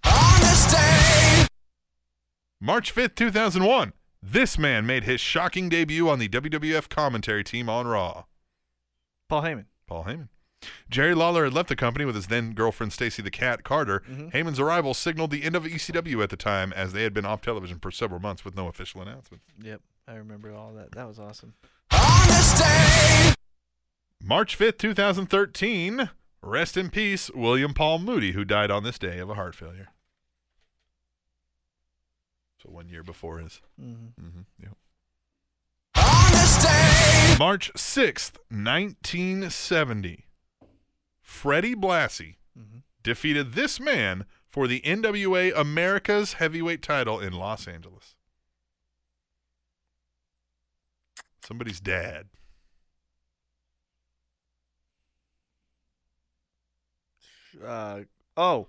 D: March 5th, 2001. This man made his shocking debut on the WWF commentary team on Raw.
B: Paul Heyman.
D: Paul Heyman. Jerry Lawler had left the company with his then girlfriend Stacy the Cat Carter. Heyman's arrival signaled the end of ECW at the time, as they had been off television for several months with no official announcement.
B: Yep. I remember all that. That was awesome.
D: March 5th, 2013. Rest in peace, William Paul Moody, who died on this day of a heart failure. So one year before his.
B: Mhm.
D: Mm-hmm. Yep. March 6th, 1970. Freddie Blassie
B: Mhm.
D: defeated this man for the NWA America's heavyweight title in Los Angeles. Somebody's dad.
B: Uh oh.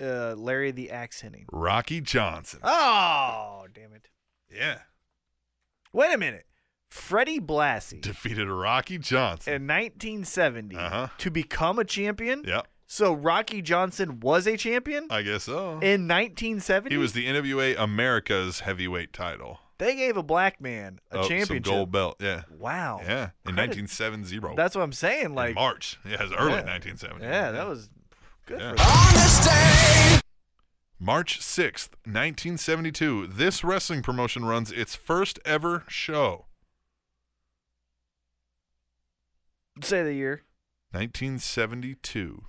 B: Uh, Larry the Axe Henning.
D: Rocky Johnson.
B: Oh damn it.
D: Yeah.
B: Wait a minute. Freddie Blassie
D: Defeated Rocky Johnson.
B: in 1970
D: Uh-huh.
B: to become a champion.
D: yep.
B: So Rocky Johnson was a champion
D: I guess so.
B: in 1970.
D: Uh-huh. He was the NWA America's heavyweight title.
B: They gave a black man a
D: Oh,
B: championship.
D: Some gold belt. Yeah.
B: Wow.
D: Yeah. In
B: Credit-
D: 1970.
B: That's what I'm saying.
D: in
B: Like,
D: March. Yeah, it was early
B: Yeah.
D: 1970.
B: yeah, that was good
D: Yeah.
B: for them.
D: March 6th, 1972. This wrestling promotion runs its first ever show.
B: Say the year.
D: 1972.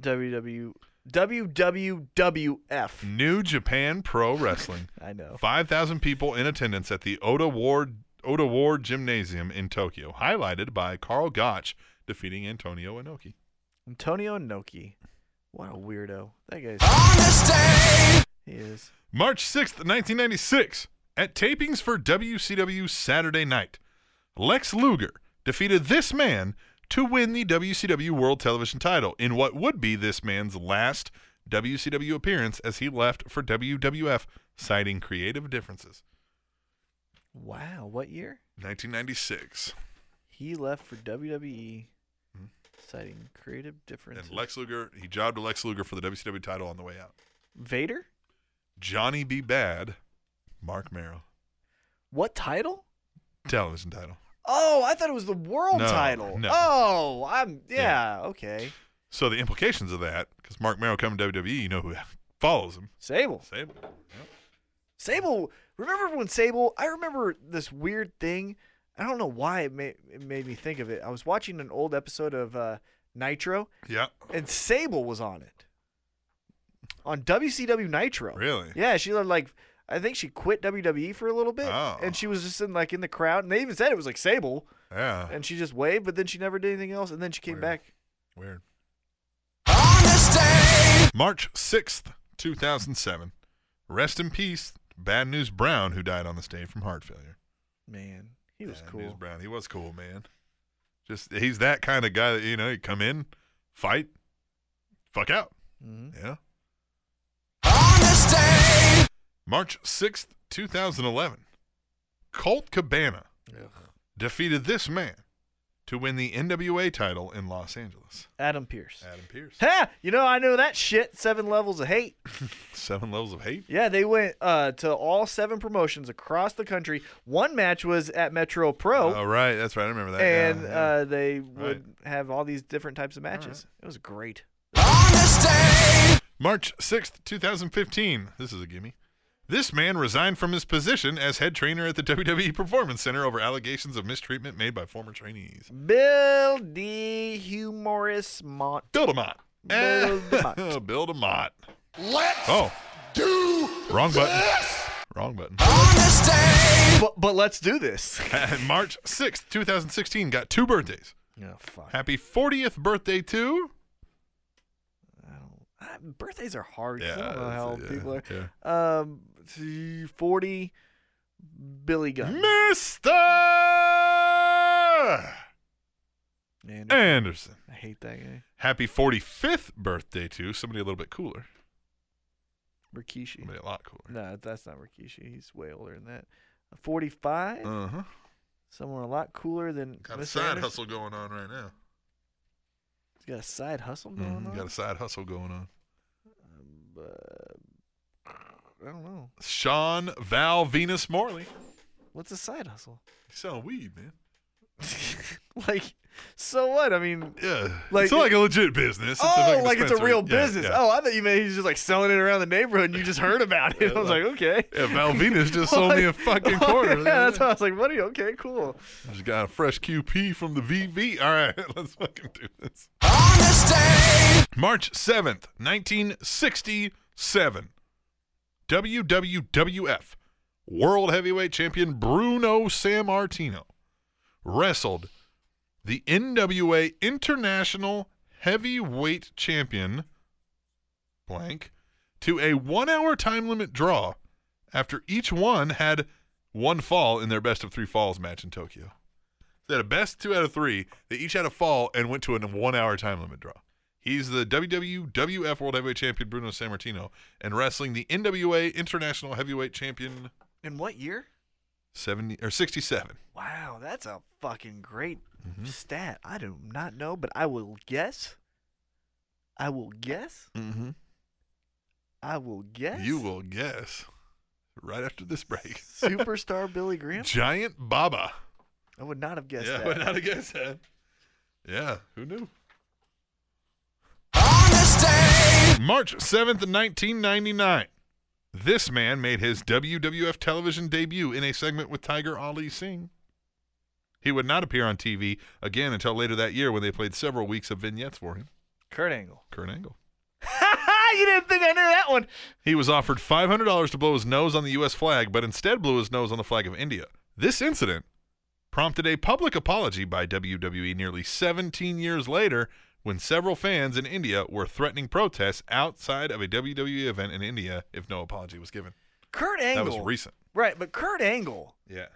B: WW WWWF.
D: New Japan Pro Wrestling.
B: I know.
D: 5,000 people in attendance at the Oda Ward Oda Ward Gymnasium in Tokyo, highlighted by Carl Gotch defeating Antonio Inoki.
B: Antonio Inoki. What a weirdo. That guy's. He is.
D: March 6th, 1996, at tapings for WCW Saturday Night, Lex Luger defeated this man to win the WCW World Television title in what would be this man's last WCW appearance as he left for WWF, citing creative differences.
B: Wow. What year?
D: 1996.
B: He left for WWE, citing creative differences.
D: Hmm? And Lex Luger, he jobbed to Lex Luger for the WCW title on the way out.
B: Vader.
D: Johnny B. Bad, Mark Merrill.
B: What title?
D: Television title.
B: Oh, I thought it was the world
D: No,
B: title.
D: no.
B: Oh, I'm yeah, okay.
D: So the implications of that, because Mark Merrill coming to WWE, you know who follows him.
B: Sable.
D: Same.
B: Sable. Remember when Sable? I remember this weird thing. I don't know why it, ma- it made me think of it. I was watching an old episode of uh, Nitro,
D: Yeah.
B: and Sable was on it. On WCW Nitro.
D: Really?
B: Yeah, she looked like I think she quit WWE for a little bit,
D: Oh.
B: and she was just in like in the crowd, and they even said it was like Sable,
D: Yeah.
B: and she just waved, but then she never did anything else, and then she came back.
D: Weird. March 6th, 2007. Rest in peace, Bad News Brown, who died on this day from heart failure.
B: Man, he was
D: Bad News
B: cool.
D: Brown. He was cool, man. Just he's that kind of guy that you know, you come in, fight, fuck out.
B: Mm-hmm.
D: Yeah. March 6th, 2011. Colt Cabana defeated this man to win the NWA title in Los Angeles.
B: Adam Pierce.
D: Adam Pierce.
B: Ha! You know I know that shit. Seven levels of hate.
D: Seven levels of hate.
B: Yeah, they went uh, to all seven promotions across the country. One match was at Metro Pro,
D: Oh, right. That's right. I remember that. Yeah,
B: and
D: yeah.
B: Uh, they would have all these different types of matches. It was great.
D: March 6th, 2015. This is a gimme. This man resigned from his position as head trainer at the WWE Performance Center over allegations of mistreatment made by former trainees.
B: Bill D. Humorous Mont.
D: Bill DeMott.
B: Bill
D: Eh,
B: DeMott.
D: Bill DeMott.
G: Let's
D: Oh,
G: do
D: wrong button.
G: this.
D: Wrong button.
B: But, but let's do this.
D: And March 6th, 2016. Got two birthdays.
B: Oh, fuck.
D: Happy 40th birthday to.
B: Ah, Birthdays are hard. I
D: Yeah,
B: don't know
D: that's-
B: how old
D: yeah,
B: people are. Um, t- 40, Billy Gunn.
D: Mr.
B: Man,
D: Eh. Anderson.
B: I hate that guy.
D: Happy 45th birthday to somebody a little bit cooler.
B: Rikishi.
D: Somebody a lot cooler.
B: No, that's not Rikishi. He's way older than that. 45?
D: Uh huh.
B: Someone a lot cooler than
D: Got a
B: Mr.
D: side
B: Uh-huh. Anderson.
D: hustle going on right now.
B: He's got a side hustle going
D: Mhm,
B: on.
D: Got a side hustle going on.
B: I don't know.
D: Sean Val Venus Morley.
B: What's a side hustle?
D: He's selling weed, man.
B: like, so what? I mean,
D: Yeah.
B: Like-
D: it's like a legit business. It's a
B: oh,
D: fucking
B: like it's a
D: dispensary.
B: real
D: Yeah,
B: business.
D: yeah.
B: Oh, I thought you meant he's just like selling it around the neighborhood and you just heard about it. I was like, okay.
D: Yeah, Val Venus just sold me a
B: Like,
D: fucking
B: oh,
D: quarter.
B: yeah, that's why I was like, what are you? Okay, cool.
D: Just got a fresh QP from the VV. All right, let's fucking do this. March 7th, 1967. WWWF World Heavyweight Champion Bruno Sammartino wrestled the NWA International Heavyweight Champion blank to a 1-hour time limit draw after each one had one fall in their best of 3 falls match in Tokyo. They had a best 2 out of 3. They each had a fall and went to a 1-hour time limit draw. He's the WWWF World Heavyweight Champion Bruno Sammartino and wrestling the NWA International Heavyweight Champion
B: In what year?
D: 70 or 67.
B: Wow, that's a fucking great
D: Mm-hmm.
B: stat. I do not know, but I will guess. I will guess.
D: Mm-hmm.
B: I will guess.
D: You will guess right after this break.
B: Superstar Billy Graham.
D: Giant Baba.
B: I would not have guessed
D: yeah,
B: that.
D: would not have guessed that. Yeah, who knew? March 7th, 1999. This man made his WWF television debut in a segment with Tiger Ali Singh. He would not appear on TV again until later that year when they played several weeks of vignettes for him.
B: Kurt Angle.
D: Kurt Angle.
B: you didn't think I knew that one.
D: He was offered $500 to blow his nose on the U.S. flag, but instead blew his nose on the flag of India. This incident prompted a public apology by WWE nearly 17 years later when several fans in India were threatening protests outside of a WWE event in India if no apology was given.
B: Kurt Angle.
D: That was recent.
B: Right, but Kurt Angle
D: Yeah.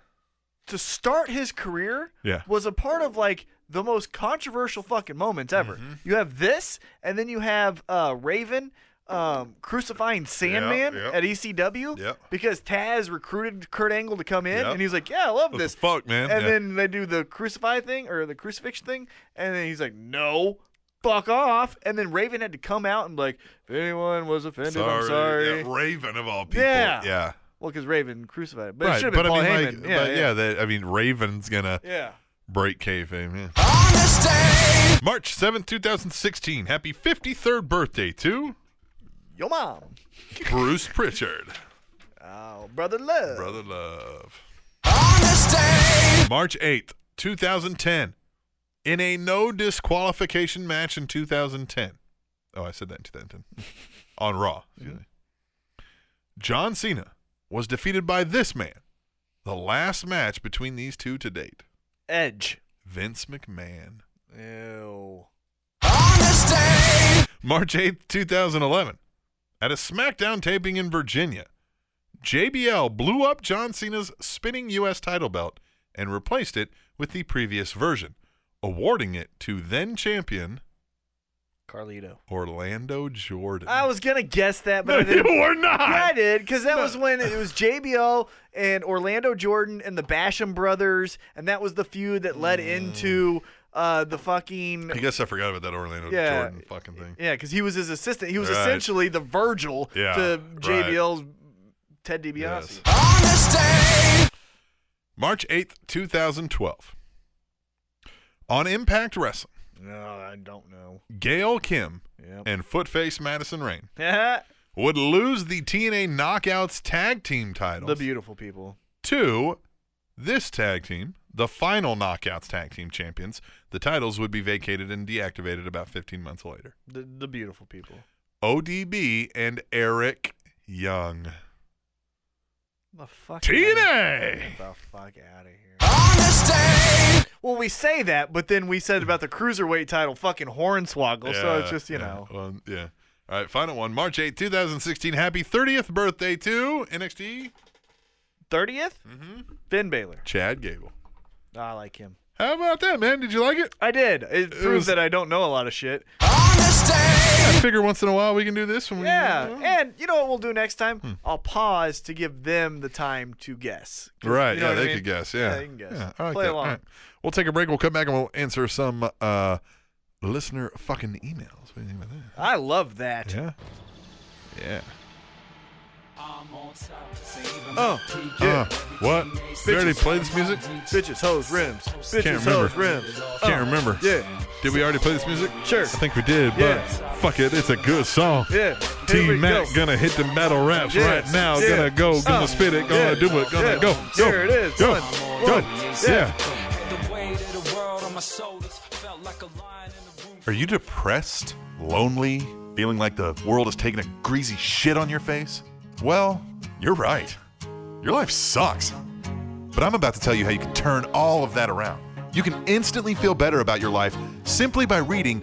B: to start his career
D: Yeah.
B: was a part of like the most controversial fucking moments ever.
D: Mm-hmm.
B: You have this, and then you have uh, Raven um, crucifying Sandman
D: yep.
B: at ECW
D: Yep.
B: because Taz recruited Kurt Angle to come in,
D: Yep.
B: and he's like, "Yeah, I love
D: What
B: this."
D: the fuck, man?
B: And
D: Yeah.
B: then they do the crucify thing or the crucifix thing, and then he's like, "No." Fuck off! And then Raven had to come out and be like, if anyone was offended, I'm sorry.
D: Yeah, Raven of all people.
B: Yeah.
D: Yeah.
B: Well, because Raven crucified, it, but it
D: right.
B: should have
D: But
B: been
D: I
B: Paul
D: mean, like,
B: Heyman. yeah,
D: but yeah,
B: yeah,
D: that- I mean, Raven's gonna
B: yeah.
D: break kayfabe. Yeah. March 7th, 2016. Happy 53rd birthday to
B: Your mom,
D: Bruce Pritchard.
B: oh, brother love.
D: Brother Love. March 8th, 2010. in a no disqualification match in 2010. Oh, I said that in 2010. On Raw. excuse me. John Cena was defeated by this man. The last match between these two to date.
B: Edge.
D: Vince McMahon.
B: Ew.
D: March 8th, 2011. At a SmackDown taping in Virginia, JBL blew up John Cena's spinning U.S. title belt and replaced it with the previous version, awarding it to then champion
B: Carlito.
D: Orlando Jordan.
B: I was gonna guess that, but I
D: you
B: didn't.
D: were not.
B: Yeah, I did, because that was when it was JBL and Orlando Jordan and the Basham brothers, and that was the feud that led
D: Mm.
B: into uh, the fucking
D: I guess I forgot about that Orlando
B: Yeah.
D: Jordan fucking thing.
B: yeah, because he was his assistant. He was
D: Right.
B: essentially the Virgil
D: Yeah,
B: to
D: right.
B: JBL's Ted DiBiase.
D: March 8th, 2012. On Impact Wrestling,
B: No, I don't know.
D: Gail Kim and Footface Madison Rain
B: the
D: would lose the TNA Knockouts Tag Team titles
B: beautiful people.
D: to this tag team, the final Knockouts Tag Team champions. The titles would be vacated and deactivated about 15 months later.
B: The, the beautiful people.
D: ODB and Eric Young.
B: The fuck.
D: TNA!
B: Get the fuck out of here. Well, we say that, but then we said about the cruiserweight title, fucking hornswoggle. so it's just you
D: yeah,
B: know.
D: well, yeah. All right, final one. March 8th, 2016. Happy 30th birthday to NXT
B: 30th?
D: Mm-hmm.
B: Finn Balor. Ah,
D: Chad Gable.
B: I like him.
D: How about that, man? Did you like it?
B: I did. It, proves
D: was-
B: that I don't know a lot of shit.
D: I figure once in a while we can do this when we
B: Yeah. And you know what we'll do next time?
D: Hmm.
B: I'll pause to give them the time to guess. 'Cause,
D: Right,
B: you know
D: yeah,
B: what I
D: they
B: mean?
D: could guess. Yeah,
B: Yeah, they can guess.
D: I like
B: Play
D: that.
B: along.
D: All right. We'll take a break. We'll come back and we'll answer some uh, listener fucking emails. What do you think about that?
B: I love that.
D: Yeah, yeah.
B: Oh,
D: Uh, what? They already played this music?
B: bitches, hoes, rims. Bitches,
D: Can't
B: hoes,
D: remember.
B: rims. Oh.
D: Can't remember.
B: Yeah,
D: Did we already play this music?
B: Sure.
D: I think we did, but
B: Yeah.
D: fuck it, it's a good song.
B: yeah. Here we
I: Team Mac
B: go.
I: gonna hit the battle raps
B: Yeah.
I: right now.
B: Yeah.
I: Gonna go, gonna
B: Uh,
I: spit it, gonna
B: yeah.
I: do it, gonna
B: Yeah.
I: go. go.
B: Here it is.
I: Go.
B: One,
I: go.
B: one.
I: Yeah.
H: The weight of the world on my shoulders felt like a lion in the room.
A: Are you depressed, lonely, feeling like the world is taking a greasy shit on your face? Well, you're right. Your life sucks. But I'm about to tell you how you can turn all of that around. You can instantly feel better about your life simply by reading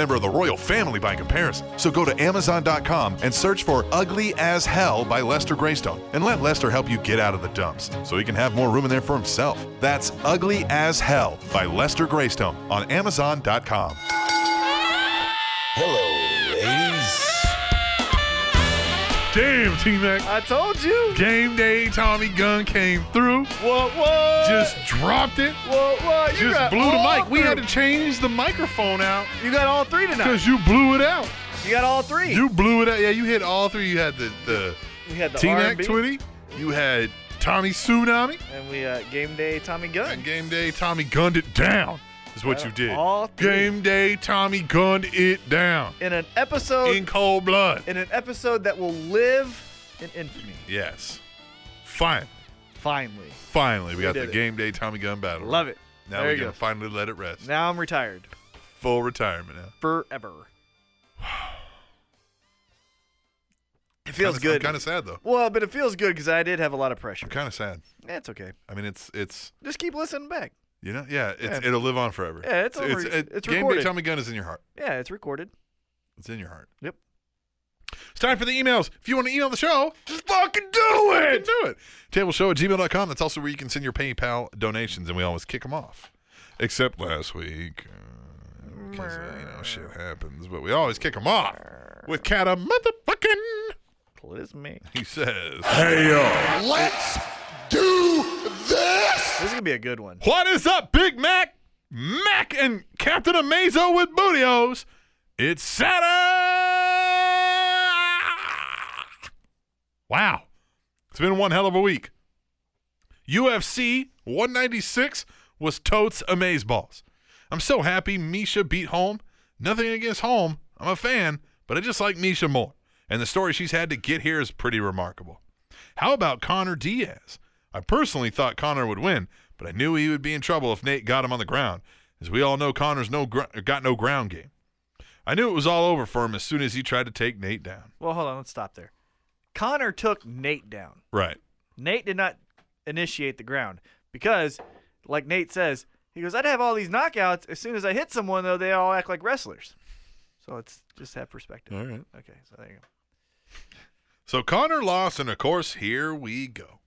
A: member of the royal family by comparison. So go to Amazon.com and search for Ugly as Hell by Lester Greystone and let Lester help you get out of the dumps so he can have more room in there for himself. That's Ugly as Hell by Lester Greystone on Amazon.com.
D: Damn, T Mac.
B: I told you.
D: Game day, Tommy Gunn came through.
B: What? What?
D: Just dropped it.
B: what? What? You
D: Just
B: got
D: blew the
B: all
D: mic. We had to
B: three.
D: change the microphone out
B: You got all three tonight.
D: because you blew it out.
B: You got all three.
D: You blew it out. Yeah, you hit all three. You had the the
B: we had the
D: T Mac
B: R&B,
D: Twitty. You had Tommy Tsunami.
B: and we uh, game day Tommy
D: And
B: Gunn.
D: game day, Tommy gunned it down. Is what
B: Well,
D: you did.
B: all three.
D: Game day, Tommy gunned it down
B: In an episode,
D: in cold blood.
B: in an episode that will live in infamy.
D: Yes. Fine.
B: Finally,
D: Finally, we got
B: did
D: the
B: it.
D: game day Tommy Gunn battle.
B: love it.
D: Now
B: there
D: we're
B: you
D: gonna
B: go.
D: finally let it rest.
B: Now I'm retired
D: Full retirement now.
B: forever. It feels
D: Kinda-
B: good.
D: I'm kind of sad though.
B: Well, but it feels good because I did have a lot of pressure.
D: I'm kind of sad.
B: That's okay.
D: I mean, it's it's
B: Just keep listening back.
D: you know yeah, it's,
B: Yeah.
D: it'll live on forever.
B: Yeah, it's
D: it's,
B: over. It's
D: game day
B: recorded.
D: Tommy Gunn is in your heart.
B: Yeah, it's recorded.
D: It's in your heart.
B: Yep.
D: It's time for the emails. If you want to email the show, just fucking do it. do it. Tableshow at gmail.com. That's also where you can send your PayPal donations, and we always kick them off. Except last week. uh, Because, uh, you know, shit happens. But we always kick them off with cat a motherfucking.
B: Clismic.
D: He says,
G: Let's do this!
B: This is gonna be a good one.
D: What is up, Big Mac? Mac and Captain Amazo with Bootios. It's Saturday. Wow. It's been one hell of a week. UFC 196 was totes amazeballs. I'm so happy Misha beat Holm. Nothing against Holm. I'm a fan, but I just like Misha more. And the story she's had to get here is pretty remarkable. How about Connor Diaz? I personally thought Connor would win, but I knew he would be in trouble if Nate got him on the ground. As we all know, Connor's no gr- got no ground game. I knew it was all over for him as soon as he tried to take Nate down.
B: Well, hold on. Let's stop there. Connor took Nate down.
D: Right.
B: Nate did not initiate the ground because, like Nate says, he goes, I'd have all these knockouts. As soon as I hit someone, though, they all act like wrestlers. So let's just have perspective.
D: All right.
B: Okay, so there you go.
D: So Connor lost, and of course, here we go.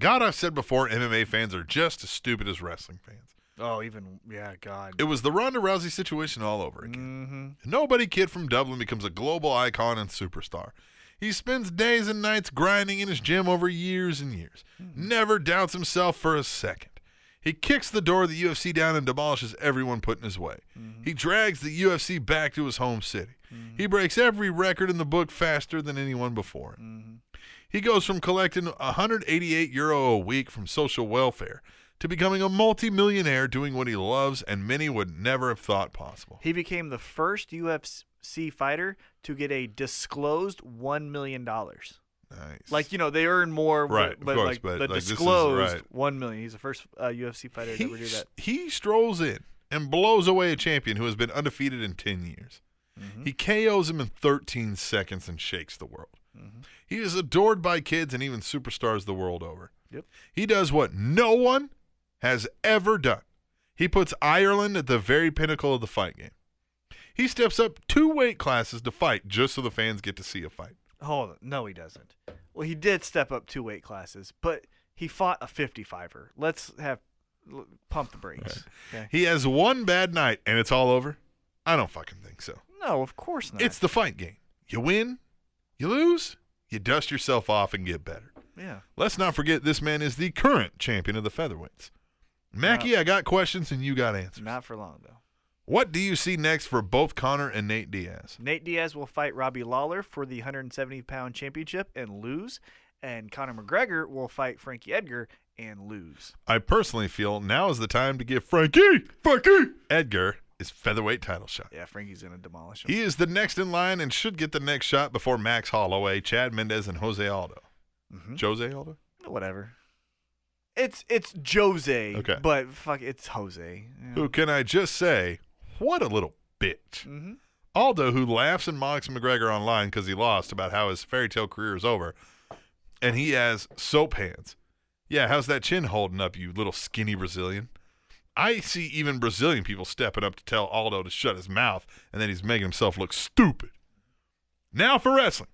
D: God, I've said before, MMA fans are just as stupid as wrestling fans.
B: Oh, even, yeah, God.
D: It was the Ronda Rousey situation all over again.
B: Mm-hmm.
D: Nobody kid from Dublin becomes a global icon and superstar. He spends days and nights grinding in his gym over years and years.
B: Hmm.
D: Never doubts himself for a second. He kicks the door of the UFC down and demolishes everyone put in his way.
B: Mm-hmm.
D: He drags the UFC back to his home city. He breaks every record in the book faster than anyone before him. He goes from collecting 188 euro a week from social welfare to becoming a multimillionaire doing what he loves and many would never have thought possible.
B: He became the first UFC fighter to get a disclosed $1 million.
D: Nice.
B: Like, you know, they earn more, but-
D: Right, of
B: but,
D: course,
B: like,
D: but,
B: but,
D: like, this is
B: disclosed
D: right.
B: $1 million. He's the first uh, UFC fighter to ever do
D: s-
B: that.
D: he strolls in and blows away a champion who has been undefeated in 10 years.
B: Mm-hmm.
D: He KOs him in 13 seconds and shakes the world.
B: Mm-hmm.
D: He is adored by kids and even superstars the world over.
B: Yep.
D: He does what no one has ever done. He puts Ireland at the very pinnacle of the fight game. He steps up two weight classes to fight just so the fans get to see a fight.
B: Hold on. No, he doesn't. Well, he did step up two weight classes, but he fought a 55er. Let's have l- pump the brakes. Okay.
D: He has one bad night and it's all over. I don't fucking think so.
B: No, of course not.
D: It's the fight game. You win, you lose, you dust yourself off and get better.
B: yeah.
D: Let's not forget this man is the current champion of the featherweights. Mackie, I got questions and you got answers.
B: Not for long though.
D: What do you see next for both Connor and Nate Diaz?
B: Nate Diaz will fight Robbie Lawler for the 170 pound championship and lose, and Conor McGregor will fight Frankie Edgar and lose.
D: I personally feel now is the time to give Frankie, Frankie Edgar his featherweight title shot.
B: Yeah, Frankie's gonna demolish him.
D: He is the next in line and should get the next shot before Max Holloway, Chad Mendez, and Jose Aldo. Jose Aldo?
B: Whatever. It's it's Jose.
D: Okay.
B: But fuck, it's Jose.
D: Who can I just say, what a little bitch.
B: Mm-hmm.
D: Aldo, who laughs and mocks McGregor online because he lost about how his fairy tale career is over, and he has soap hands. Yeah, how's that chin holding up, you little skinny Brazilian? I see even Brazilian people stepping up to tell Aldo to shut his mouth, and then he's making himself look stupid. Now for wrestling.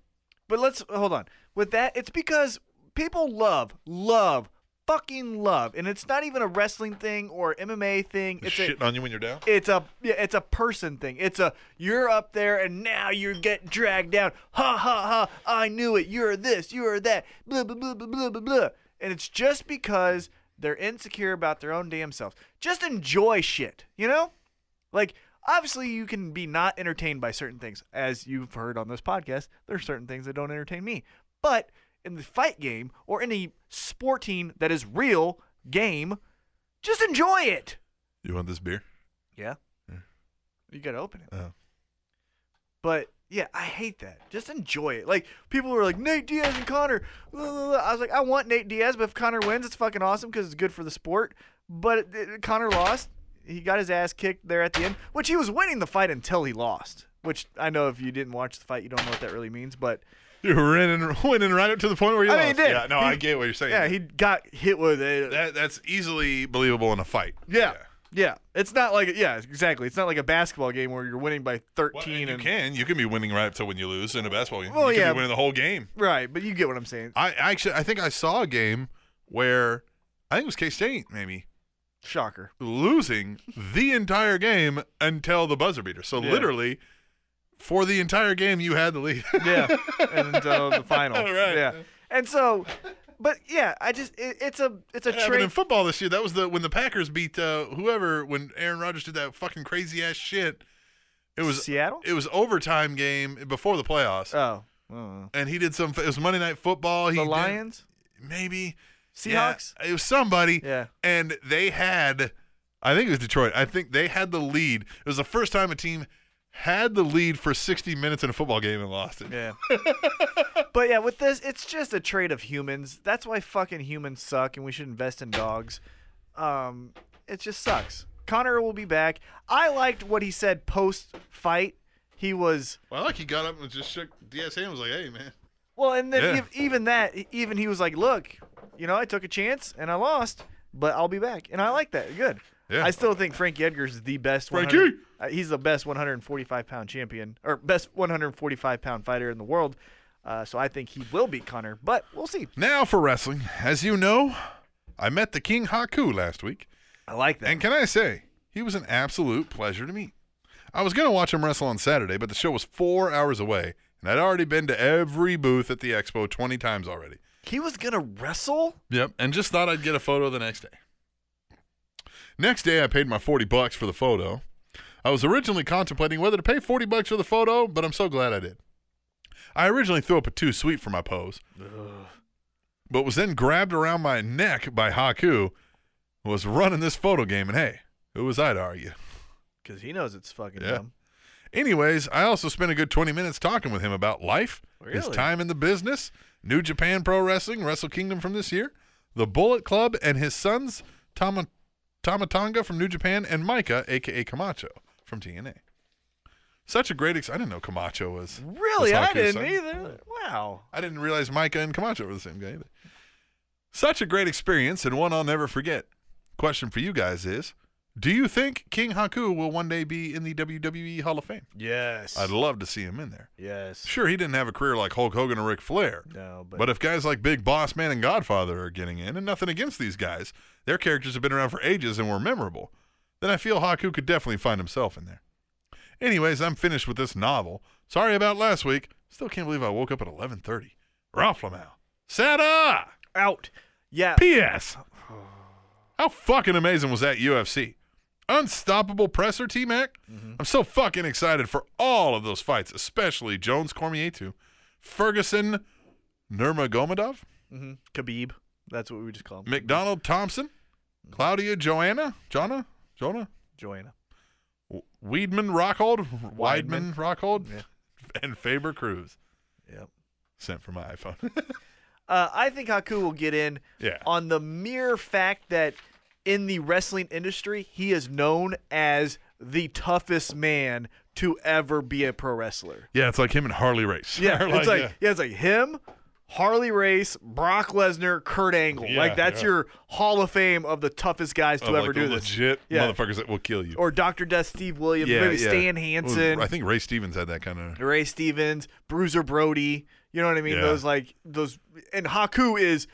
B: But let's hold on. With that, it's because people love, love, fucking love, and it's not even a wrestling thing or MMA thing. It's a
D: shitting on you when you're down.
B: it's a yeah, it's a person thing. It's a you're up there and now you're getting dragged down. Ha ha ha! I knew it. You're this. You're that. Blah blah blah blah blah blah blah. And it's just because they're insecure about their own damn selves. Just enjoy shit, you know. Like obviously you can be not entertained by certain things, as you've heard on this podcast. There are certain things that don't entertain me, but in the fight game or any sporting that is real game, just enjoy it.
D: You want this beer?
B: Yeah. You gotta open it.
D: Oh.
B: But yeah, I hate that. Just enjoy it. Like people were like Nate Diaz and Connor. blah, blah, blah." I was like, I want Nate Diaz, but if Connor wins, it's fucking awesome because it's good for the sport. But it, it- Connor lost. He got his ass kicked there at the end, which he was winning the fight until he lost. Which I know if you didn't watch the fight, you don't know what that really means. But
D: You were in and winning right up to the point where you
B: I
D: lost.
B: mean, he did.
D: Yeah, no,
B: He-
D: I get what you're saying.
B: yeah, he got hit with it.
D: that, that's easily believable in a fight.
B: yeah. Yeah, it's not like yeah, exactly. It's not like a basketball game where you're winning by 13
D: Well, and you
B: and
D: can. You can be winning right up to when you lose in a basketball game.
B: Well,
D: you can
B: yeah.
D: be winning the whole game.
B: right, but you get what I'm saying.
D: I actually, I think I saw a game where I think it was K State maybe
B: Shocker.
D: losing the entire game until the buzzer beater. So
B: Yeah.
D: literally, for the entire game, you had the lead.
B: Yeah. and until the uh, final.
D: Right.
B: Yeah. And so But yeah, I just it, it's a it's a
D: It happened in
B: trade.
D: football this year. That was the when the Packers beat uh, whoever when Aaron Rodgers did that fucking crazy ass shit. It was
B: Seattle?
D: It was overtime game before the playoffs,
B: oh, mm.
D: and he did some. It was Monday Night Football. He
B: the
D: did-
B: Lions,
D: maybe Yeah,
B: Seahawks.
D: it was somebody.
B: Yeah.
D: and they had. I think it was Detroit. I think they had the lead. It was the first time a team had the lead for 60 minutes in a football game and lost it.
B: Yeah. but yeah, with this, it's just a trait of humans. That's why fucking humans suck, and we should invest in dogs. Um, it just sucks. Connor will be back. I liked what he said post fight. He was
D: Well, like he got up and just shook Diaz's hand. and Was like, "Hey, man."
B: well, and then
D: Yeah.
B: ev- even that, e-, even he was like, "Look, you know, I took a chance and I lost, but I'll be back." And I like that. Good.
D: Yeah.
B: I still think Frankie Edgar's is the best. 100
D: Frankie!
B: uh, he's the best 145 pound champion or best 145 pound fighter in the world. Uh, so I think he will beat Connor, but we'll see.
D: Now for wrestling. As you know, I met the King Haku last week.
B: I like that.
D: And can I say, he was an absolute pleasure to meet. I was going to watch him wrestle on Saturday, but the show was four hours away, and I'd already been to every booth at the expo 20 times already.
B: he was gonna wrestle.
D: Yep. And just thought I'd get a photo the next day. Next day, I paid my 40 bucks for the photo. I was originally contemplating whether to pay 40 bucks for the photo, but I'm so glad I did. I originally threw up a two sweet for my pose, but was then grabbed around my neck by Haku, who was running this photo game, and hey, who was I to argue?
B: Cause he knows it's fucking
D: Yeah.
B: dumb.
D: Anyways, I also spent a good 20 minutes talking with him about life, his
B: Really?
D: time in the business, New Japan Pro Wrestling, Wrestle Kingdom from this year, the Bullet Club, and his sons, Tama, Tamatonga from New Japan, and Micah, aka Camacho from TNA. Such a great ex- I didn't know Camacho was. was
B: Really, I
D: Haku's
B: didn't
D: son.
B: either. Wow.
D: I didn't realize Micah and Camacho were the same guy either. Such a great experience and one I'll never forget. Question for you guys is Do you think King Haku will one day be in the WWE Hall of Fame?
B: Yes.
D: I'd love to see him in there.
B: yes.
D: Sure, he didn't have a career like Hulk Hogan or Ric Flair.
B: No, but,
D: But, if guys like Big Boss Man and Godfather are getting in, and nothing against these guys, their characters have been around for ages and were memorable, then I feel Haku could definitely find himself in there. Anyways, I'm finished with this novel. Sorry about last week. Still can't believe I woke up at 11:30. Ralph Lamau. Sada.
B: out. Yeah.
D: P.S. How fucking amazing was that UFC? Unstoppable presser, T Mac.
B: Mm-hmm.
D: I'm so fucking excited for all of those fights, especially Jones Cormier 2, Ferguson Nurmagomedov,
B: hmm Khabib. That's what we just call him.
D: McDonald Thompson,
B: Mm-hmm.
D: Claudia Joanna, Jonna, Jonah,
B: Joanna.
D: W- Weidman Rockhold, Weidman
B: Weidman.
D: Rockhold,
B: Yeah.
D: and Faber Cruz.
B: Yep.
D: Sent from my iPhone.
B: Uh, I think Haku will get in
D: Yeah.
B: on the mere fact that in the wrestling industry, he is known as the toughest man to ever be a pro wrestler.
D: yeah, it's like him and Harley Race.
B: Yeah,
D: They're
B: it's like
D: yeah.
B: yeah. it's like him, Harley Race, Brock Lesnar, Kurt Angle.
D: Yeah,
B: like that's
D: yeah.
B: your Hall of Fame of the toughest guys to
D: Of, like,
B: ever
D: the
B: do this.
D: legit
B: Yeah.
D: motherfuckers that will kill you.
B: Or Doctor Death, Steve Williams, maybe Stan Hansen,
D: Well, I think Ray Stevens had that kind of.
B: Ray Stevens, Bruiser Brody. You know what I mean?
D: Yeah.
B: Those like those, and Haku is,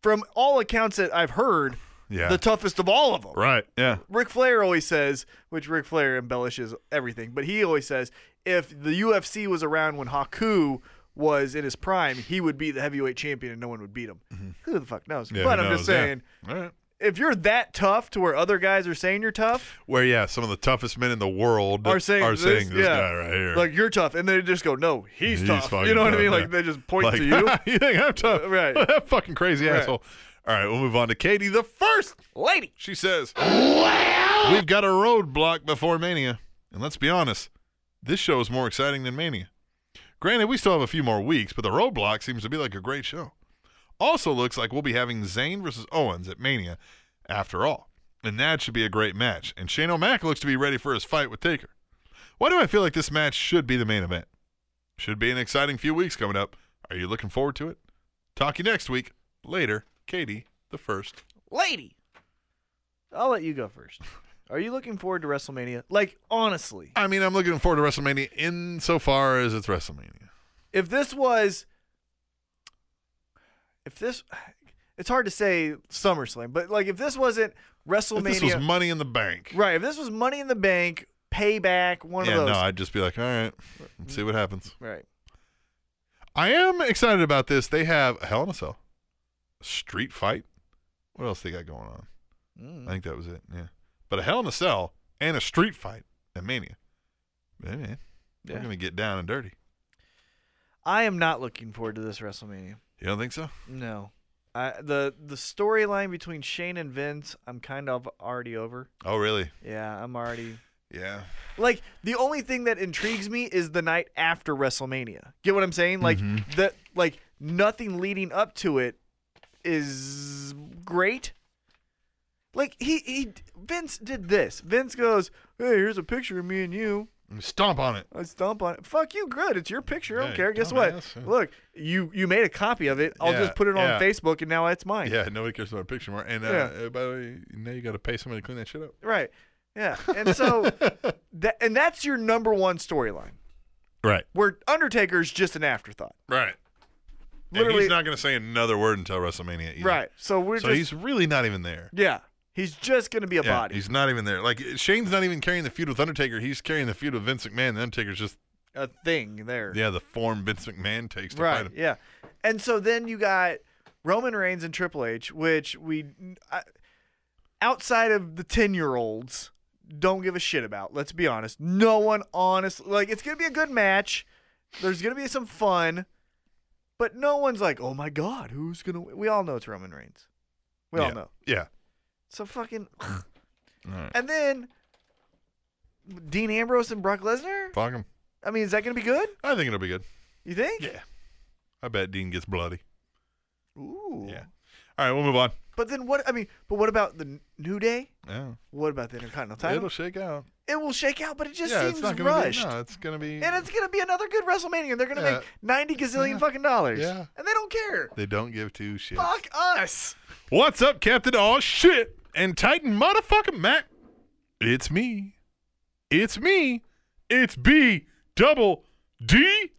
B: from all accounts that I've heard,
D: Yeah.
B: the toughest of all of them.
D: right. Yeah.
B: Ric Flair always says, which Ric Flair embellishes everything, but he always says, if the UFC was around when Haku was in his prime, he would be the heavyweight champion and no one would beat him. Who the fuck knows?
D: Mm-hmm. Yeah,
B: but
D: who
B: I'm just
D: knows? Yeah.
B: saying,
D: All right.
B: if you're that tough to where other guys are saying you're tough,
D: Where yeah, some of the toughest men in the world
B: are saying this,
D: saying this
B: yeah,
D: guy right here.
B: Like you're tough, and they just go, no, he's,
D: He's
B: tough.
D: fucking
B: You know what
D: tough,
B: I mean?
D: yeah.
B: Like they just point
D: Like,
B: to you.
D: you think I'm tough?
B: Uh, right.
D: that fucking crazy
B: Right.
D: asshole. All right, we'll move on to Katie the first.
B: Lady,
D: She says, "We've got a roadblock before Mania, and let's be honest, this show is more exciting than Mania. Granted, we still have a few more weeks, but the roadblock seems to be like a great show. Also, looks like we'll be having Zayn versus Owens at Mania, after all, and that should be a great match. And Shane O'Mac looks to be ready for his fight with Taker. Why do I feel like this match should be the main event? Should be an exciting few weeks coming up. Are you looking forward to it? Talk to you next week. Later, Katie, the first.
B: lady. I'll let you go first. Are you looking forward to WrestleMania? Like honestly,
D: I mean, I'm looking forward to WrestleMania insofar as it's WrestleMania.
B: if this was if this it's hard to say SummerSlam, but like if this wasn't
D: If
B: WrestleMania
D: this was Money in the Bank.
B: Right, if this was Money in the Bank, payback, one
D: Yeah,
B: of those.
D: no, I'd just be like, all right, let's see what happens.
B: right. Mm-hmm.
D: I am excited about this. They have a Hell in a Cell.
I: street fight. What else they got going on?
B: Mm,
I: I think that was it. Yeah, but a Hell in a Cell and a street fight at Mania. Hey, man, we're
B: Yeah.
I: gonna get down and dirty.
B: I am not looking forward to this WrestleMania.
I: You don't think so?
B: No. I, the the storyline between Shane and Vince, I'm kind of already over.
I: Oh, really?
B: Yeah, I'm already
I: Yeah.
B: like the only thing that intrigues me is the night after WrestleMania. Get what I'm saying? Like
I: Mm-hmm.
B: the like nothing leading up to it is great. Like he he Vince did this. Vince goes, "Hey, here's a picture of me and you.
I: Stomp on it.
B: I stomp on it. Fuck you, good. It's your picture. I don't
I: Yeah,
B: care. Guess what?
I: dumbass, yeah.
B: Look, you you made a copy of it. I'll
I: Yeah,
B: just put it
I: yeah.
B: on Facebook, and now it's mine.
I: Yeah, nobody cares about a picture more. And uh,
B: Yeah.
I: uh, by the way, now you got to pay somebody to clean that shit up.
B: Right. Yeah. And so that and that's your number one storyline.
I: Right.
B: Where Undertaker's just an afterthought.
I: Right. and
B: Literally-
I: he's not going to say another word until WrestleMania. Either.
B: Right. So we're
I: So
B: just
I: he's really not even there.
B: yeah. He's just gonna be a
I: Yeah,
B: body,
I: he's not even there. Like Shane's not even carrying the feud with Undertaker. He's carrying the feud with Vince McMahon. The Undertaker's just
B: a thing there.
I: yeah the form Vince McMahon takes to
B: Right.
I: fight him.
B: Yeah. And so then you got Roman Reigns and Triple H, which we I, outside of the 10-year-olds don't give a shit about. Let's be honest. No one honest like it's going to be a good match. There's going to be some fun, but no one's like, "Oh my god, who's going to We all know it's Roman Reigns. We all
I: Yeah.
B: know.
I: Yeah.
B: So fucking
I: All right.
B: And then Dean Ambrose and Brock Lesnar?
I: Fuck him.
B: I mean, is that going to be good?
I: I think it'll be good.
B: You think?
I: Yeah. I bet Dean gets bloody.
B: Ooh.
I: Yeah. All right, we'll move on.
B: But then what? I mean, but what about the New Day?
I: Yeah.
B: What about the Intercontinental title?
I: It'll shake out.
B: It will shake out, but it just
I: yeah,
B: seems
I: it's not gonna
B: rushed.
I: Be, no, it's gonna be.
B: And it's gonna be another good WrestleMania, and they're gonna
I: Yeah.
B: make ninety gazillion
I: Yeah.
B: fucking dollars.
I: Yeah.
B: And they don't care.
I: they don't give two shits.
B: Fuck us.
I: What's up, Captain? All shit and Titan motherfucking Mac. It's me. It's me. It's B double D.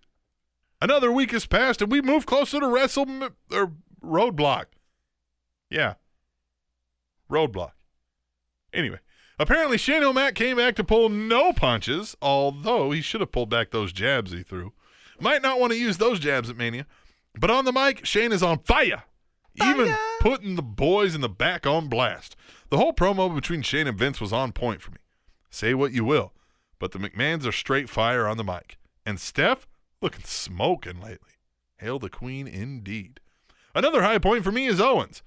I: Another week has passed and we move closer to wrestle or roadblock. Yeah. Roadblock. Anyway, apparently Shane O'Mac came back to pull no punches, although he should have pulled back those jabs he threw. Might not want to use those jabs at Mania. But on the mic, Shane is on fire. Even
B: Fire!
I: putting the boys in the back on blast. The whole promo between Shane and Vince was on point for me. Say what you will, but the McMahons are straight fire on the mic. And Steph, looking smoking lately. Hail the Queen indeed. Another high point for me is Owens.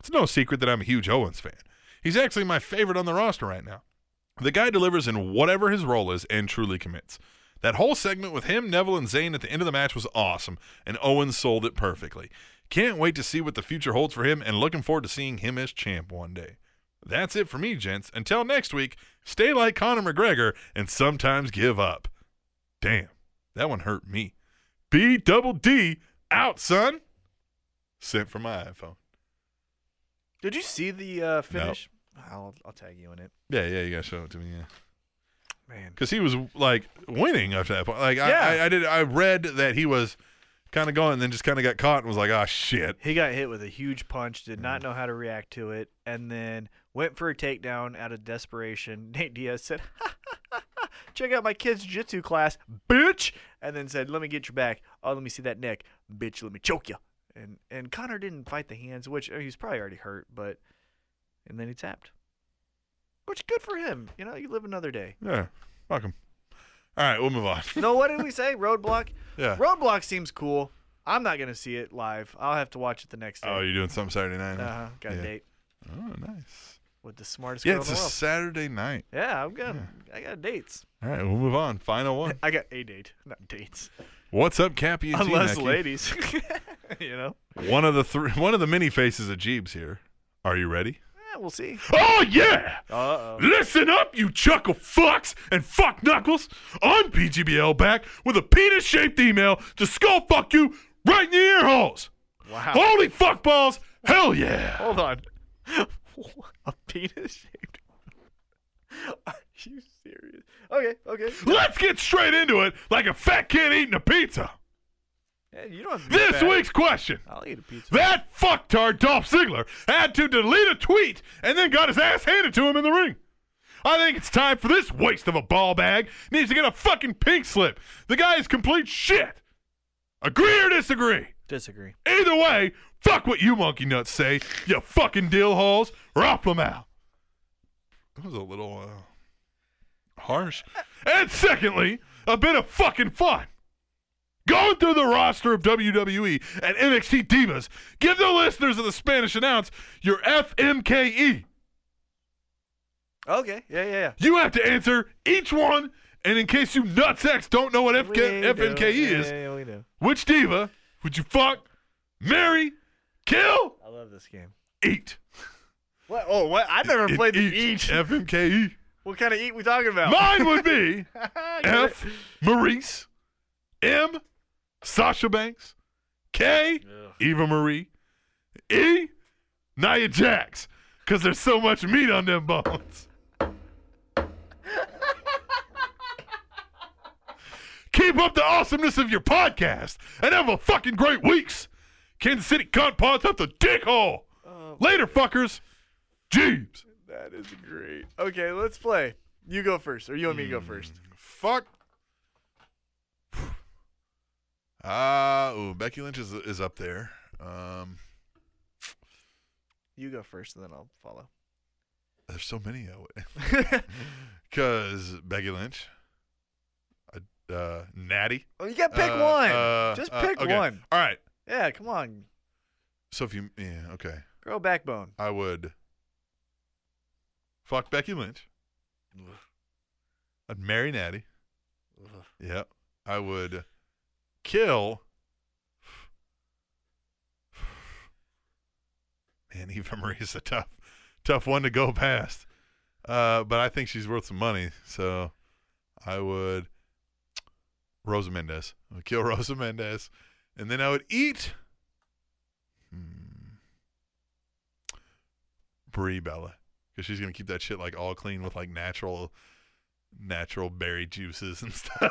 I: It's no secret that I'm a huge Owens fan. He's actually my favorite on the roster right now. The guy delivers in whatever his role is and truly commits. That whole segment with him, Neville, and Zayn at the end of the match was awesome, and Owens sold it perfectly. Can't wait to see what the future holds for him and looking forward to seeing him as champ one day. That's it for me, gents. Until next week, stay like Conor McGregor and sometimes give up. Damn, that one hurt me. B double D out, son. Sent from my iPhone.
B: Did you see the uh, finish? I'll I'll tag you in it,
I: Yeah, yeah, you gotta show it to me. Yeah.
B: man.
I: because he was like winning after that point. Like
B: Yeah.
I: I, I, I did, I read that he was kind of going, and then just kind of got caught and was like, "Ah, shit."
B: He got hit with a huge punch, did
I: Mm.
B: not know how to react to it, and then went for a takedown out of desperation. Nate Diaz said, Check out my kids' jiu-jitsu class, bitch! And then said, Let me get your back. Oh, let me see that neck. Bitch, let me choke you. And and Connor didn't fight the hands, which I mean, he was probably already hurt, but and then he tapped. Which good for him. You know, you live another day.
I: Yeah, fuck him. All right, we'll move on.
B: No, what did we say? Roadblock?
I: Yeah.
B: Roadblock seems cool. I'm not gonna see it live. I'll have to watch it the next day.
I: Oh, you're doing something Saturday night? huh?
B: uh-huh. Got a
I: Yeah.
B: date.
I: Oh, nice.
B: with the smartest
I: Yeah,
B: girl
I: it's
B: in
I: a
B: the world.
I: Saturday night.
B: yeah, I'm good. I got dates.
I: All right, we'll move on. Final one.
B: I got a date, not dates.
I: What's up, Cappy? and T,
B: Unless
I: Mackey?
B: ladies, you know.
I: One of the three, one of the many faces of Jeebs here. Are you ready?
B: Yeah, we'll see.
I: Oh yeah!
B: Uh oh.
I: Listen up, you chuckle fucks and fuck knuckles. I'm PGBL back with a penis shaped email to skull fuck you right in the ear holes.
B: Wow.
I: Holy fuck balls! Hell yeah!
B: Hold on. a penis shaped. Are you serious? Okay, okay.
I: Let's get straight into it like a fat kid eating a pizza.
B: Hey, you don't have to be
I: This
B: fat.
I: week's question.
B: I'll eat a pizza.
I: That fucktard Dolph Ziggler had to delete a tweet and then got his ass handed to him in the ring. I think it's time for this waste of a ball bag. Needs to get a fucking pink slip. The guy is complete shit. Agree or disagree?
B: Disagree.
I: Either way, Fuck what you monkey nuts say, you fucking dill holes. Romp them out. That was a little uh, harsh. And secondly, a bit of fucking fun. Going through the roster of WWE and NXT Divas, give the listeners of the Spanish Announce your FMKE.
B: Okay. Yeah, yeah, yeah.
I: E. You have to answer each one, and in case you nutsacks don't know what
B: We
I: FK,
B: know.
I: FMKE
B: Yeah,
I: E is,
B: yeah, yeah, we know.
I: which diva would you fuck, marry, kill,
B: I love this game.
I: eat?
B: What? Oh, what? I've never
I: It
B: played the
I: eats
B: each.
I: FMKE.
B: What kind of eat we talking about?
I: E. Mine would be
B: Get it?
I: F. Maurice, M. Sasha Banks, K. Eva Marie, E. Nia Jax, because there's so much meat on them bones. Keep up the awesomeness of your podcast and have a fucking great weeks. Kansas City cunt pods up the dick hole. Later, fuckers. Jeeves.
B: That is great. Okay, let's play. You go first, or you and me go first.
I: Hmm. fuck. Ah, ooh, Becky Lynch is is up there. Um,
B: You go first, and then I'll follow.
I: there's so many of it. Cause Becky Lynch, uh, uh, Natty.
B: Oh, you got to pick
I: Uh,
B: one.
I: uh,
B: Just
I: uh,
B: pick
I: okay.
B: one.
I: All right.
B: Yeah, come on,
I: So if you, yeah, okay,
B: girl backbone.
I: I would fuck Becky Lynch. I'd marry Natty. Yep. I would kill. Man, Eva Marie is a tough, tough one to go past. Uh, but I think she's worth some money, so I would Rosa Mendez. I would kill Rosa Mendez, and then I would eat hmm, Brie Bella because she's gonna keep that shit like all clean with like natural, natural berry juices and stuff.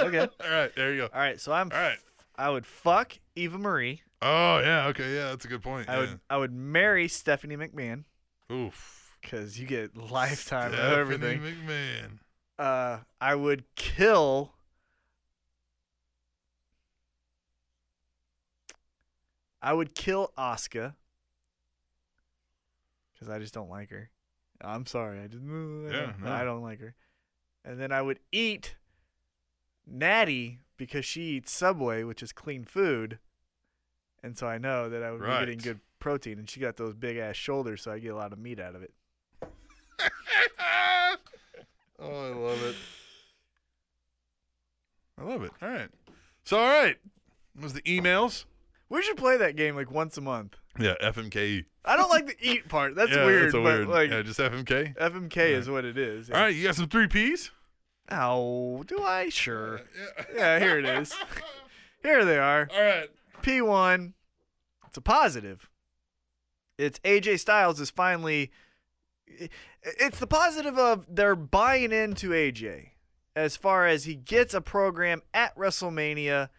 B: Okay.
I: All right, there you go.
B: All right, so I'm.
I: All right.
B: I would fuck Eva Marie.
I: Oh yeah. Okay. Yeah, that's a good point.
B: I would. I would marry Stephanie McMahon
I: Yeah. Oof.
B: because you get lifetime of
I: Stephanie
B: everything.
I: McMahon.
B: Uh, I would kill. I would kill Oscar because I just don't like her. I'm sorry, I just I,
I: Yeah,
B: don't,
I: no.
B: I don't like her. And then I would eat Natty because she eats Subway, which is clean food, and so I know that I would be
I: Right.
B: getting good protein. And she got those big ass shoulders, so I get a lot of meat out of it.
I: Ah! oh, I love it. I love it. All right. So all right. It was the emails?
B: We should play that game like once a month.
I: Yeah. FMKE.
B: I don't like the eat part. That's
I: yeah,
B: weird.
I: That's a
B: but
I: weird.
B: like
I: yeah, just FMK.
B: FMK is what it is.
I: All right. You got some three Ps.
B: Oh, do I? Sure. Yeah, here it is. here they are.
I: All right.
B: P1. It's a positive. It's AJ Styles is finally i- it's the positive of they're buying into AJ as far as he gets a program at WrestleMania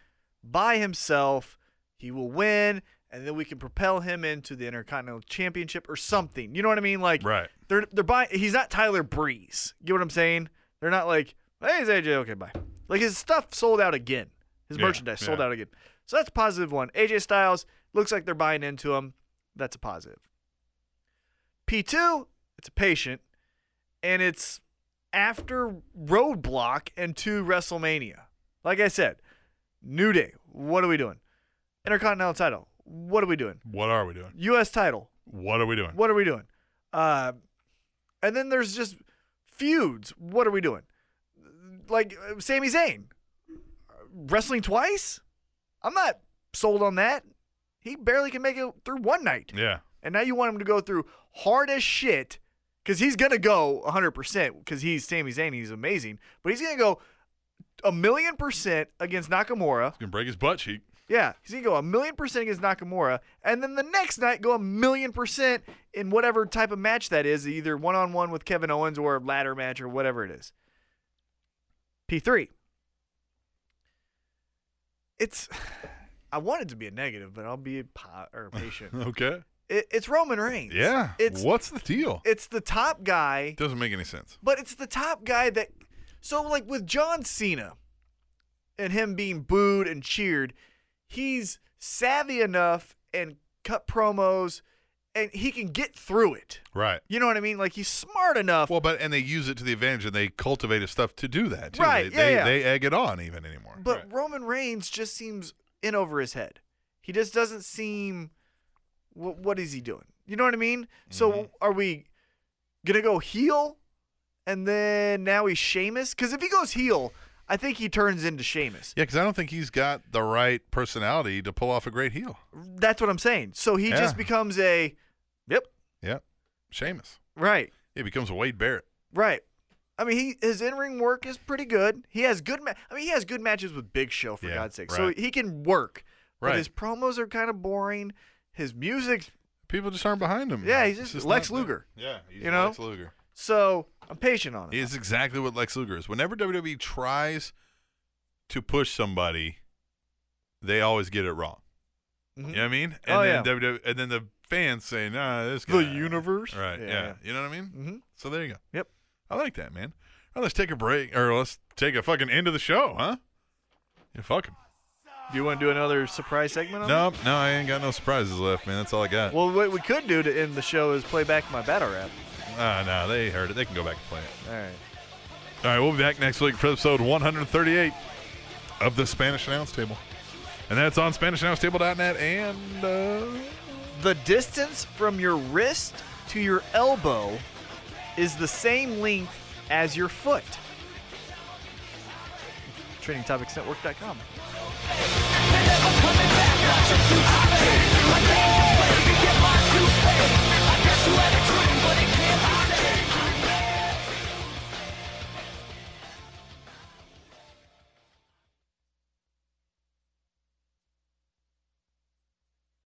B: by himself. He will win and then we can propel him into the Intercontinental Championship or something. You know what I mean? Like
I: Right.
B: they're they're buying. He's not Tyler Breeze. You get what I'm saying? They're not like, hey, it's AJ. Okay, bye. Like his stuff sold out again. His
I: Yeah,
B: merchandise sold
I: yeah.
B: out again. So that's a positive one. AJ Styles looks like they're buying into him. That's a positive. P2, it's a patient, and it's after Roadblock and two WrestleMania. Like I said, New Day. What are we doing? Intercontinental title. What are we doing?
I: What are we doing?
B: U.S. title.
I: What are we doing?
B: What are we doing? Uh, and then there's just feuds. What are we doing? Like uh, Sami Zayn wrestling twice. I'm not sold on that. He barely can make it through one night,
I: Yeah.
B: and now you want him to go through hard as shit because he's gonna go 100 percent because he's Sami Zayn. He's amazing, but he's gonna go a million percent against Nakamura.
I: He's gonna break his butt cheek.
B: Yeah, he's gonna go a million percent against Nakamura, and then the next night go a million percent in whatever type of match that is, either one on one with Kevin Owens or a ladder match or whatever it is. P three. It's, I want it to be a negative, but I'll be po- or patient.
I: Okay.
B: It, it's Roman Reigns.
I: Yeah.
B: it's
I: What's the deal?
B: it's the top guy
I: Doesn't make any sense.
B: but it's the top guy that. So, like with John Cena and him being booed and cheered, he's savvy enough and cut promos, and he can get through it.
D: Right.
B: You know what I mean? Like he's smart enough.
D: Well, but and they use it to the advantage, and they cultivate his stuff to do that. Too.
B: Right,
D: They,
B: yeah,
D: they, they
B: yeah.
D: egg it on even anymore.
B: But Roman Reigns just seems in over his head. He just doesn't seem. What, what is he doing? You know what I mean?
D: Mm-hmm.
B: So are we gonna go heel, and then now he's Sheamus? Because if he goes heel, I think he turns into Sheamus.
D: yeah, because I don't think he's got the right personality to pull off a great heel.
B: That's what I'm saying. So he just
D: Yeah.
B: becomes a. Yep.
D: Yeah, Sheamus.
B: Right.
D: He becomes a Wade Barrett.
B: Right. I mean, he his in ring work is pretty good. He has good. Ma- I mean, he has good matches with Big Show for
D: Yeah,
B: God's sake.
D: right.
B: So he can work.
D: Right.
B: But his promos are kind of boring. His music.
D: People just aren't behind him.
B: Yeah, he's
D: It's
B: just Lex
D: not-
B: Luger.
D: Yeah, he's
B: You know?
D: Lex Luger.
B: So I'm patient on it.
D: He is exactly what Lex Luger is. Whenever WWE tries to push somebody, they always get it wrong.
B: Mhm.
D: You know what I mean? And
B: Oh,
D: then
B: yeah.
D: WWE, and then the fans say, "Nah, this guy."
B: The universe?
D: right? Yeah.
B: Yeah, yeah.
D: you know what I mean.
B: Mhm.
D: So there you go.
B: Yep.
D: I like that, man. All right, let's take a break, or let's take a fucking end of the show, huh? Yeah, fuck 'em.
B: Do you want to do another surprise segment? on it?
D: Nope, no, I ain't got no surprises left, man. That's all I got.
B: Well, what we could do to end the show is play back my battle rap.
D: Ah, no, they heard it. They can go back and play it.
B: All right.
D: All right, we'll be back next week for episode 138 of the Spanish Announce Table. And that's on SpanishAnnounceTable.net and uh,
B: The distance from your wrist to your elbow is the same length as your foot. TrainingTopicsNetwork.com.
H: Never coming back. Watch your future fade. My name